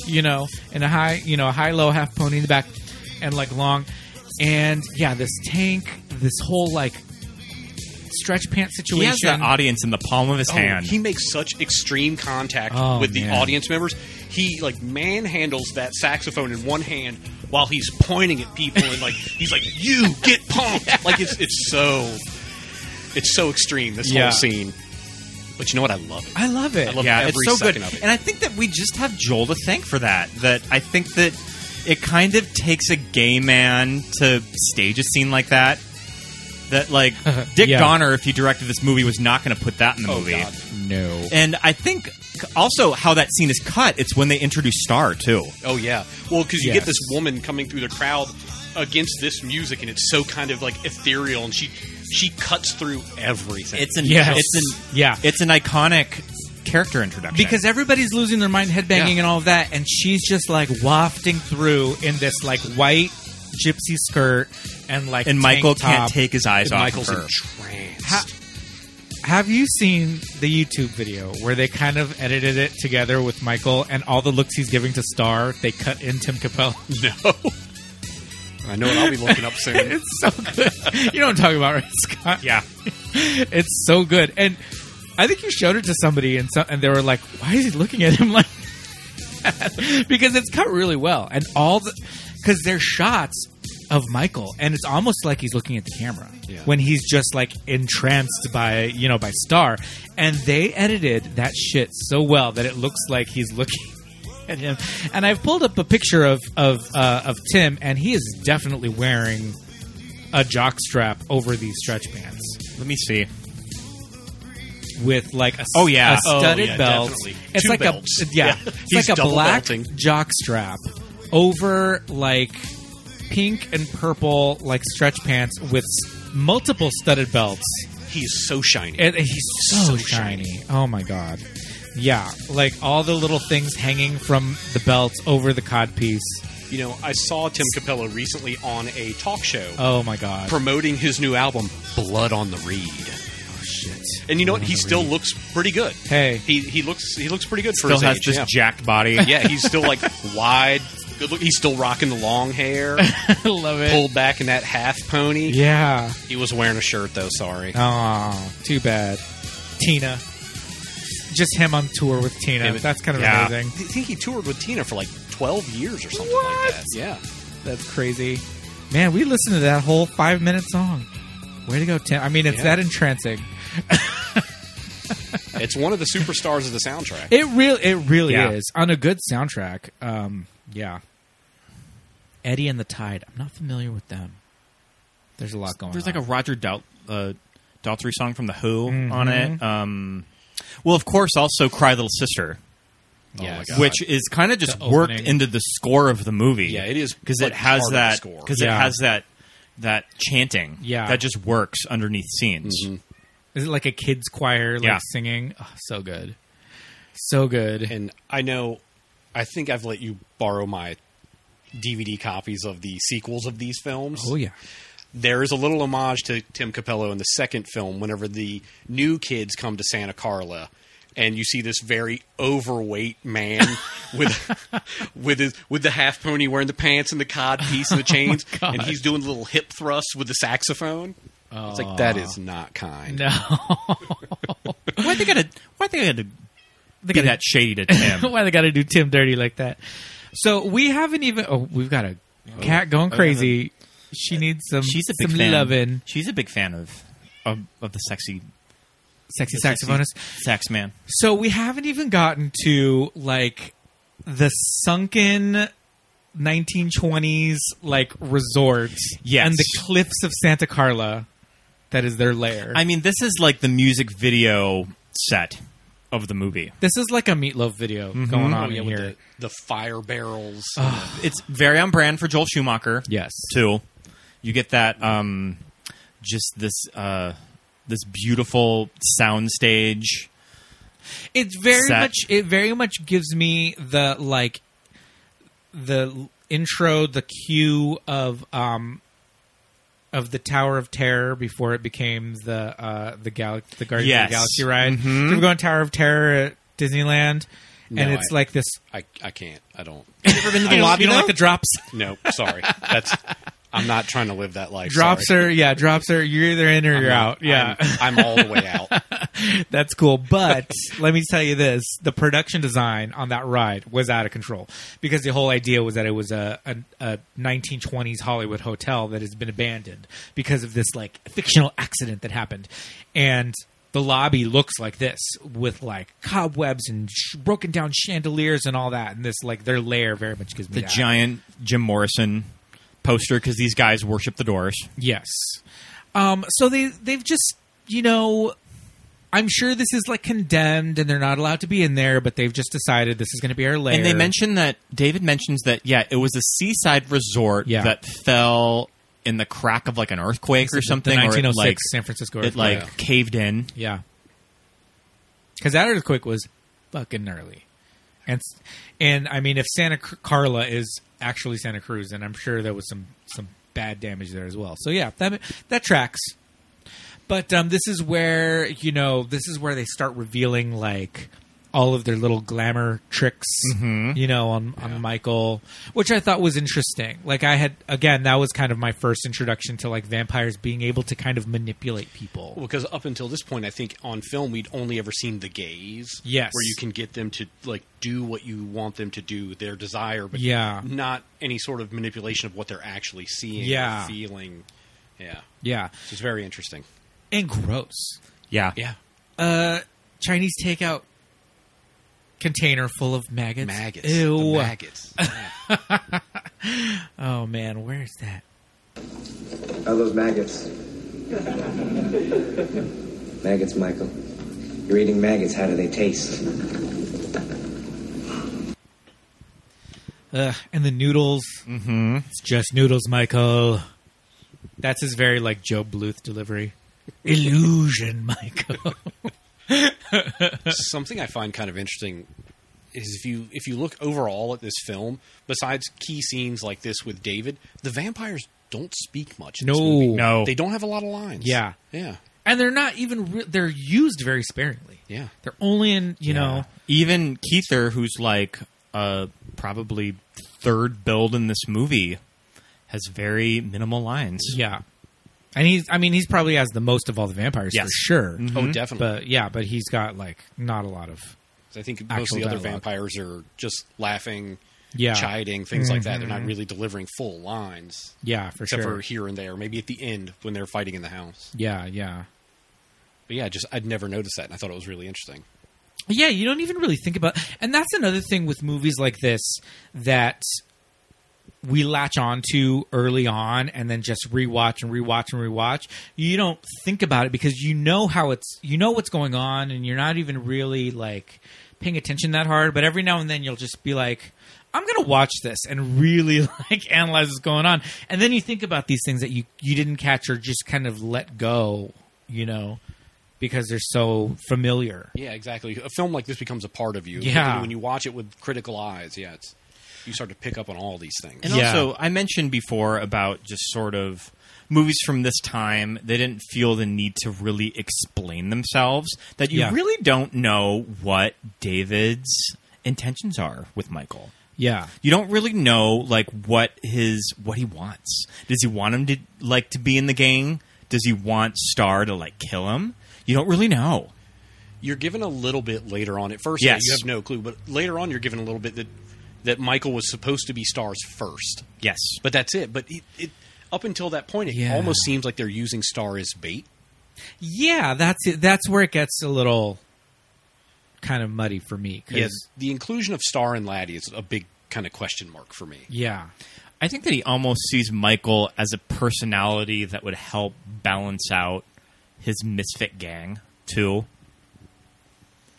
S6: you know, in a high you know a high low half pony in the back, and like long, and yeah, this tank, this whole like stretch pant situation.
S7: He has the audience in the palm of his
S8: Oh,
S7: hand.
S8: He makes such extreme contact
S7: Oh,
S8: with the
S7: man.
S8: audience members. He like manhandles that saxophone in one hand while he's pointing at people and like he's like, "You get pumped!" Like it's it's so it's so extreme this
S7: Yeah.
S8: whole scene. But you know what? I love it.
S6: I love it.
S8: I love
S7: yeah,
S8: every
S7: it's so good.
S8: second of it.
S7: And I think that we just have Joel to thank for that. That I think that it kind of takes a gay man to stage a scene like that. That like Dick
S6: Yeah.
S7: Donner, if he directed this movie, was not going to put that in the
S6: Oh,
S7: movie.
S6: God. No.
S7: And I think also how that scene is cut. It's when they introduce Star too.
S8: Oh yeah. Well, because you
S7: Yes.
S8: get this woman coming through the crowd against this music, and it's so kind of like ethereal, and she she cuts through everything.
S7: It's an
S6: Yes.
S7: it's an
S6: yeah.
S7: It's an iconic character introduction.
S6: because everybody's losing their mind headbanging
S7: Yeah.
S6: and all of that and she's just like wafting through in this like white gypsy skirt and like
S7: and
S6: tank
S7: Michael can't
S6: top.
S7: take his eyes off
S6: Michael's
S7: of
S6: in
S7: her.
S6: Ha- have you seen the YouTube video where they kind of edited it together with Michael and all the looks he's giving to Star? They cut in Tim Capella.
S8: No, I know what I'll be looking up soon.
S6: it's so good. You know what I'm talking about, right, Scott?
S7: Yeah,
S6: it's so good. And I think you showed it to somebody, and so, and they were like, "Why is he looking at him like?" that?" because it's cut really well, and all the because they're shots of Michael, and it's almost like he's looking at the camera
S13: Yeah.
S6: when he's just like entranced by you know by Star, and they edited that shit so well that it looks like he's looking. At him, and I've pulled up a picture of of uh, of Tim, and he is definitely wearing a jock strap over these stretch pants
S7: Let me see.
S6: with like a, s-
S7: Oh, yeah.
S6: a studded
S7: Oh, yeah,
S6: belt.
S7: definitely.
S6: It's
S7: Two
S6: like
S7: belts.
S6: a yeah,
S7: Yeah.
S6: it's
S7: He's
S6: like a
S7: double
S6: black
S7: belting.
S6: jock strap over like pink and purple like stretch pants with s- multiple studded belts.
S8: He is so shiny.
S6: And he's so, shiny. Oh my god. Yeah, like all the little things hanging from the belts over the codpiece.
S8: You know, I saw Tim Capello recently on a talk show
S6: Oh my god.
S8: promoting his new album, Blood on the Reed. Oh
S6: shit!
S8: And you know
S6: Blood
S8: what?
S6: on
S8: He
S6: the
S8: still
S6: Reed.
S8: looks pretty good.
S6: Hey.
S8: he he looks he looks pretty good for
S7: Still
S8: his
S7: has
S8: age,
S7: this
S8: yeah.
S7: jacked body.
S8: Yeah, he's still like wide. Good look. He's still rocking the long hair.
S6: Love it.
S8: Pulled back in that half pony.
S6: Yeah.
S8: He was wearing a shirt though. Sorry.
S6: Oh, too bad. Tina. Just him on tour with Tina.
S8: Him and-
S6: That's kind of
S8: Yeah.
S6: amazing.
S8: I think he toured with Tina for like twelve years or something like that. Yeah.
S6: That's crazy. Man, we listened to that whole five minute song. Way to go, Tim. I mean, it's
S8: Yeah.
S6: that entrancing.
S8: It's one of the superstars of the soundtrack.
S6: It really, it really
S8: Yeah.
S6: is on a good soundtrack. Um, yeah. Eddie and the Tide. I'm not familiar with them. There's a lot going
S7: There's
S6: on.
S7: like a Roger Dalt, uh, Daltrey song from The Who on
S6: Mhm.
S7: it. Um, well, of course, also Cry Little Sister.
S8: Yes. Oh, God.
S7: Which is kind of just
S8: The
S7: worked
S8: opening.
S7: into the score of the movie.
S8: Yeah, it is,
S7: because
S8: like,
S7: it has
S8: part of the
S7: that
S8: score.
S7: because
S6: Yeah.
S7: it has that that chanting.
S6: Yeah.
S7: that just works underneath scenes.
S8: Mm-hmm.
S6: Is it like a kids choir like
S7: Yeah.
S6: singing? Oh, so good, so good.
S8: And I know, I think I've let you borrow my DVD copies of the sequels of these films.
S6: Oh, yeah.
S8: There is a little homage to Tim Capello in the second film whenever the new kids come to Santa Carla. And you see this very overweight man with with his with the half pony wearing the pants and the cod piece and the chains,
S6: God.
S8: and he's doing little hip thrusts with the saxophone.
S6: Oh.
S8: Uh, It's like that is not kind.
S6: No.
S7: why they gotta? Why they
S6: They
S7: gotta?
S6: gotta-
S7: They got that shady to Tim.
S6: Why they got to do Tim dirty like that? So we haven't even. Oh, we've got a cat going
S7: Oh,
S6: crazy. She needs some.
S7: She's a big
S6: some
S7: fan.
S6: loving.
S7: She's a big fan of of, of the sexy,
S6: Sexy
S7: the
S6: saxophonist.
S7: sax man.
S6: So we haven't even gotten to like the sunken 1920s like resorts
S7: Yes.
S6: and the cliffs of Santa Carla that is their lair.
S7: I mean, this is like the music video set of the movie.
S6: this is like a meatloaf video
S7: Mhm.
S6: going
S7: Oh,
S6: on
S7: yeah,
S6: in
S7: with
S6: here.
S8: The fire barrels.
S7: it's very on brand for Joel Schumacher.
S6: Yes.
S7: Too. You get that um just this uh this beautiful soundstage.
S6: It's very
S7: set.
S6: much it very much gives me the like the intro, the cue of um of the Tower of Terror before it became the uh the gal the Guardians of
S7: Yes.
S6: the Galaxy ride.
S7: Mhm.
S6: So we're going Tower of Terror at Disneyland and
S8: Mm-hmm. No,
S6: it's
S8: I-
S6: like this
S8: I, I can't. I don't.
S6: You've never been to the
S8: I don't-
S6: lobby, though?
S8: No, sorry. That's. I'm not trying to live that life.
S6: drops
S8: sorry.
S6: are yeah, drops are you're either in or
S8: I'm
S6: you're
S8: not-
S6: out. Yeah.
S8: I'm- I'm all the way out.
S6: That's cool. But let me tell you this the production design on that ride was out of control because the whole idea was that it was a, a, a 1920s Hollywood hotel that has been abandoned because of this like fictional accident that happened. And the lobby looks like this with like cobwebs and sh- broken down chandeliers and all that. And this, like, their lair very much gives me
S7: The
S6: that.
S7: giant Jim Morrison poster because these guys worship the Doors.
S6: Yes. Um, so they they've just you know, I'm sure this is like condemned and they're not allowed to be in there, but they've just decided this is going to be our lair.
S7: And they mention that David mentions that yeah, it was a seaside resort
S6: Yeah.
S7: that fell in the crack of like an earthquake
S6: This
S7: or
S6: is the- the
S7: something. or it,
S6: 1906
S7: like,
S6: San Francisco
S7: It like
S6: earthquake.
S7: caved in.
S6: yeah, because that earthquake was fucking gnarly, and s- and I mean if Santa C- Carla is actually Santa Cruz, and I'm sure there was some some bad damage there as well. So yeah, that that tracks. But um, this is where you know this is where they start revealing like all of their little glamour tricks,
S7: Mhm.
S6: you know, on on Michael, which I thought was interesting. Like I had again, that was kind of my first introduction to like vampires being able to kind of manipulate people.
S8: Well, because up until this point, I think on film we'd only ever seen the gaze.
S6: Yes.
S8: where you can get them to like do what you want them to do, their desire, but
S6: Yeah.
S8: not any sort of manipulation of what they're actually seeing, or
S6: Yeah.
S8: feeling. Yeah,
S6: Yeah.
S8: So it's very interesting.
S6: and gross.
S7: Yeah.
S8: Yeah.
S6: Uh, Chinese takeout container full of maggots.
S8: Maggots.
S6: Ew.
S8: The maggots.
S6: oh man, where's that?
S10: Are those maggots? maggots, Michael. You're eating maggots. How do they taste?
S6: Ugh. And the noodles. Mm-hmm. It's just noodles, Michael. That's his very like Joe Bluth delivery. Illusion, Michael.
S8: Something I find kind of interesting is if you if you look overall at this film, besides key scenes like this with David, the vampires don't speak much. In this
S6: No.
S8: movie.
S6: No.
S8: they don't have a lot of lines.
S6: Yeah.
S8: yeah,
S6: and they're not even re- they're used very sparingly.
S8: yeah.
S6: They're only in you know
S7: even Keither, who's like uh, probably third build in this movie, has very minimal lines.
S6: yeah. And he's I mean he's probably has the most of all the vampires
S7: Yes.
S6: for sure.
S7: Mhm. Oh, definitely.
S6: But yeah, but he's got like not a lot of
S8: 'Cause I think most
S6: Actual
S8: of the other
S6: dialogue.
S8: vampires are just laughing,
S6: Yeah.
S8: chiding, things like that. They're not
S6: Mhm.
S8: really delivering full lines.
S6: Yeah, for
S8: except
S6: sure.
S8: for here and there, maybe at the end when they're fighting in the house.
S6: yeah yeah.
S8: But yeah, just I'd never noticed that, and I thought it was really interesting.
S6: Yeah, you don't even really think about and that's another thing with movies like this that we latch on to early on and then just rewatch and rewatch and rewatch. You don't think about it because you know how it's you know what's going on and you're not even really like paying attention that hard, but every now and then you'll just be like I'm going to watch this and really like analyze what's going on. And then you think about these things that you you didn't catch or just kind of let go, you know, because they're so familiar.
S8: Yeah, exactly. A film like this becomes a part of you.
S6: Yeah.
S8: when you watch it with critical eyes, yeah, it's you start to pick up on all these things.
S7: And also, I mentioned before about just sort of movies from this time, they didn't feel the need to really explain themselves, that you
S6: Yeah.
S7: really don't know what David's intentions are with Michael.
S6: Yeah.
S7: You don't really know like what his what he wants. Does he want him to like to be in the gang? Does he want Star to like kill him? You don't really know.
S8: you're given a little bit later on. At first,
S7: Yes.
S8: you have no clue, but later on, you're given a little bit that that Michael was supposed to be Stars first.
S7: Yes,
S8: but that's it. But it, it up until that point, it
S6: Yeah.
S8: almost seems like they're using Star as bait.
S6: Yeah, that's it. That's where it gets a little kind of muddy for me. 'cause-
S8: the inclusion of Star and Laddie is a big kind of question mark for me.
S6: Yeah.
S7: I think that he almost sees Michael as a personality that would help balance out his misfit gang too.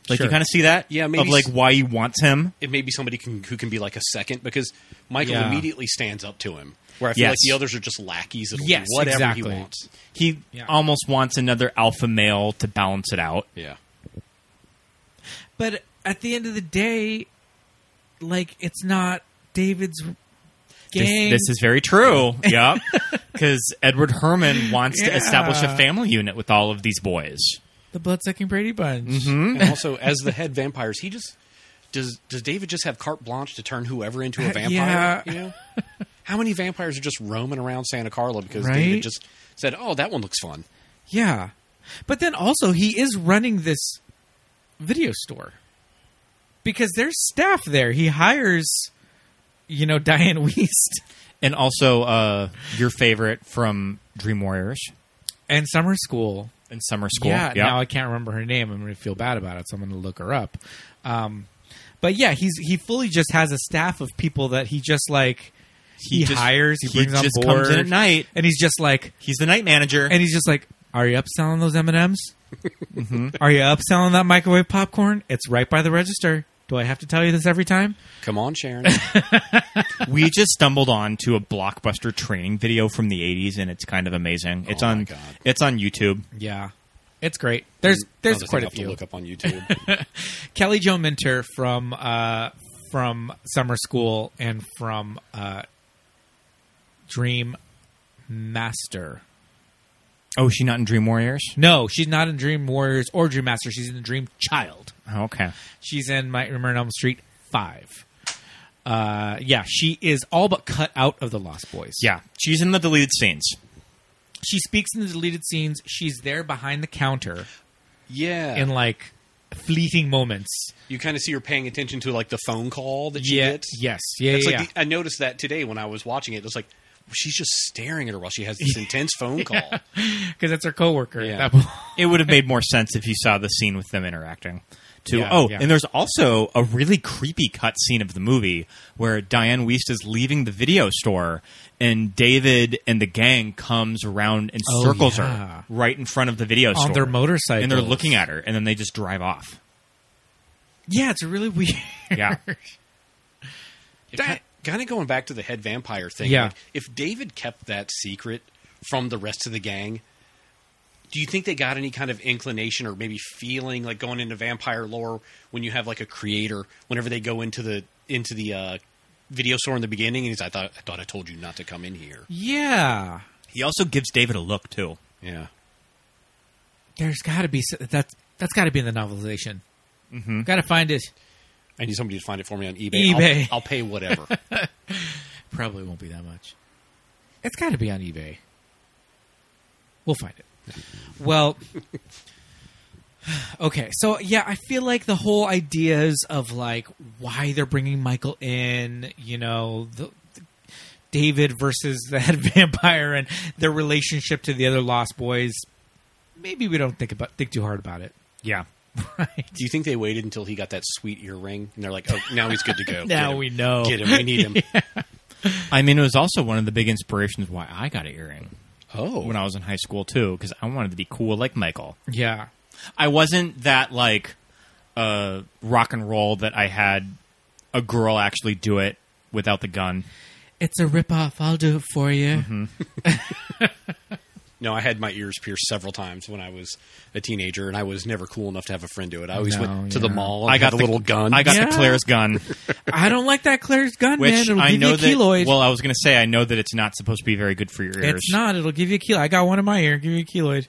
S7: Like
S8: Sure.
S7: you kind of see that,
S8: Yeah,
S7: of
S8: maybe
S7: like
S8: s-
S7: why he wants him.
S8: It may be somebody can, who can be like a second because Michael
S7: Yeah.
S8: immediately stands up to him. Where I feel
S7: Yes.
S8: like the others are just lackeys that'll
S7: Yes,
S8: do whatever
S7: exactly.
S8: he wants.
S7: He
S8: Yeah.
S7: almost wants another alpha male to balance it out.
S8: Yeah.
S6: But at the end of the day, like it's not David's gang.
S7: This, this is very true. yep. Because Edward Herman wants to
S6: Yeah.
S7: establish a family unit with all of these boys.
S6: the bloodsucking Brady Bunch.
S7: Hmm?
S8: And also, as the head vampires, he just does. Does David just have carte blanche to turn whoever into a vampire?
S6: Yeah.
S8: You know, how many vampires are just roaming around Santa Carla because
S6: Right?
S8: David just said, "Oh, that one looks fun."
S6: yeah, but then also he is running this video store because there's staff there. He hires, you know, Diane Weist
S7: And also, uh, your favorite from Dream Warriors
S6: and summer school.
S7: and Summer School.
S6: Yeah,
S7: Yep.
S6: now I can't remember her name. I'm going to feel bad about it, so I'm going to look her up. Um, but yeah, he's he fully just has a staff of people that he just like he,
S7: He just-
S6: hires, he,
S7: he
S6: brings
S7: just
S6: on
S7: comes
S6: board
S7: in at night.
S6: and he's just like
S7: he's the night manager,
S6: and he's just like, "Are you upselling those M and M's? Mm-hmm. Are you upselling that microwave popcorn? It's right by the register. Do I have to tell you this every time?"
S8: Come on, Sharon.
S7: we just stumbled on to a blockbuster training video from the 80s and it's kind of amazing it's on it's on youtube
S6: Yeah, it's great. There's there's
S8: I'll just
S6: quite a
S8: have
S6: few.
S8: To look up on YouTube.
S6: Kelly Jo Minter from uh, from Summer School and from uh, Dream Master.
S7: oh is she not in dream warriors
S6: No, she's not in Dream Warriors or Dream Master. She's in Dream Child.
S7: Oh, okay
S6: She's in Nightmare on Elm Street Five. Uh, yeah, she is all but cut out of the Lost Boys.
S7: yeah she's in the deleted scenes
S6: she speaks in the deleted scenes. She's there behind the counter
S8: yeah,
S6: in like fleeting moments.
S8: you kind of see her paying attention to like the phone call that she
S6: Yeah,
S8: gets.
S6: yes. Yeah,
S8: It's
S6: yeah,
S8: like the- I noticed that today when I was watching it. It's like she's just staring at her while she has this intense phone call.
S6: Because that's her coworker.
S8: Yeah.
S6: That-
S7: it would have made more sense if you saw the scene with them interacting too
S6: Yeah,
S7: oh
S6: yeah.
S7: and there's also a really creepy cut scene of the movie where diane weist is leaving the video store and david and the gang comes around and
S6: Oh,
S7: circles
S6: yeah.
S7: her right in front of the video
S6: On
S7: store
S6: their motorcycles.
S7: and they're looking at her and then they just drive off
S6: yeah, it's really weird.
S7: yeah
S8: kind of going back to the head vampire thing.
S6: Yeah.
S8: like, if David kept that secret from the rest of the gang, do you think they got any kind of inclination or maybe feeling like going into vampire lore when you have like a creator? Whenever they go into the into the uh, video store in the beginning, and he's I thought I thought I told you not to come in here.
S6: yeah.
S7: He also gives David a look too.
S8: Yeah,
S6: There's got to be s- that's that's got to be in the novelization. Mm-hmm. Got to find it.
S8: I need somebody to find it for me on eBay.
S6: eBay.
S8: I'll, I'll pay whatever.
S6: Probably won't be that much. It's got to be on eBay. We'll find it. Well, okay. So yeah, I feel like the whole ideas of like why they're bringing Michael in, you know, the, the- David versus the head vampire and their relationship to the other Lost Boys. Maybe we don't think about think too hard about it.
S7: Yeah.
S6: Right.
S8: do you think they waited until he got that sweet earring and they're like, oh, now he's good to go?
S6: Now
S8: Get him.
S6: we know.
S8: Get him. We need him.
S7: I mean, it was also one of the big inspirations why I got an earring
S8: Oh,
S7: when I was in high school too, because I wanted to be cool like Michael.
S6: Yeah.
S7: I wasn't that like uh, rock and roll that I had a girl actually do it without the gun.
S6: It's a ripoff. I'll do it for you.
S8: No, I had my ears pierced several times when I was a teenager, and I was never cool enough to have a friend do it. I always
S6: No,
S8: went to
S6: Oh, yeah.
S8: the mall. And
S7: I got
S8: had a
S7: the-
S8: little gun.
S7: I got
S6: Yeah.
S7: the Claire's gun,
S6: I don't like that Claire's gun,
S7: which
S6: man. It'll
S7: I
S6: give
S7: know
S6: you a
S7: that.
S6: keloid.
S7: Well, I was going to say I know that it's not supposed to be very good for your ears.
S6: It's not. It'll give you a keloid. I got one in my ear. Give you a keloid.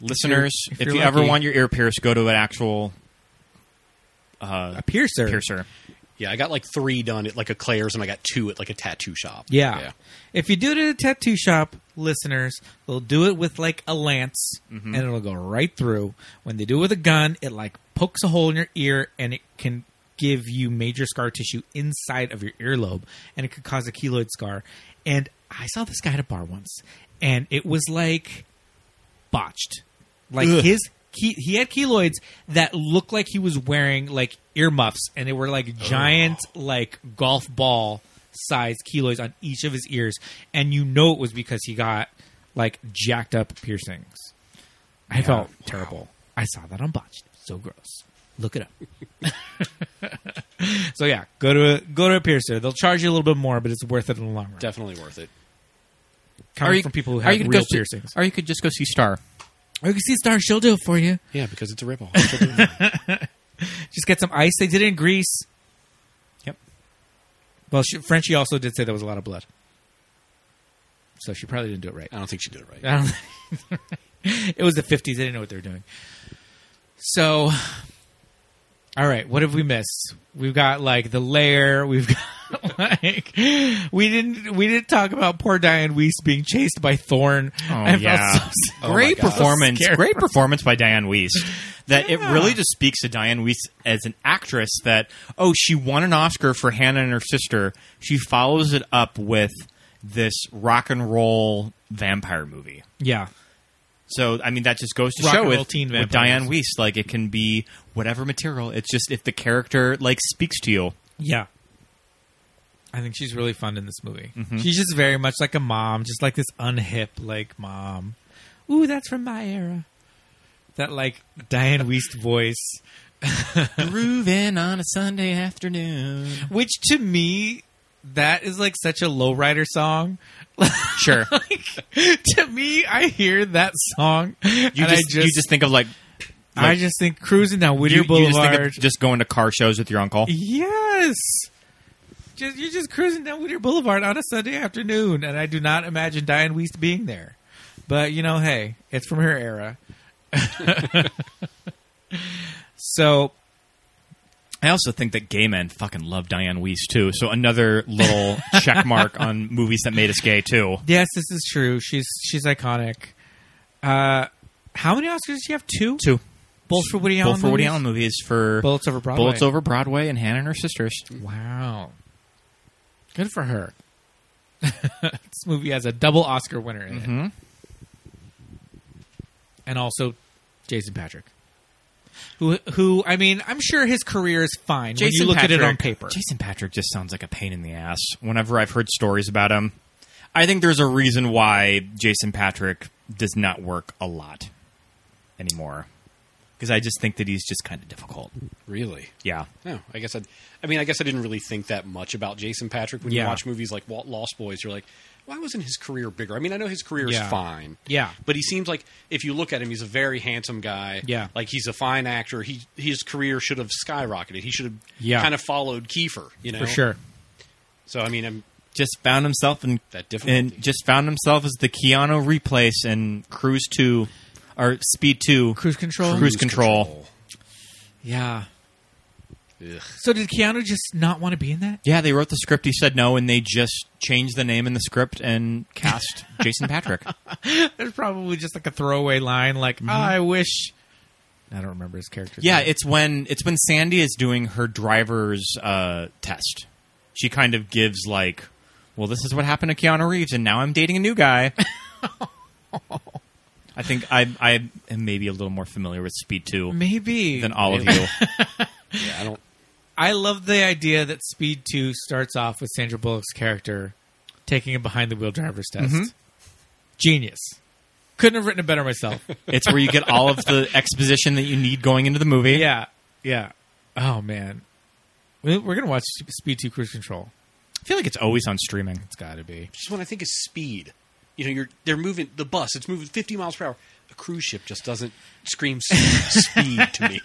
S7: Listeners,
S6: If
S7: if,
S6: you're- if
S7: you
S6: you're
S7: ever
S6: lucky.
S7: want your ear pierced, go to an actual uh,
S6: A piercer.
S7: piercer.
S8: yeah, I got like three done at like a Claire's, and I got two at like a tattoo shop.
S6: Yeah. If you do it at a tattoo shop, listeners, they'll do it with like a lance and it'll go right through. When they do it with a gun, it like pokes a hole in your ear and it can give you major scar tissue inside of your earlobe and it could cause a keloid scar. And I saw this guy at a bar once and it was like botched. Like
S7: Ugh.
S6: his Ke- he had keloids that looked like he was wearing like earmuffs, and they were like giant like golf ball size keloids on each of his ears, and you know it was because he got like jacked up piercings. I felt terrible. I saw that on botched. So gross. Look it up. so yeah, go to a, go to a piercer. They'll charge you a little bit more, but it's worth it in the long run.
S8: Definitely worth it.
S6: Coming
S7: you-
S6: from people who
S7: or
S6: have
S7: you could
S6: real
S7: go see-
S6: piercings.
S7: or you could just go see Star.
S6: Or you can see Star. She'll do it for you.
S8: Yeah, because it's a ripoff.
S6: Just get some ice. They did it in Greece.
S7: Yep.
S6: Well, she, Frenchie also did say there was a lot of blood. So she probably didn't do it right.
S8: I don't think she did it right.
S6: I don't think- it was the 50s. They didn't know what they were doing. So, all right. What have we missed? We've got like the lair. We've got like we didn't we didn't talk about poor Diane Weiss being chased by Thorn.
S7: Oh,
S6: I felt
S7: yeah. Oh,
S6: so- so
S7: great
S6: scared.
S7: performance.
S6: So scared.
S7: Great performance by Diane Weiss. That
S6: Yeah.
S7: it really just speaks to Diane Weiss as an actress that, oh, she won an Oscar for Hannah and her sister. She follows it up with this rock and roll vampire movie.
S6: Yeah.
S7: So I mean that just goes to
S6: Rock
S7: show
S6: and roll
S7: with,
S6: teen
S7: with
S6: vampires.
S7: Diane Weiss, like it can be whatever material. It's just if the character like speaks to you.
S6: Yeah. I think she's really fun in this movie.
S7: Mhm.
S6: She's just very much like a mom, just like this unhip like mom. Ooh, that's from my era. That like Diane Weist voice.
S7: Grooving on a Sunday afternoon.
S6: Which to me, that is like such a lowrider song.
S7: Sure.
S6: Like, to me, I hear that song. You
S7: You
S6: I
S7: just,
S6: just,
S7: you just think of like,
S6: I
S7: like-
S6: just think cruising down Whittier
S7: you, you just think
S6: Boulevard.
S7: of just going to car shows with your uncle.
S6: Yes. Just you're just cruising down Whittier Boulevard on a Sunday afternoon, and I do not imagine Diane Weist being there. But you know, hey, it's from her era. so
S7: I also think that gay men fucking love Diane Weiss too. So another little check mark on movies that made us gay too.
S6: yes, this is true. She's she's iconic. Uh, how many Oscars did she have? Two.
S7: Two.
S6: Both for Woody
S7: Both
S6: Allen.
S7: for Woody
S6: movies?
S7: Allen movies for
S6: Bullets Over Broadway.
S7: Bullets Over Broadway and Hannah and her sisters.
S6: Wow. Good for her. this movie has a double Oscar winner in it. And also Jason Patrick. Who who I mean, I'm sure his career is fine when you look at it on paper.
S7: Jason Patrick just sounds like a pain in the ass. Whenever I've heard stories about him, I think there's a reason why Jason Patrick does not work a lot anymore. Because I just think that he's just kind of difficult.
S8: Really?
S7: Yeah.
S8: No, I guess I. I mean, I guess I didn't really think that much about Jason Patrick when
S7: Yeah.
S8: you watch movies like Walt Lost Boys. You're like, why wasn't his career bigger? I mean, I know his career is
S6: Yeah.
S8: fine.
S6: Yeah.
S8: but he seems like if you look at him, he's a very handsome guy.
S6: Yeah.
S8: like he's a fine actor. He his career should have skyrocketed. He should have
S6: Yeah.
S8: kind of followed Kiefer. You know,
S6: For sure.
S8: So I mean, I'm
S7: Just found himself in
S8: that different.
S7: and just found himself as the Keanu replace in Cruise Two or Speed Two
S6: Cruise control.
S7: Cruise, control.
S6: Yeah. So did Keanu just not want to be in that?
S7: Yeah, they wrote the script. He said no, and they just changed the name in the script and cast Jason Patrick.
S6: There's probably just like a throwaway line like I wish Mm-hmm. I don't remember his character.
S7: Yeah, it's when it's when Sandy is doing her driver's uh, test. She kind of gives like, "Well, this is what happened to Keanu Reeves, and now I'm dating a new guy." I think I I am maybe a little more familiar with Speed Two
S6: maybe
S7: than all of you.
S8: yeah, I don't.
S6: I love the idea that Speed 2 starts off with Sandra Bullock's character taking a behind the wheel driver's test.
S7: Mhm.
S6: Genius. Couldn't have written it better myself.
S7: It's where you get all of the exposition that you need going into the movie.
S6: yeah. Yeah. Oh, man. We- We're going to watch Speed 2 Cruise Control.
S7: I feel like it's always on streaming.
S6: It's got to be.
S8: Just when I think is speed. You know, you're they're moving the bus. It's moving 50 miles per hour. A cruise ship just doesn't scream speed to me.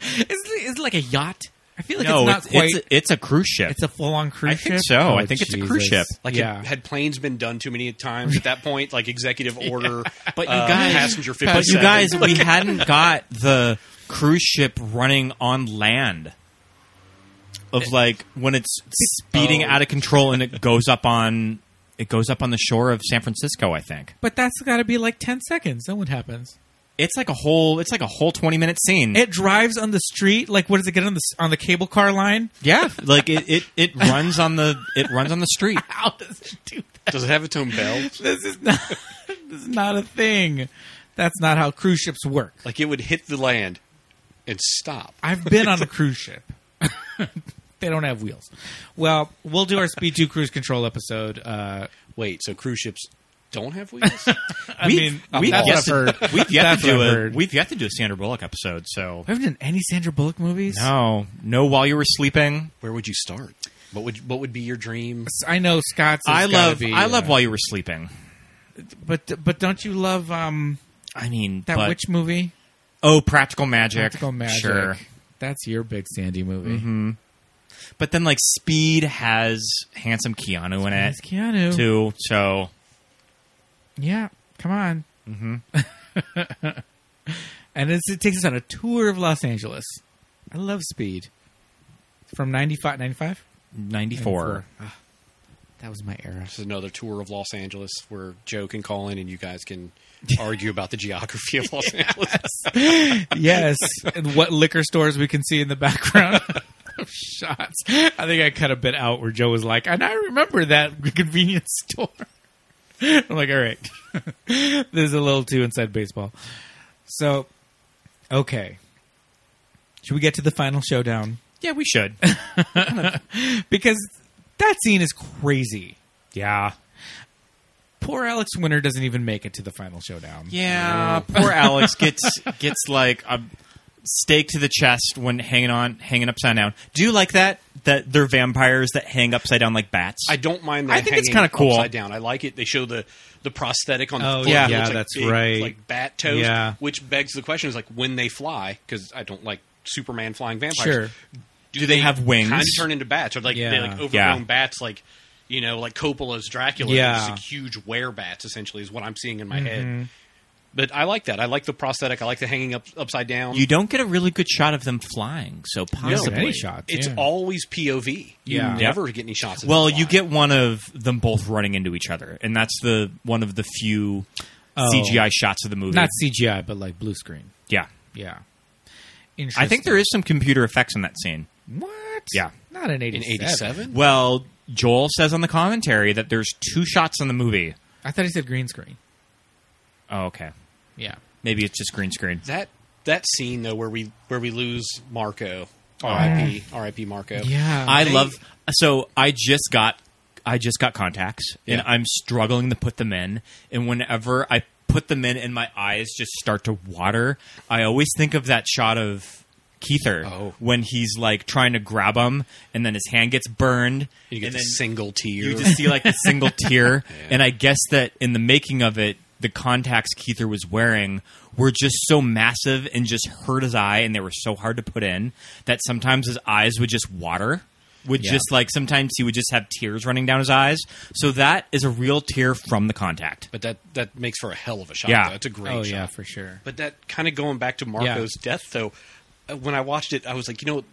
S6: Is it, is it like a yacht? I feel like
S7: no,
S6: it's not quite.
S7: it's, it's a cruise ship.
S6: it's a full on cruise
S7: I think
S6: ship? Oh,
S7: so. I think it's a cruise ship.
S8: Like
S6: yeah.
S8: had- had planes been done too many times at that point, like executive order.
S7: But you
S8: uh,
S7: guys,
S8: passenger fifty.
S7: but you guys, we hadn't got the cruise ship running on land.
S6: Eh.
S7: Of like when it's speeding
S8: Oh.
S7: out of control and it goes up on it goes up on the shore of San Francisco. I think
S6: but that's got to be like 10 seconds. Then what happens?
S7: it's like a whole it's like a whole twenty minute scene.
S6: It drives on the street. Like, what does it get on the, s- on the cable car line?
S7: yeah, like it, it it runs on the it runs on the street.
S6: How does it do that?
S8: Does it have its own bell?
S6: This is not this is not a thing. That's not how cruise ships work.
S8: Like it would hit the land and stop.
S6: I've been on a cruise ship. they don't have wheels. Well, we'll do our Speed 2 cruise control episode. Uh,
S8: Wait, so cruise ships don't have wheels?
S6: I mean,
S7: we've
S6: that's
S7: yet,
S6: what I've
S7: to,
S6: heard.
S7: we've yet
S6: That's
S7: to
S6: what
S7: do
S6: I've
S7: a
S6: heard.
S7: we've yet to do a Sandra Bullock episode. So
S6: We haven't done any Sandra Bullock movies.
S7: no, no. While you were sleeping,
S8: Where would you start? What would what would be your dream?
S6: I know Scott's. has
S7: I
S6: gotta
S7: love
S6: be,
S7: I love
S6: uh,
S7: while you were sleeping.
S6: but but don't you love um
S7: I mean
S6: that
S7: but-
S6: witch movie?
S7: Oh, Practical Magic.
S6: Practical Magic.
S7: Sure.
S6: That's your big Sandy movie.
S7: hmm But then, like Speed has handsome Keanu in it
S6: It's Keanu.
S7: too. So
S6: Yeah, come on.
S7: hmm
S6: Mm-hmm. And it's, it takes us on a tour of Los Angeles. I love Speed. From 95, 95?
S7: 94.
S6: Ah, That was my era.
S8: This is another tour of Los Angeles where Joe can call in and you guys can argue about the geography of Los Angeles.
S6: yes. And what liquor stores we can see in the background of shots. I think I cut a bit out where Joe was like, and I remember that convenience store. I'm like, all right. There's a little too inside baseball. So, okay. Should we get to the final showdown?
S7: Yeah, we should.
S6: because that scene is crazy.
S7: Yeah.
S6: Poor Alex Winter doesn't even make it to the final showdown.
S7: Yeah. Poor Alex gets gets like a stake to the chest when hanging on hanging upside down. Do you like that? That they're vampires that hang upside down like bats.
S8: I don't mind. That
S7: I think it's
S8: hanging
S7: kinda cool.
S8: Upside down. I like it. They show the the prosthetic on the
S6: Oh,
S8: foot.
S6: yeah.
S8: It looks
S6: Yeah,
S8: like
S6: that's
S8: big,
S6: right.
S8: Like bat toes.
S6: Yeah.
S8: Which begs the question: Is like when they fly because I don't like Superman flying vampires.
S6: Sure.
S7: Do they have wings?
S8: Kind of turn into bats, or like they
S6: Yeah.
S8: like overgrown
S7: Yeah.
S8: bats, like you know, like Coppola's Dracula.
S6: Yeah.
S8: It's like huge werebats. Essentially, is what I'm seeing in my
S6: Mhm.
S7: Mm-hmm.
S8: head. But I like that. I like the prosthetic. I like the hanging up upside down.
S7: You don't get a really good shot of them flying, so
S8: No,
S7: possibly
S8: It's
S6: yeah.
S8: always POV. You
S6: Yeah.
S8: never get any shots. Of
S7: Well,
S8: them
S7: you
S8: flying.
S7: get one of them both running into each other, and that's the one of the few
S6: Oh.
S7: CGI shots of the movie.
S6: Not CGI, but like blue screen.
S7: yeah,
S6: Yeah.
S7: I think there is some computer effects in that scene.
S6: What?
S7: Yeah.
S6: Not
S8: in
S6: an 87.
S8: '87.
S7: Well, Joel says on the commentary that there's two shots in the movie.
S6: I thought he said green screen.
S7: Oh, okay.
S6: Yeah.
S7: Maybe it's just green screen.
S8: that that scene though where we where we lose Marco. R.I.P. R.I.P. Marco.
S6: Oh, Yeah.
S7: I
S8: They-
S7: love. So I just got I just got contacts, and
S8: Yeah.
S7: I'm struggling to put them in. And whenever I put them in, and my eyes just start to water, I always think of that shot of Keither
S8: Oh.
S7: when he's like trying to grab him, and then his hand gets burned.
S8: You get
S7: and
S8: the
S7: then
S8: single tear.
S7: you just see like a single tear.
S8: Yeah.
S7: And I guess that in the making of it, the contacts Keither was wearing were just so massive and just hurt his eye, and they were so hard to put in that sometimes his eyes would just water. Would
S6: Yeah.
S7: just like sometimes he would just have tears running down his eyes. So that is a real tear from the contact.
S8: but that that makes for a hell of a shot.
S7: Yeah.
S8: though. That's a great
S6: oh,
S8: shot.
S6: yeah, for sure.
S8: But that kind of going back to Marco's death though, uh, when I watched it, I was like, you know,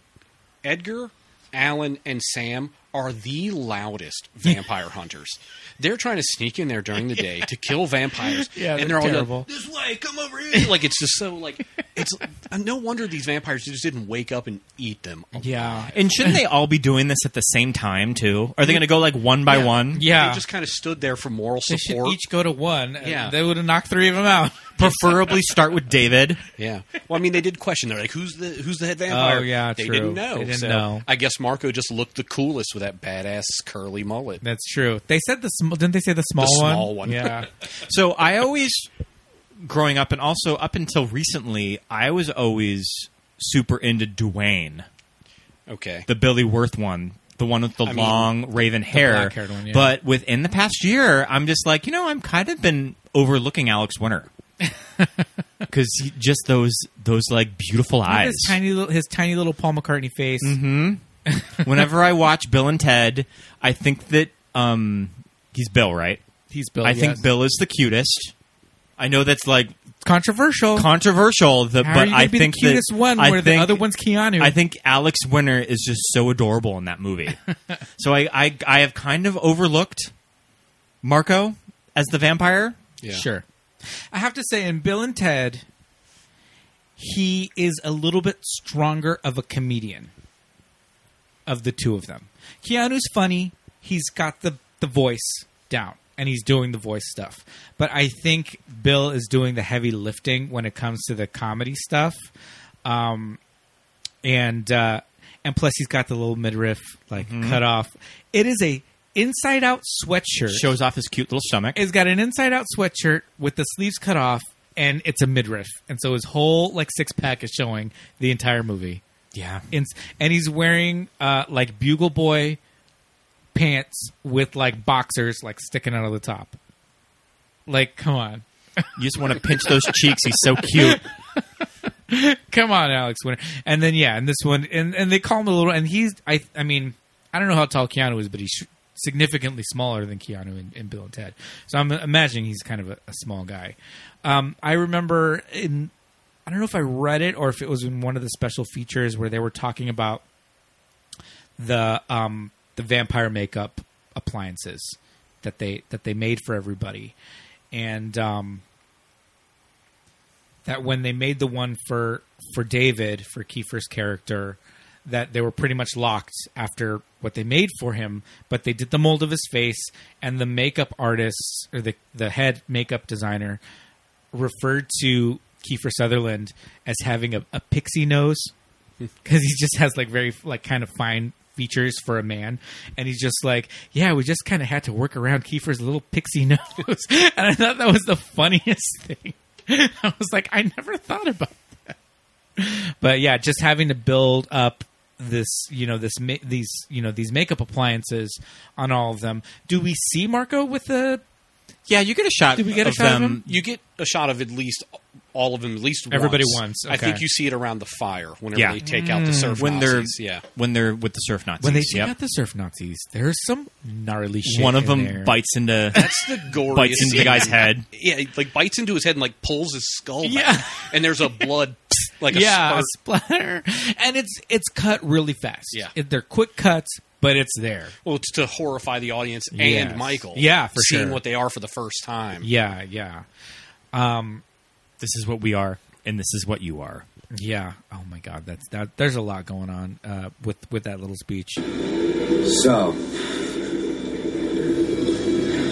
S8: Edgar, Alan, and Sam are the loudest vampire hunters. They're trying to sneak in there during the day to kill vampires.
S6: Yeah,
S8: and
S6: they're
S8: all
S6: terrible.
S8: Like, this way, come over here. like it's just so like it's uh, no wonder these vampires just didn't wake up and eat them.
S6: Yeah.
S7: And shouldn't they all be doing this at the same time too? Are they going to go like one by
S8: Yeah.
S7: one?
S6: Yeah.
S8: They just kind of stood there for moral
S6: They should
S8: support.
S6: each go to one. and
S8: Yeah.
S6: They would have knocked three of them out.
S7: Preferably start with David.
S8: Yeah. Well, I mean, they did question. They're like, "Who's the who's the head vampire?"
S6: Oh, yeah,
S8: they
S6: true.
S8: didn't know.
S6: They didn't
S8: so
S6: know.
S8: I guess Marco just looked the coolest with that badass curly mullet.
S6: That's true. They said the small. Didn't they say the small
S8: The
S6: one?
S8: small one.
S6: Yeah.
S7: So I always, growing up, and also up until recently, I was always super into Dwayne,
S8: Okay.
S7: the Billy Worth one, the one with the
S8: I mean,
S7: long raven hair.
S6: black-haired one, yeah.
S7: But within the past year, I'm just like, you know, I'm kind of been overlooking Alex Winter because just those those like beautiful
S6: Look at
S7: eyes.
S6: His tiny, little, his tiny little Paul McCartney face.
S7: Mm-hmm. Whenever I watch Bill and Ted, I think that um, he's Bill, right?
S6: He's Bill.
S7: I
S6: yes.
S7: think Bill is the cutest. I know that's like
S6: controversial.
S7: controversial. The,
S6: How are
S7: but
S6: you gonna
S7: I
S6: be
S7: think
S6: the cutest
S7: that,
S6: one
S7: I
S6: where
S7: think-
S6: the other one's Keanu.
S7: I think Alex Winter is just so adorable in that movie. so I, I I have kind of overlooked Marco as the vampire.
S8: Yeah.
S6: Sure. I have to say, in Bill and Ted, he is a little bit stronger of a comedian of the two of them. Keanu's funny. He's got the, the voice down. and he's doing the voice stuff. But I think Bill is doing the heavy lifting when it comes to the comedy stuff. Um, and uh, and plus he's got the little midriff like
S7: Mhm.
S6: cut off. It is a inside out sweatshirt.
S7: Shows off his cute little stomach.
S6: It's got an inside out sweatshirt with the sleeves cut off and it's a midriff. And so his whole like six pack is showing the entire movie.
S7: Yeah.
S6: Ins- and he's wearing uh like bugle boy pants with like boxers like sticking out of the top. Like come on.
S7: You just want to pinch those cheeks. He's so cute.
S6: Come on, Alex Winter. And then yeah, and this one, and and they call him a little. And he's I I mean I don't know how tall Keanu is, but he's significantly smaller than Keanu in, in Bill and Ted. So I'm imagining he's kind of a, a small guy. Um, I remember in I don't know if I read it or if it was in one of the special features where they were talking about the um, the vampire makeup appliances that they that they made for everybody, and um, that when they made the one for for David for Kiefer's character, that they were pretty much locked after what they made for him, but they did the mold of his face and the makeup artist or the the head makeup designer referred to Kiefer Sutherland as having a, a pixie nose because he just has like very like kind of fine features for a man and he's just like yeah we just kind of had to work around kiefer's little pixie nose and i thought that was the funniest thing i was like i never thought about that but yeah just having to build up this you know this ma- these you know these makeup appliances on all of them do we see marco with the
S7: yeah you get a shot
S6: do we get a shot of him
S8: You get a shot of at least all of them, at least
S6: Everybody
S8: once.
S6: once,
S8: I
S6: okay. Mm.
S8: think you see it around the fire whenever
S7: Yeah. Mm.
S8: they take out the surf
S7: when
S8: Nazis.
S7: they're
S8: yeah.
S7: when they're with the surf Nazis.
S6: when they take
S7: yep.
S6: out the surf nazis there's some gnarly shit
S7: One of
S6: in
S7: them
S6: there.
S7: bites into
S8: That's the gory.
S7: bites into the guy's head.
S8: Yeah, it, like bites into his head and like pulls his skull. back.
S6: Yeah.
S8: and there's a blood like a
S6: yeah,
S8: spurt.
S6: splatter, and it's it's cut really fast.
S8: Yeah.
S6: It- they're quick cuts, but it's there.
S8: Well, it's to horrify the audience and
S6: Yes.
S8: Michael.
S6: Yeah, for
S8: seeing
S6: sure.
S8: what they are for the first time.
S6: Yeah, yeah. Um,
S7: this is what we are, and this is what you are.
S6: Yeah. Oh my God, that's that. There's a lot going on uh, with with that little speech.
S10: So,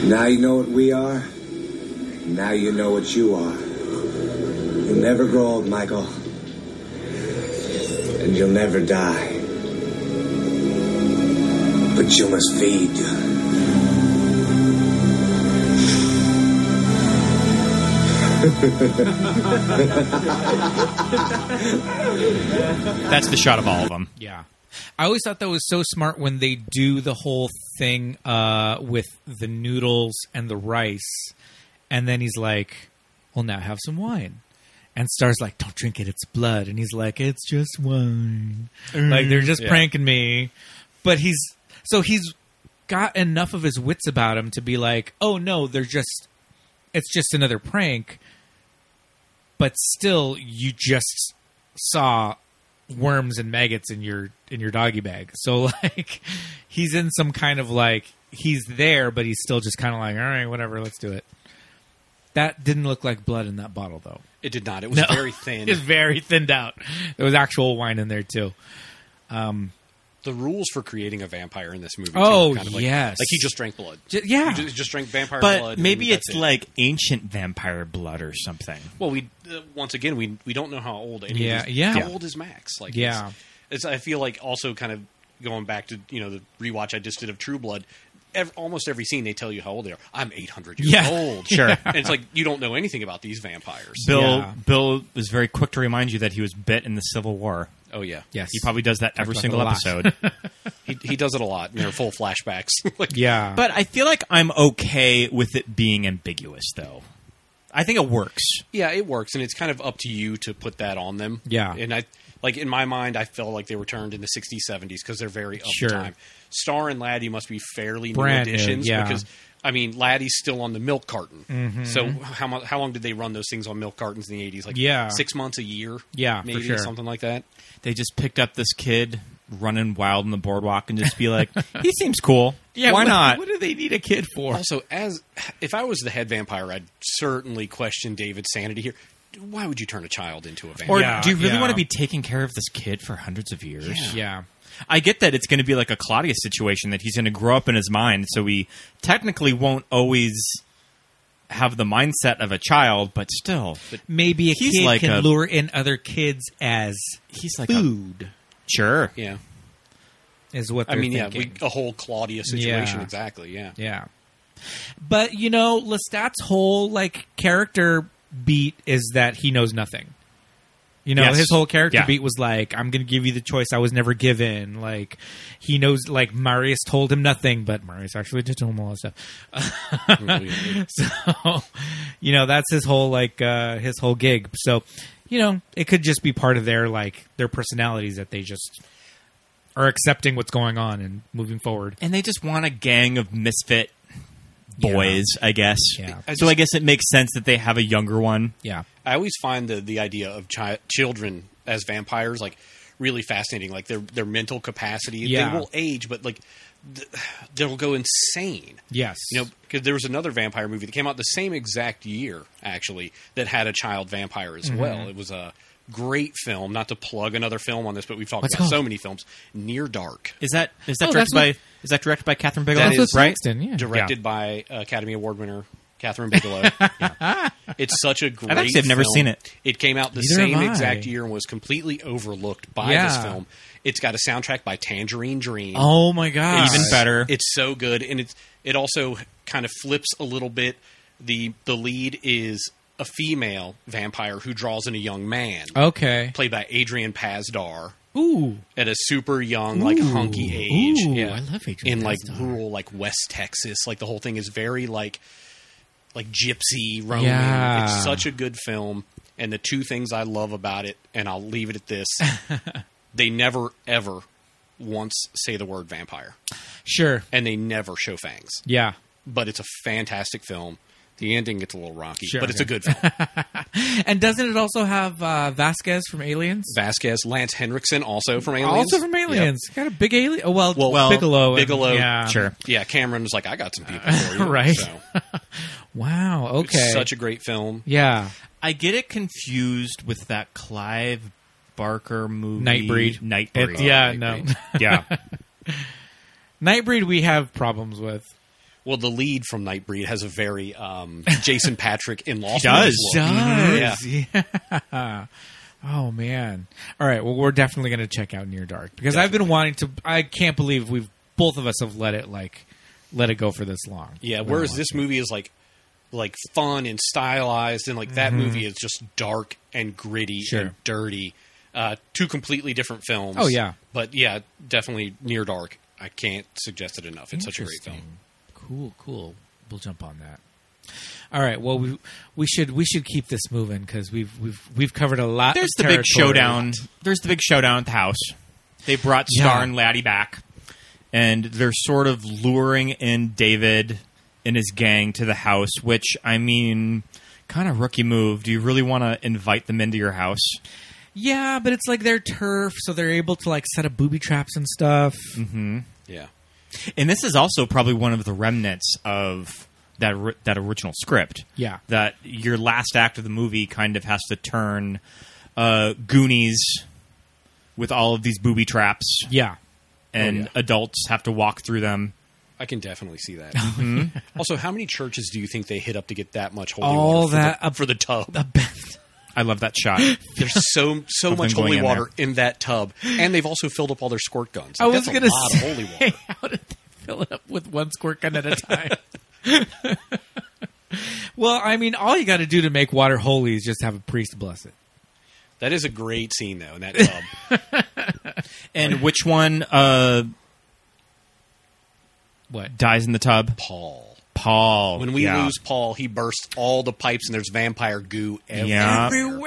S10: now you know what we are. Now you know what you are. You'll never grow old, Michael. And you'll never die. But you must feed.
S7: That's the shot of all of them.
S6: Yeah. I always thought that was so smart when they do the whole thing uh, with the noodles and the rice, and then he's like, "Well, now have some wine." And Star's like, "Don't drink it; it's blood." And he's like, "It's just wine." Like they're just
S7: Yeah.
S6: pranking me, but he's so he's got enough of his wits about him to be like, "Oh no, they're just it's just another prank." But still, you just saw worms and maggots in your in your doggy bag. So like he's in some kind of like he's there, but he's still just kind of like all right, whatever, let's do it. That didn't look like blood in that bottle though.
S8: It did not. It was very thin.
S6: it's very thinned out. There was actual wine in there too. Um,
S8: The rules for creating a vampire in this movie. too,
S6: Oh,
S8: are kind of like,
S6: yes.
S8: like he just drank blood.
S6: J- yeah.
S8: he ju- just, drank vampire
S7: but
S8: blood. and
S7: maybe
S8: that's
S7: it's
S8: it.
S7: like ancient vampire blood or something.
S8: Well, we uh, once again we we don't know how old. Any
S7: Yeah,
S8: of these,
S7: yeah.
S8: How
S7: Yeah.
S8: old is Max? Like,
S7: Yeah.
S8: it's- It's, I feel like also kind of going back to you know the rewatch I just did of True Blood. Ev almost every scene they tell you how old they are. I'm 800 years
S7: Yeah.
S8: old.
S7: Sure.
S8: and it's like you don't know anything about these vampires.
S7: Bill Bill is very quick to remind you that he was bit in the Civil War.
S8: Oh yeah.
S6: Yes.
S7: He probably does that
S6: Talked
S7: every
S6: about
S7: single
S6: it a lot.
S7: episode.
S8: he he does it a lot. and They're full flashbacks. Like-
S7: But I feel like I'm okay with it being ambiguous though. I think it works.
S8: Yeah, it works, and it's kind of up to you to put that on them.
S7: Yeah.
S8: and I like in my mind, I felt like they were turned in the '60s, '70s because they're very up
S6: Sure.
S8: to time. Star and Laddie must be fairly
S6: Brand new,
S8: new additions
S6: yeah.
S8: because I mean Laddie's still on the milk carton.
S7: Mm-hmm.
S6: Mhm.
S8: So how mu- how long did they run those things on milk cartons in the '80s? Like
S7: Yeah.
S8: six months a year.
S7: Yeah, for
S8: maybe
S7: sure.
S8: something like that.
S7: They just picked up this kid running wild on the boardwalk and just be like, he seems cool. Why not?
S6: do they need a kid for?
S8: Also, as if I was the head vampire, I'd certainly question David's sanity here. Why would you turn a child into a vampire?
S7: Or do you really want to be taking care of this kid for hundreds of years?
S8: Yeah.
S7: I get that it's going to be like a Claudius situation that he's going to grow up in his mind, so he technically won't always have the mindset of a child, but still, but
S6: Maybe a
S7: he's
S6: kid
S7: like
S6: can
S7: a-
S6: lure in other kids as he's
S7: like a-
S6: food.
S7: sure,
S8: yeah,
S6: is what
S8: I
S6: they're
S8: mean, yeah,
S6: thinking.
S8: we, a whole Claudia situation,
S6: Yeah.
S8: exactly. Yeah,
S6: Yeah. But you know, Lestat's whole like character beat is that he knows nothing. You know,
S7: Yes.
S6: his whole character
S7: Yeah.
S6: beat was like, I'm going to give you the choice I was never given. Like, he knows, like, Marius told him nothing, but Marius actually did tell him all that stuff. so, you know, that's his whole, like, uh, his whole gig. So, you know, it could just be part of their, like, their personalities that they just are accepting what's going on and moving forward.
S7: and they just want a gang of misfit boys, I guess.
S6: Yeah.
S8: I
S7: so I
S8: just-
S7: guess it makes sense that they have a younger one.
S6: Yeah.
S8: I always find the the idea of chi- children as vampires like really fascinating. Like their their mental capacity,
S6: Yeah.
S8: they will age, but like th- they'll go insane.
S6: Yes.
S8: You know, because there was another vampire movie that came out the same exact year, actually, that had a child vampire as
S7: Mhm.
S6: Mm-hmm.
S8: well. It was a great film. Not to plug another film on this, but we've talked
S7: What's it
S8: about so
S7: called?
S8: many films. Near Dark.
S7: Is that is that
S8: Oh,
S7: directed
S8: that's
S7: by
S8: what-
S7: is that directed by Catherine Bigelow?
S8: That is
S7: right.
S8: Directed by Academy Award winner Catherine Bigelow. Yeah. It's such a great.
S7: actually have never
S8: film.
S7: seen it.
S8: It came out the
S7: Neither
S8: same
S7: have I.
S8: exact year and was completely overlooked by this
S7: Yeah.
S8: film. It's got a soundtrack by Tangerine Dream.
S6: Oh, my gosh.
S8: It's-
S6: Even better.
S8: It's so good, and it's it also kind of flips a little bit. the The lead is a female vampire who draws in a young man.
S7: Oh.
S6: Okay.
S8: played by Adrian Pazdar
S6: Ooh.
S8: at a super young, like
S6: Ooh.
S8: hunky age.
S6: Ooh,
S8: yeah,
S6: I love Adrian
S8: in like
S6: Pazdar.
S8: rural, like West Texas. Like the whole thing is very like like gypsy Roman.
S6: Yeah.
S8: It's such a good film, and the two things I love about it, and I'll leave it at this: they never ever once say the word vampire,
S6: Sure.
S8: and they never show fangs.
S6: Yeah.
S8: but it's a fantastic film. The ending gets a little rocky,
S6: Sure,
S8: but it's a
S6: okay.
S8: good film.
S6: And doesn't it also have uh, Vasquez from Aliens?
S8: Vasquez, Lance Henriksen, also from Aliens.
S6: Also from Aliens. Got a big alien. Oh, well,
S8: Well,
S6: Bigelow. and-
S8: Bigelow,
S6: yeah.
S8: yeah. Cameron was like, I got some people for you,
S6: Right.
S8: So,
S6: wow.
S8: it's
S6: Okay.
S8: such a great film.
S6: Yeah.
S7: I get it confused with that Clive Barker movie,
S6: Nightbreed.
S7: Nightbreed.
S6: It- yeah, no.
S7: yeah.
S6: Nightbreed, we have problems with.
S8: Well, the lead from Nightbreed has a very um, Jason Patrick in Lost.
S6: does.
S8: Boys look.
S6: Does.
S8: Mm-hmm. Yeah.
S6: Yeah. Oh, man. All right. Well, we're definitely going to check out Near Dark because I've been wanting to. I can't believe we've. Both of us have let it, like, let it go for this long.
S8: Yeah,
S6: We're
S8: whereas
S6: like-
S8: this movie is like like fun and stylized, and like that
S6: Mhm.
S8: movie is just dark and gritty and
S6: Sure.
S8: dirty. Uh, two completely different films.
S6: Oh, yeah.
S8: but yeah, definitely near dark. I can't suggest it enough. It's such a great film.
S6: Cool, cool. We'll jump on that. All right. Well, we we should we should keep this moving because we've we've we've covered a lot.
S7: There's
S6: of
S7: the big
S6: territory.
S7: showdown. There's the big showdown at the house. They brought Star
S6: Yeah.
S7: and Laddie back, and they're sort of luring in David and his gang to the house. Which I mean, kind of rookie move. Do you really want to invite them into your house?
S6: Yeah, but it's like their turf, so they're able to like set up booby traps and stuff.
S7: Mm-hmm.
S8: Yeah.
S7: And this is also probably one of the remnants of that ri- that original script.
S6: Yeah.
S7: That your last act of the movie kind of has to turn uh, Goonies with all of these booby traps.
S6: Yeah.
S7: And
S8: Oh, yeah.
S7: adults have to walk through them.
S8: I can definitely see that.
S7: Mhm.
S8: Also, how many churches do you think they hit up to get that much holy
S7: All
S8: water for
S7: that
S8: the, for the tub?
S7: I love that shot.
S8: There's so so
S7: Something
S8: much
S7: going
S8: holy
S7: in
S8: water in that tub, and they've also filled up all their squirt guns.
S6: I
S8: Like,
S6: was
S8: that's a
S6: gonna
S8: lot
S6: say,
S8: of holy water.
S6: how did they fill it up with one squirt gun at a time? well, I mean, all you got to do to make water holy is just have a priest bless it.
S8: That is a great scene though in that tub.
S7: And which one uh,
S6: what
S7: dies in the tub?
S8: Paul.
S7: Paul.
S8: when we
S7: yeah.
S8: lose Paul, he bursts all the pipes, and there's vampire goo everywhere.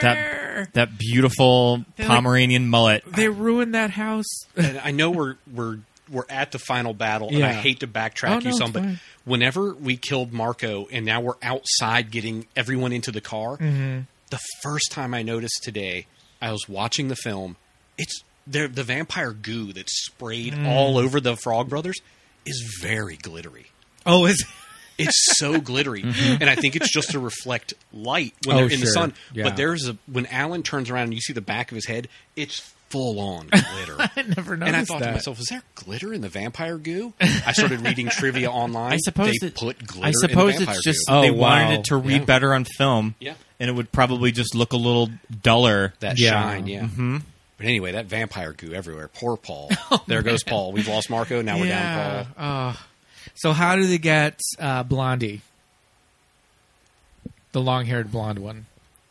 S7: yeah. That, that beautiful
S6: They're like-
S7: Pomeranian mullet.
S6: They ruined that house.
S8: and I know we're we're we're at the final battle, and I
S6: Yeah.
S8: hate to
S6: Oh,
S8: backtrack
S6: no,
S8: you
S6: it's
S8: some, but
S6: fine.
S8: whenever we killed Marco, and now we're outside getting everyone into the car,
S6: Mhm.
S8: the first time I noticed today, I was watching the film. It's there the vampire goo that's sprayed
S6: Mm.
S8: all over the Frog Brothers is very glittery.
S6: Oh, is
S8: It's so glittery,
S6: Mhm.
S8: and I think it's just to reflect light when
S6: Oh,
S8: they're in the
S6: sure.
S8: sun.
S6: Yeah.
S8: But there's a when Alan turns around and you see the back of his head, it's full on glitter.
S6: I never
S8: and I
S6: noticed
S8: thought to
S6: that.
S8: myself, was there glitter in the vampire goo? I started reading trivia online.
S7: I suppose
S8: they
S7: it-
S8: put glitter.
S7: I suppose
S8: in the vampire
S7: it's just
S8: goo.
S7: they wanted it to read
S8: Oh, Yeah.
S7: better on film.
S8: Yeah.
S7: and it would probably just look a little duller.
S8: that shine. Yeah.
S7: hmm
S8: But anyway, that vampire goo everywhere. Poor Paul.
S7: Oh,
S8: there goes Paul. We've lost Marco. Now we're down Paul.
S6: Uh, so how do they get uh, Blondie, the long-haired blonde one?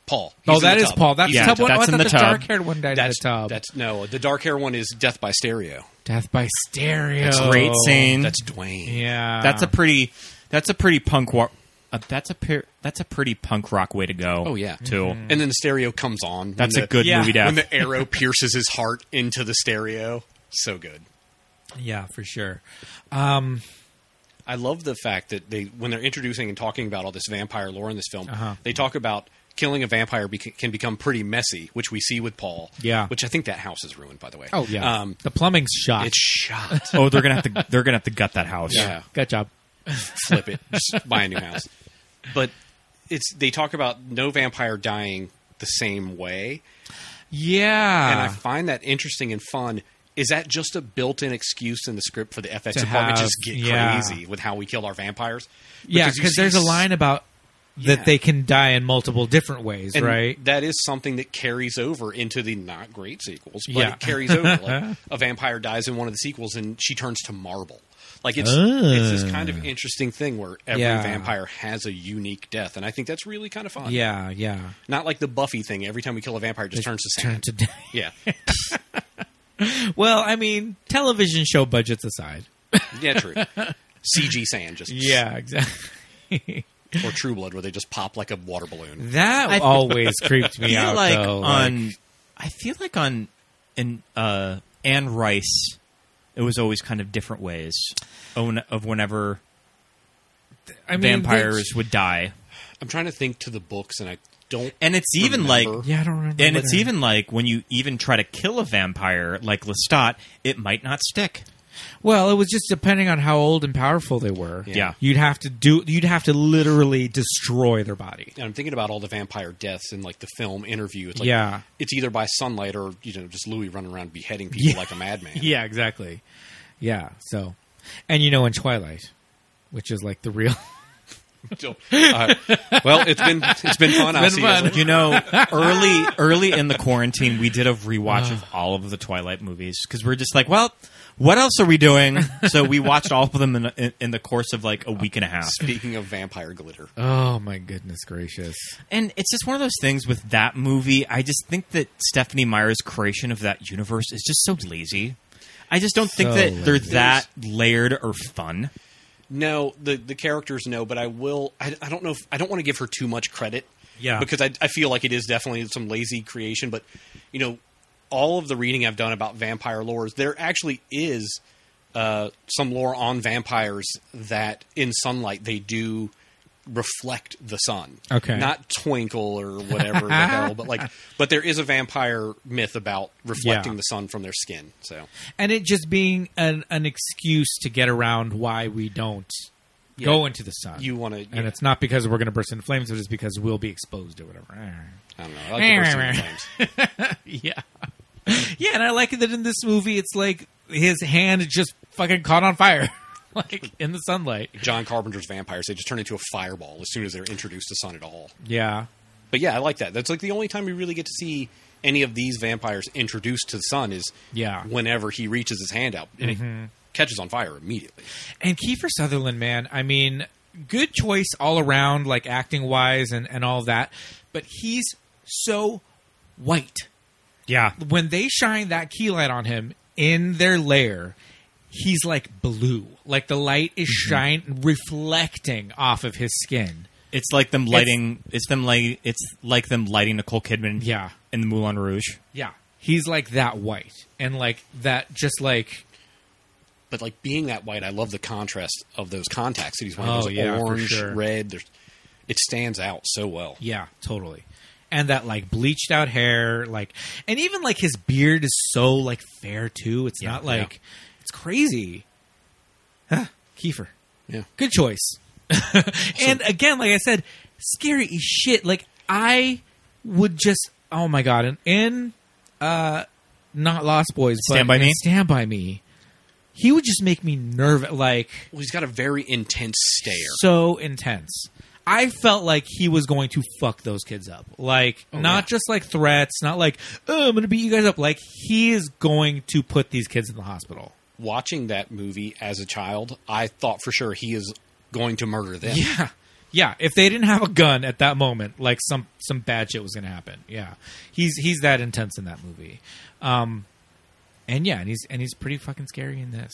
S8: Paul.
S6: Oh,
S8: He's in
S6: that
S8: the
S6: is
S8: tub.
S6: Paul. That's
S8: He's
S6: the
S8: in
S6: tub
S8: the
S6: one.
S8: tub.
S6: Oh, I
S8: That's
S6: thought
S8: in the
S6: the
S8: tub.
S6: dark-haired one died
S8: That's
S6: in the tub.
S8: That's no. The dark hair one is Death by Stereo.
S6: Death by Stereo.
S7: That's a great scene.
S8: That's Dwayne.
S6: Yeah,
S7: That's a pretty. That's a pretty punk. Wa- uh, that's a per- that's a pretty punk rock way to go.
S8: Oh yeah,
S7: too.
S8: And then the stereo comes on. when
S7: That's a
S8: the-
S7: good Yeah. movie death.
S8: When the arrow pierces his heart into the stereo, so good.
S6: yeah for sure. Um,
S8: I love the fact that they, when they're introducing and talking about all this vampire lore in this film,
S6: Uh-huh.
S8: they talk about killing a vampire be- can become pretty messy, which we see with Paul.
S6: Yeah.
S8: Which I think that house is ruined, by the way.
S6: oh yeah,
S8: Um,
S6: the plumbing's shot.
S8: it's shot.
S7: oh, they're gonna have to. They're gonna have to gut that house.
S8: yeah.
S6: Good job.
S8: flip it, just buy a new house. But it's they talk about no vampire dying the same way,
S6: Yeah,
S8: and I find that interesting and fun. Is that just a built-in excuse in the script for the FX
S6: To
S8: department to
S6: have-
S8: just get
S6: yeah.
S8: crazy with how we killed our vampires?
S6: yeah,
S8: you
S6: because
S8: see
S6: there's a
S8: s-
S6: line about that
S8: Yeah.
S6: they can die in multiple different ways,
S8: and
S6: right?
S8: That is something that carries over into the not great sequels, but
S6: Yeah.
S8: it carries over. Like, a vampire dies in one of the sequels, and she turns to marble. Like it's
S6: Oh.
S8: it's this kind of interesting thing where every
S6: Yeah.
S8: vampire has a unique death, and I think that's really kind of fun.
S6: Yeah, yeah.
S8: Not like the Buffy thing. Every time we kill a vampire, it just turns to
S6: Turn
S8: sand.
S6: to
S8: yeah,
S6: well, I mean, television show budgets aside.
S8: yeah, true. CG sand, just
S6: Yeah, exactly.
S8: or True Blood, where they just pop like a water balloon.
S6: that
S7: I-
S6: always creeped
S7: I
S6: me
S7: feel
S6: out.
S7: like
S6: though.
S7: on. I feel like on in uh, Anne Rice, it was always kind of different ways of of whenever
S6: I mean,
S7: vampires would die,
S8: I'm trying to think to the books, and I don't.
S7: and it's even
S8: Remember.
S6: that's-
S7: like
S6: Yeah, I don't remember.
S7: And it's
S6: either.
S7: even like when you even try to kill a vampire like Lestat, it might not stick.
S6: well, it was just depending on how old and powerful they were.
S7: Yeah.
S6: you'd have to do. You'd have to literally destroy their body.
S8: And I'm thinking about all the vampire deaths in like the film interview. It's like,
S6: Yeah.
S8: it's either by sunlight or you know just Louis running around beheading people like a madman.
S6: Yeah, exactly. Yeah. So, and you know, in Twilight, which is like the real.
S8: So, uh, well, it's been it's been fun. I'll see you guys later.
S7: You know, early early in the quarantine, we did a rewatch of all of the Twilight movies because we're just like, well, what else are we doing? So we watched all of them in, in, in the course of like a week and a half.
S8: Speaking of vampire glitter,
S6: Oh my goodness gracious!
S7: And it's just one of those things with that movie. I just think that Stephanie Meyer's creation of that universe is just so lazy. I just don't think
S6: So
S7: that they're
S6: lazy.
S7: that layered or fun.
S8: no, the the characters no, but I will. I, I don't know. If, I don't want to give her too much credit.
S6: Yeah.
S8: because I I feel like it is definitely some lazy creation, but you know, all of the reading I've done about vampire lores, there actually is uh, some lore on vampires that in sunlight they do reflect the sun.
S6: Okay.
S8: Not twinkle or whatever the hell, but like but there is a vampire myth about reflecting
S6: Yeah.
S8: the sun from their skin. So
S6: And it just being an an excuse to get around why we don't go into the sun.
S8: you wanna
S6: and
S8: yeah.
S6: it's not because we're going to burst into flames, but it's because we'll be exposed or whatever.
S8: I don't know. I like the person who claims.
S6: yeah, yeah, and I like that in this movie, it's like his hand just fucking caught on fire, like in the sunlight.
S8: John Carpenter's vampires, they just turn into a fireball as soon as they're introduced to sun at all.
S6: Yeah,
S8: But yeah, I like that. That's like the only time we really get to see any of these vampires introduced to the sun is
S6: Yeah. Mm-hmm.
S8: whenever he reaches his hand out and it catches on fire immediately.
S6: And Kiefer Sutherland, man, I mean, good choice all around, like acting wise and, and all that. But he's so white.
S7: Yeah.
S6: When they shine that key light on him in their lair, he's like blue. Like the light is shine reflecting off of his skin.
S7: It's like them lighting. It's, them like it's like them lighting Nicole Kidman.
S6: Yeah.
S7: in the Moulin Rouge.
S6: Yeah. He's like that white. And like that just like
S8: But like being that white, I love the contrast of those contacts that he's wearing.
S6: Oh,
S8: those
S6: yeah, for
S8: orange,
S6: sure.
S8: red. There's, it stands out so well.
S6: Yeah, totally. And that like bleached out hair, like, and even like his beard is so like fair too. It's not like it's crazy. Huh, Kiefer,
S8: Yeah.
S6: good choice. and again, like I said, scary as shit. Like I would just, oh my god, and in uh, not Lost Boys, but
S7: Stand By Me?
S6: in Stand by Me. He would just make me nervous. Like
S8: Well, he's got a very intense stare.
S6: so intense. I felt like he was going to fuck those kids up. Like not just like threats, not like oh, I'm going to beat you guys up. Like he is going to put these kids in the hospital.
S8: Watching that movie as a child, I thought for sure he is going to murder them.
S6: Yeah. Yeah, if they didn't have a gun at that moment, like some some bad shit was going to happen. Yeah. He's he's that intense in that movie. Um and yeah, and he's and he's pretty fucking scary in this.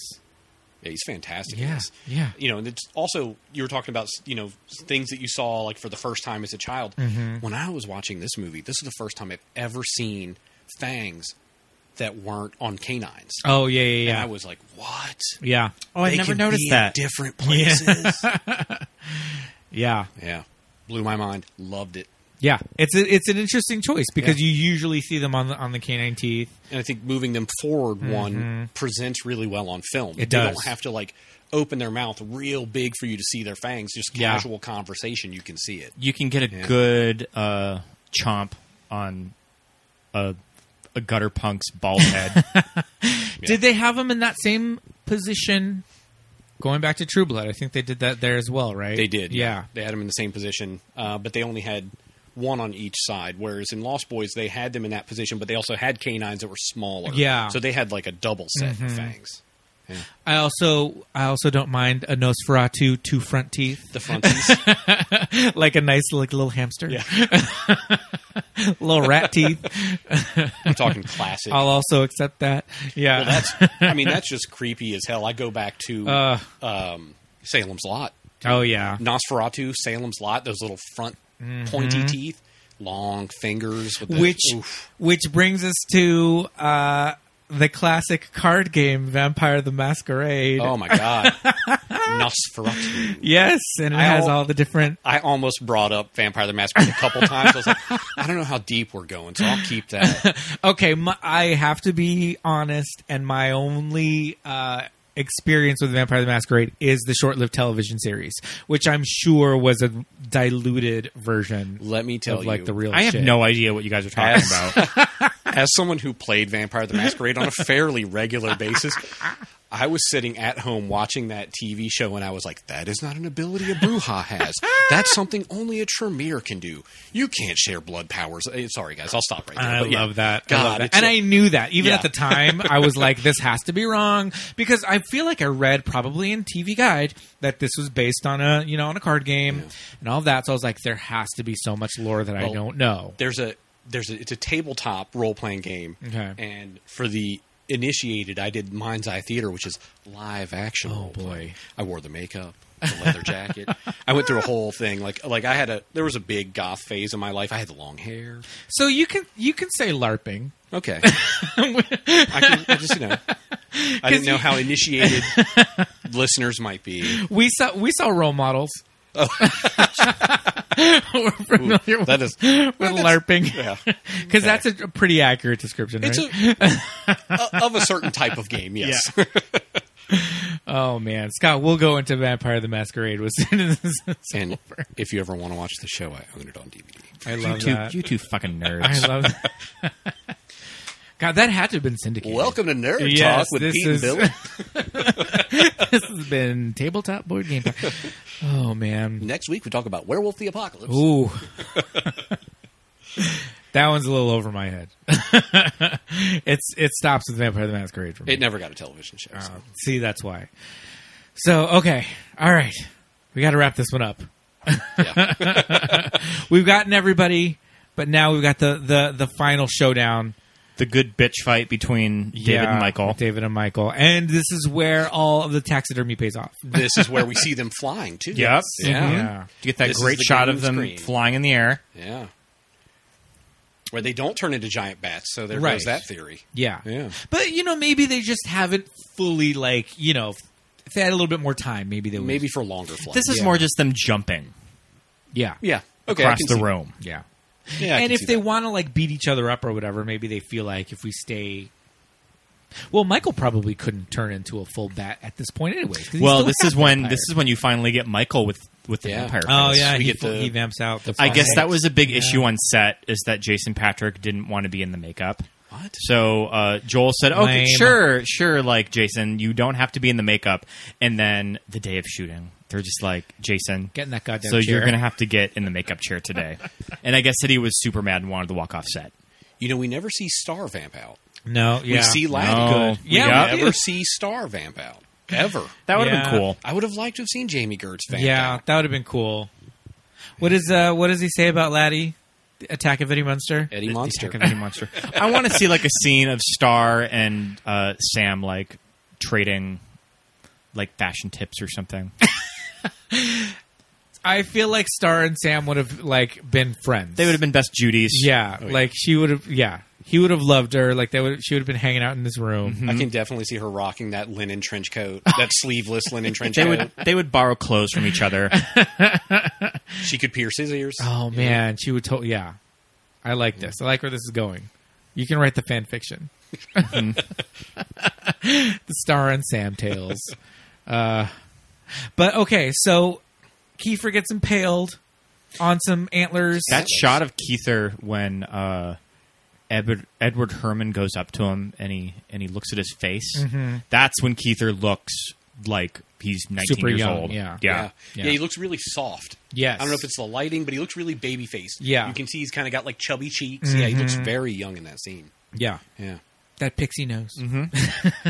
S8: Yeah, he's fantastic.
S6: Yeah,
S8: in this.
S6: yeah.
S8: You know, and it's also you were talking about you know things that you saw like for the first time as a child.
S6: Mhm.
S8: When I was watching this movie, this is the first time I've ever seen fangs that weren't on canines.
S6: Oh, yeah, yeah,
S8: And
S6: yeah.
S8: I was like, what?
S6: Yeah. Oh, I
S8: They
S6: never
S8: can
S6: noticed
S8: be in
S6: that.
S8: different
S6: Yeah.
S8: places.
S6: Yeah.
S8: yeah, blew my mind. Loved it.
S6: Yeah. It's a, it's an interesting choice because
S8: Yeah.
S6: you usually see them on the on the canine teeth.
S8: and I think moving them forward one
S6: Mhm.
S8: presents really well on film.
S6: It
S8: they
S6: does.
S8: don't have to like open their mouth real big for you to see their fangs. Just
S7: Yeah.
S8: casual conversation, you can see it.
S7: You can get a
S8: Yeah.
S7: good uh, chomp on a, a gutter punk's bald head.
S6: Did they have him in that same position going back to True Blood? I think they did that there as well, right?
S8: They did. Yeah.
S6: Yeah.
S8: They had them in the same position, uh, but they only had one on each side. Whereas in Lost Boys, they had them in that position, but they also had canines that were smaller.
S6: Yeah.
S8: So they had like a double set of
S6: Mhm.
S8: fangs. Yeah.
S6: I also I also don't mind a Nosferatu two front teeth.
S8: The front teeth.
S6: like a nice like little hamster. little rat teeth.
S8: I'm talking classic.
S6: I'll also accept that. Yeah.
S8: Well, that's. I mean, that's just creepy as hell. I go back to
S6: Uh.
S8: um, Salem's Lot.
S6: Oh, yeah.
S8: Nosferatu, Salem's Lot. Those little front pointy
S6: Mhm.
S8: teeth, long fingers. With the,
S6: which
S8: oof.
S6: which brings us to uh the classic card game Vampire the Masquerade.
S8: Oh my god, Nosferatu.
S6: yes, and it
S8: I
S6: has
S8: al-
S6: all the different
S8: I almost brought up Vampire the Masquerade a couple times. I was like, I don't know how deep we're going, so I'll keep that.
S6: okay, my, I have to be honest, and my only uh, experience with Vampire the Masquerade is the short-lived television series, which I'm sure was a diluted version.
S8: Let me tell
S6: of, like
S8: you,
S6: the real.
S7: I have
S6: shit.
S7: no idea what you guys are talking
S8: As-
S7: about.
S8: As someone who played Vampire the Masquerade on a fairly regular basis, I was sitting at home watching that TV show, and I was like, "That is not an ability a Bruja has. That's something only a Tremere can do. You can't share blood powers." Eh, Sorry, guys, I'll stop right there.
S6: I
S8: But yeah.
S6: love that. I
S8: God,
S6: love that.
S8: it's
S6: and
S8: a-
S6: I knew that even
S8: Yeah.
S6: at the time. I was like, "This has to be wrong," because I feel like I read probably in TV Guide that this was based on a you know on a card game and all that. So I was like, "There has to be so much lore that I
S8: Well,
S6: don't know."
S8: There's a there's a, it's a tabletop role playing game,
S6: Okay.
S8: and for the initiated, I did Mind's Eye Theater, which is live action. Oh boy, I wore the makeup, the leather jacket. I went through a whole thing. Like like I had a there was a big goth phase in my life. I had the long hair.
S6: So you can you can say LARPing.
S8: Okay, I, can, I just you know I
S6: 'Cause
S8: didn't know
S6: you-
S8: how initiated listeners might be.
S6: We saw we saw role models. We're familiar with
S8: that is-
S6: with
S8: that's-
S6: LARPing.
S8: yeah.
S6: because that's a, a pretty accurate description.
S8: It's
S6: right?
S8: a, of a certain type of game. Yes.
S6: oh man, Scott, we'll go into Vampire the Masquerade as soon as this is
S8: And
S6: over.
S8: if you ever want to watch the show, I own it on DVD.
S6: I love
S7: you two,
S6: that.
S7: You two fucking nerds.
S6: I love. That. God, that had to have been syndicated.
S8: Welcome to Nerd
S6: Yes,
S8: Talk with
S6: this
S8: Pete
S6: is-
S8: and Bill.
S6: this has been tabletop board game. Talk. Oh man,
S8: Next week we talk about Werewolf the Apocalypse.
S6: ooh, that one's a little over my head. it's it stops with Vampire the Masquerade for me.
S8: It never got a television show. so.
S6: Uh, see, that's why. So, okay. All right. We got to wrap this one up. we've gotten everybody, but now we've got the, the, the final showdown.
S7: the good bitch fight between David
S6: Yeah,
S7: and Michael.
S6: David and Michael. And this is where all of the taxidermy pays off. Mm-hmm.
S8: This is where we see them flying too.
S7: Yep.
S8: Yeah.
S7: Mhm.
S6: Yeah.
S7: You get that
S8: This is
S7: great
S8: the
S7: shot
S8: green
S7: of them
S8: screen.
S7: flying in the air.
S8: Yeah. Where they don't turn into giant bats, so there
S6: Right.
S8: goes that theory.
S6: Yeah.
S8: Yeah.
S6: But, you know, maybe they just haven't fully, like, you know, if they had a little bit more time, maybe they would.
S8: Maybe for longer flights.
S7: This is more just them jumping
S6: Yeah.
S8: Yeah. Okay. I
S7: across
S8: can
S7: the
S8: see-
S7: room.
S6: Yeah.
S8: Yeah, I
S6: and
S8: can
S6: if
S8: see
S6: they
S8: that.
S6: want to like beat each other up or whatever, maybe they feel like if we stay. Well, Michael probably couldn't turn into a full bat at this point, anyway.
S7: Well, this is when this is when you finally get Michael with with the
S8: Yeah.
S7: vampire.
S6: Oh
S7: face.
S6: yeah,
S8: we
S6: he,
S8: get
S6: fu-
S8: the-
S6: he vamps out. The
S7: I guess
S6: flames.
S7: that was a big issue on set is that Jason Patrick didn't want to be in the makeup. What? So uh, Joel said, "Okay,
S6: Lame.
S7: sure, sure. Like Jason, you don't have to be in the makeup." And then the day of shooting, they're just like, "Jason,
S6: Get in that goddamn
S7: So you're
S6: chair."
S7: gonna have to get in the makeup chair today." and I guess that he was super mad and wanted to walk off set.
S8: You know, we never see Star vamp out.
S6: No,
S8: We see Latgood.
S7: No. Yeah,
S8: we
S7: we
S8: never
S7: do.
S8: see Star vamp out ever.
S7: That would've been Yeah. cool.
S8: I would have liked to have seen Jamie Gertz vamp
S6: yeah,
S8: out.
S6: that would have been cool. What is uh? What does he say about Laddie? The Attack of Eddie Munster.
S8: Eddie Munster.
S7: Attack of Eddie Munster. I want to see like a scene of Star and uh, Sam like trading like fashion tips or something.
S6: I feel like Star and Sam would have like been friends.
S7: They would have been Oh, best Judies.
S6: Yeah, like she would have. Yeah, he would have loved her. Like they would. She would have been hanging out in this
S7: Mm-hmm.
S6: room.
S8: I can definitely see her rocking that linen trench coat, that sleeveless linen trench
S7: They
S8: coat.
S7: would they would borrow clothes from each other.
S8: She could pierce his ears.
S6: Oh man, she would. To- yeah, I like this. I like where this is going. You can write the fan fiction. the Star and Sam tales. Uh, but okay, so Kiefer gets impaled on some antlers.
S7: That shot of Keither when uh, Edward, Edward Herman goes up to him and he and he looks at his face.
S8: Mm-hmm.
S6: Mhm.
S7: That's when Keither looks like he's nineteen
S6: Super
S7: years
S6: young,
S7: old.
S6: yeah.
S7: yeah,
S8: yeah. he looks really soft.
S6: Yes.
S8: I don't know if it's the lighting, but he looks really baby faced.
S6: Yeah.
S8: you can see he's kind of got like chubby cheeks. Yeah, he looks
S6: Mhm.
S8: very young in that scene.
S6: Yeah, Mm-hmm.
S8: yeah.
S6: That pixie nose.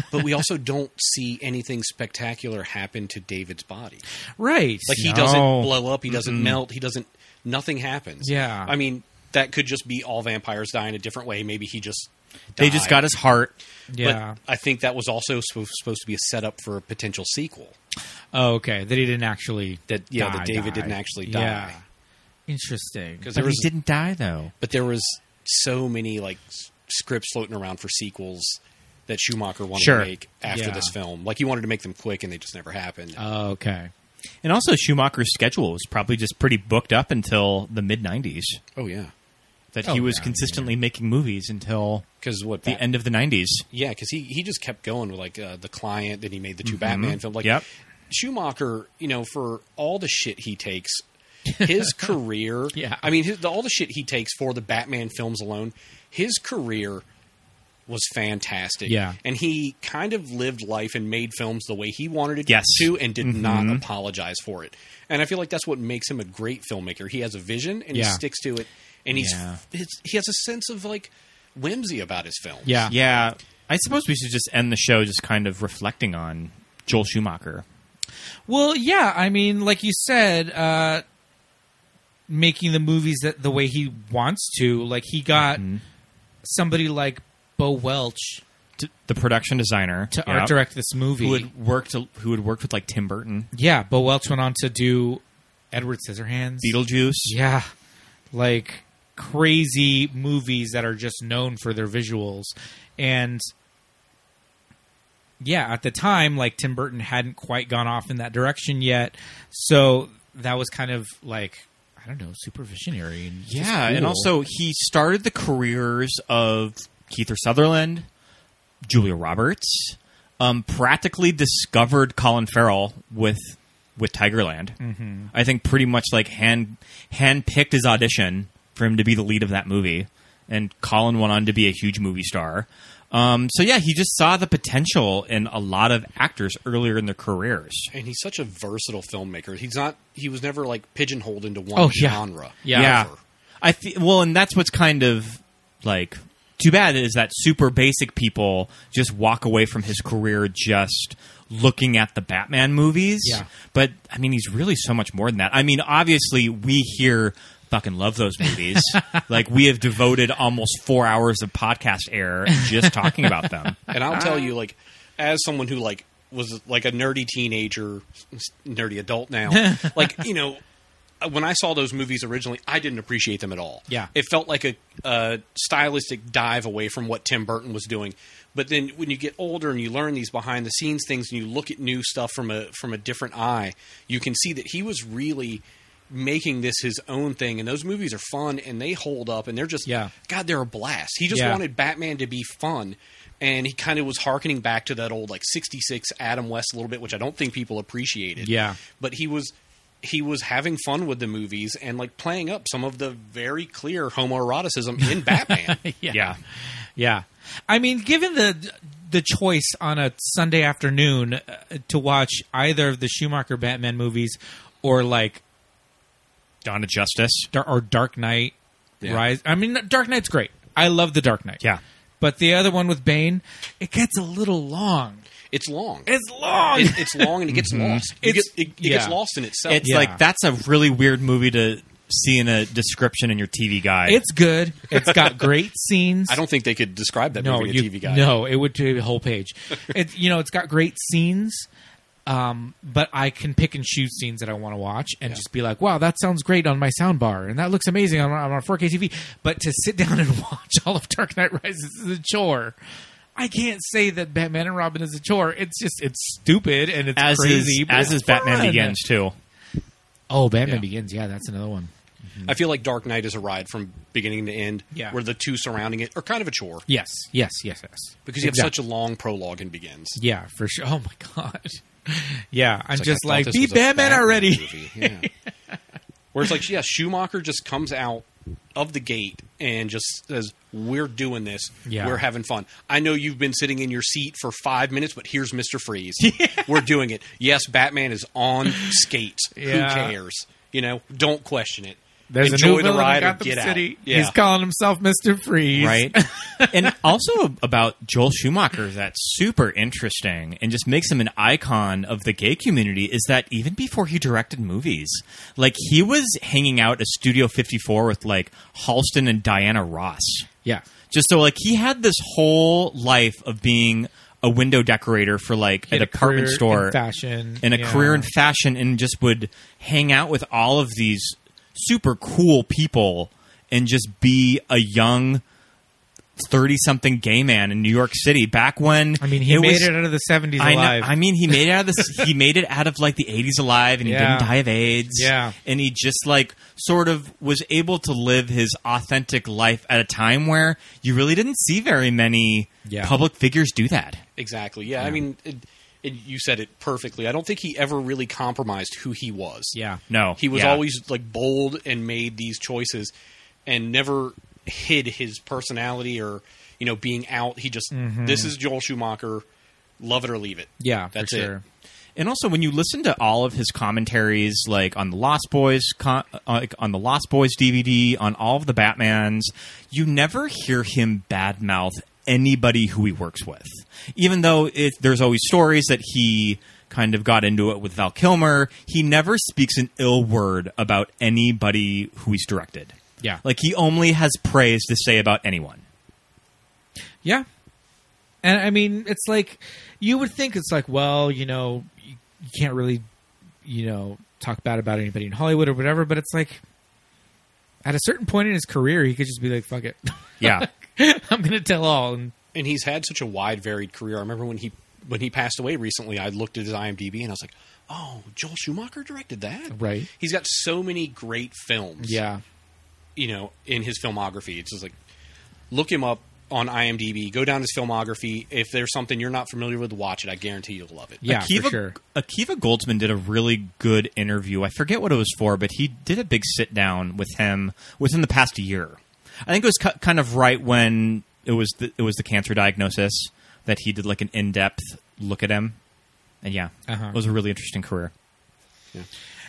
S8: but we also don't see anything spectacular happen to David's body.
S6: Right.
S8: Like he
S6: No.
S8: doesn't blow up, he doesn't
S6: Mm-mm.
S8: melt, he doesn't nothing happens.
S6: Yeah.
S8: I mean, that could just be all vampires die in a different way. Maybe he just
S7: They just
S8: died.
S7: got his heart.
S6: Yeah.
S8: But I think that was also spo- supposed to be a setup for a potential sequel.
S6: Oh, okay. That he didn't actually.
S8: That yeah,
S6: die,
S8: that David
S6: die.
S8: didn't actually die.
S6: Yeah. Interesting.
S8: 'Cause there But he was-
S7: didn't die though.
S8: But there was so many like s- scripts floating around for sequels that Schumacher wanted
S7: Sure.
S8: to make after
S7: Yeah. Uh,
S8: this film. Like he wanted to make them quick and they just never happened.
S6: Oh, okay.
S7: And also Schumacher's schedule was probably just pretty booked up until the mid nineties.
S8: Oh yeah.
S7: That
S8: Oh,
S7: he was
S8: yeah,
S7: consistently making movies until
S8: because what
S7: the end of the nineties.
S8: Yeah, because he, he just kept going with like uh, the client. Then he made the 2
S7: Mhm.
S8: Batman films. Like
S7: Yep.
S8: Schumacher, you know, for all the shit he takes, his career. Yeah, I mean, his, the, all the shit he takes for the Batman films alone, his career was fantastic.
S7: Yeah.
S8: and he kind of lived life and made films the way he wanted it
S7: Yes.
S8: to, and did not
S7: Mhm.
S8: apologize for it. And I feel like that's what makes him a great filmmaker. He has a vision and he
S7: Yeah.
S8: sticks to it, and he's
S7: Yeah.
S8: it's, he has a sense of like whimsy about his films.
S7: yeah. I suppose we should just end the show just kind of reflecting on Joel Schumacher.
S6: Well, yeah, I mean, like you said, uh, making the movies that the way he wants to, like he got
S7: hmm,
S6: somebody like Bo Welch.
S7: the production designer
S6: To
S7: yeah.
S6: art direct this movie.
S7: who had worked who had worked with like Tim Burton,
S6: Yeah, Bo Welch went on to do Edward Scissorhands,
S7: Beetlejuice.
S6: Yeah, like crazy movies that are just known for their visuals, and yeah, at the time, like Tim Burton hadn't quite gone off in that direction yet, so that was kind of like I don't know, super visionary. And just
S7: Yeah,
S6: cool.
S7: and also he started the careers of Keith Sutherland, Julia Roberts, um, practically discovered Colin Farrell with with Tigerland.
S6: Mhm.
S7: I think pretty much like hand hand picked his audition for him to be the lead of that movie, and Colin went on to be a huge movie star. Um, so yeah, he just saw the potential in a lot of actors earlier in their careers.
S8: and he's such a versatile filmmaker. He's not. He was never like pigeonholed into one
S7: Oh
S8: genre.
S7: Yeah. I th- well, and that's what's kind of like too bad is that super basic people just walk away from his career just looking at the Batman movies.
S6: Yeah.
S7: But I mean, he's really so much more than that. I mean, obviously, we here fucking love those movies. like we have devoted almost four hours of podcast air just talking about them.
S8: And I'll tell you, like, as someone who like was like a nerdy teenager, s- nerdy adult now, like you know, when I saw those movies originally, I didn't appreciate them at all.
S6: Yeah.
S8: it felt like a, a stylistic dive away from what Tim Burton was doing. But then when you get older and you learn these behind the scenes things and you look at new stuff from a from a different eye, you can see that he was really making this his own thing and those movies are fun and they hold up and they're just yeah. god they're a blast. He just
S6: Yeah.
S8: wanted Batman to be fun and he kind of was harkening back to that old like 66 Adam West a little bit which I don't think people appreciated
S6: Yeah.
S8: but he was he was having fun with the movies and like playing up some of the very clear homoeroticism in Batman.
S6: yeah. Yeah. I mean, given the the choice on a Sunday afternoon uh, to watch either of the Schumacher Batman movies or like
S7: Dawn of Justice
S6: or Dark Knight
S7: Yeah.
S6: Rise. I mean, Dark Knight's great. I love the Dark Knight.
S7: Yeah.
S6: But the other one with Bane, it gets a little long.
S8: It's long.
S6: It's long.
S8: It- it's long and it gets
S7: Mhm.
S8: lost. It,
S6: It's-
S8: gets- it, it
S6: yeah.
S8: gets lost in itself.
S7: It's like that's a really weird movie to see in a description in your TV guide.
S6: It's good. It's got great scenes.
S8: I don't think they could describe that movie in a
S6: you-
S8: TV guide.
S6: No, it would be a whole page. it, you know, it's got great scenes, um, but I can pick and choose scenes that I want to watch and just be like, wow, that sounds great on my sound bar, and that looks amazing on, on a 4K TV. But to sit down and watch all of Dark Knight Rises is a chore. I can't say that Batman and Robin is a chore. It's just it's stupid and it's
S7: as
S6: crazy.
S7: is
S6: but
S7: as
S6: it's
S7: is Batman
S6: fun.
S7: Begins too.
S6: Oh, Batman Begins. Yeah, that's another one.
S8: I feel like Dark Knight is a ride from beginning to end,
S6: Yeah.
S8: where the two surrounding it are kind of a chore.
S6: Yes, yes, yes, yes.
S8: Because you have
S6: Exactly.
S8: such a long prologue and begins.
S6: Yeah, for sure. Oh my god. Yeah, I'm
S8: It's
S6: just
S8: I thought
S6: like
S8: this
S6: be
S8: was a
S6: Batman already.
S8: movie. Yeah. Where it's like, yeah, Schumacher just comes out of the gate and just says, "We're doing this.
S6: Yeah.
S8: We're having fun. I know you've been sitting in your seat for five minutes, but here's Mister Freeze. We're doing it. Yes, Batman is on skates.
S6: Yeah.
S8: Who cares? You know, don't question it.
S6: There's
S8: Enjoy
S6: a new
S8: the
S6: villain
S8: ride
S6: in
S8: or
S6: Gotham
S8: get
S6: City.
S8: out. Yeah.
S6: He's calling himself Mr. Freeze.
S7: Right. and also about Joel Schumacher that's super interesting and just makes him an icon of the gay community is that even before he directed movies, like he was hanging out at Studio 54 with like Halston and Diana Ross.
S6: Yeah.
S7: Just so like he had this whole life of being a window decorator for like
S6: He
S7: a
S6: had a
S7: department
S6: career
S7: store
S6: in fashion.
S7: and a
S6: Yeah.
S7: career in fashion and just would hang out with all of these super cool people and just be a young 30 something gay man in New York City back when
S6: I mean, he made it out of the 70s
S7: I know-
S6: alive.
S7: I mean, he made it out of this he made it out of like the 80s alive and he
S6: Yeah.
S7: didn't die of AIDS.
S6: Yeah.
S7: And he just like sort of was able to live his authentic life at a time where you really didn't see very many
S8: Yeah.
S7: public figures do that.
S8: Exactly. Yeah. I mean, it, it, you said it perfectly. I don't think he ever really compromised who he was.
S6: Yeah.
S7: No.
S8: He was
S7: Yeah.
S8: always like bold and made these choices and never hid his personality or, you know, being out. He just,
S6: Mm-hmm.
S7: Mhm.
S8: this is Joel Schumacher. Love it or leave it. That's it.
S7: And also, when you listen to all of his commentaries, like on the Lost Boys, con- uh, like on the Lost Boys DVD, on all of the Batmans, you never hear him badmouth anybody who he works with. Even though it, there's always stories that he kind of got into it with Val Kilmer, he never speaks an ill word about anybody who he's directed.
S6: Yeah.
S7: Like he only has praise to say about anyone.
S6: Yeah. And I mean, it's like you would think it's like, well, you know, you, you can't really, you know, talk bad about anybody in Hollywood or whatever, but it's like at a certain point in his career, he could just be like, fuck it.
S7: Yeah.
S6: I'm going to tell all. And
S8: And he's had such a wide, varied career. I remember when he, when he passed away recently, I looked at his IMDb and I was like, oh, Joel Schumacher directed that?
S6: Right.
S8: He's got so many great films.
S6: Yeah.
S8: you know, in his filmography. It's just like look him up on IMDb, go down his filmography. If there's something you're not familiar with, watch it. I guarantee you'll love it.
S7: Akiva, Akiva Goldsman did a really good interview. I forget what it was for, but he did a big sit down with him within the past year. I think it was cu- kind of right when it was the, it was the cancer diagnosis that he did like an in depth look at him, and yeah,
S6: Uh-huh.
S7: it was a really interesting career.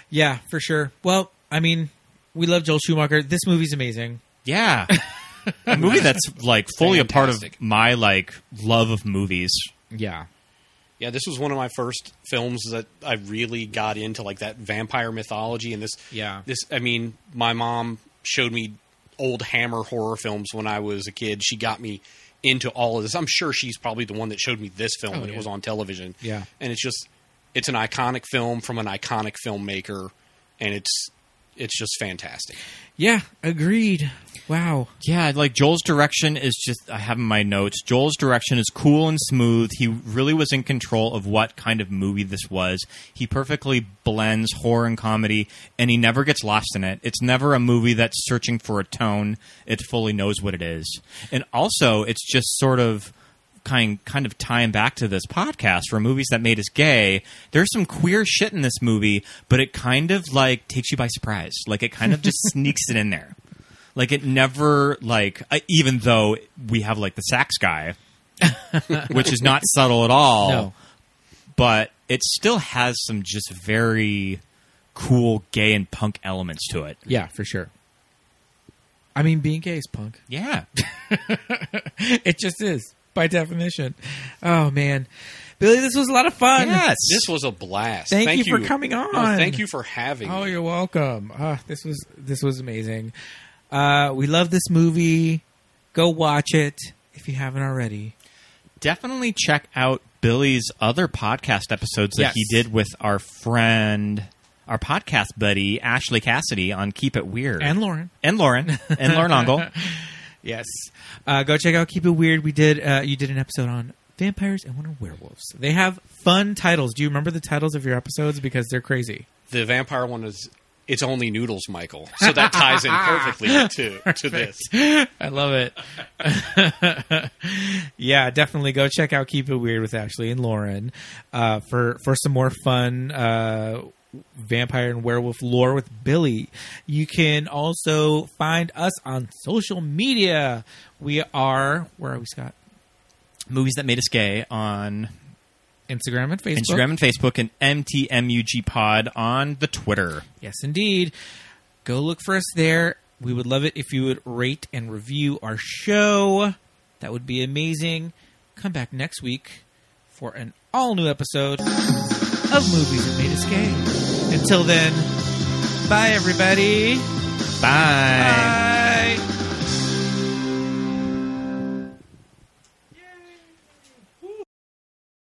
S6: Yeah, for sure. Well, I mean, we love Joel Schumacher. This movie's amazing.
S7: Yeah, a movie that's like fully a part
S8: Fantastic.
S7: of my like love of movies.
S6: Yeah.
S8: Yeah, this was one of my first films that I really got into like that vampire mythology and this
S6: Yeah.
S8: this I mean, my mom showed me old hammer horror films when I was a kid. She got me into all of this. I'm sure she's probably the one that showed me this film
S6: Oh,
S8: when
S6: yeah.
S8: it was on television.
S6: Yeah.
S8: and it's just it's an iconic film from an iconic filmmaker and it's it's just fantastic
S6: Yeah, agreed. Wow.
S7: Yeah, like Joel's direction is just I have in my notes. Joel's direction is cool and smooth. He really was in control of what kind of movie this was. He perfectly blends horror and comedy and he never gets lost in it. It's never a movie that's searching for a tone. It fully knows what it is. And also, it's just sort of kind kind of tying back to this podcast for movies that made us gay. There's some queer shit in this movie, but it kind of like takes you by surprise. Like it kind of just sneaks it in there. Like it never like I, even though we have like the sax guy, which is not subtle at all.
S6: No.
S7: But it still has some just very cool gay and punk elements to it.
S6: Yeah, for sure. I mean, being gay is punk.
S7: Yeah.
S6: it just is by definition. Oh man, Billy, this was a lot of fun.
S8: This was a blast.
S6: Thank,
S8: Thank
S6: you, for coming on.
S8: No, thank you for having
S6: Oh,
S8: me.
S6: you're welcome. Ah, this was this was amazing. Uh, we love this movie. Go watch it if you haven't already.
S7: Definitely check out Billy's other podcast episodes
S6: Yes.
S7: that he did with our friend our podcast buddy Ashley Cassidy on Keep It Weird.
S6: And Lauren.
S7: And Lauren. And Lauren Ungle.
S6: Yes. Uh, go check out Keep It Weird. We did. Uh, you did an episode on vampires and one on werewolves. They have fun titles. Do you remember the titles of your episodes because they're crazy?
S8: The vampire one is it's only noodles, Michael. So that ties in perfectly to to this.
S6: I love it. yeah, definitely go check out Keep It Weird with Ashley and Lauren uh, for for some more fun uh, vampire and werewolf lore with Billy. You can also find us on social media. We are where are we, Scott?
S7: Movies that made us gay on
S6: Instagram and Facebook.
S7: Instagram and Facebook and MTMUG Pod on the Twitter.
S6: Yes, indeed. Go look for us there. We would love it if you would rate and review our show. That would be amazing. Come back next week for an all new episode of Movies That Made Us Gay. Until then, bye, everybody.
S7: Bye.
S6: Bye.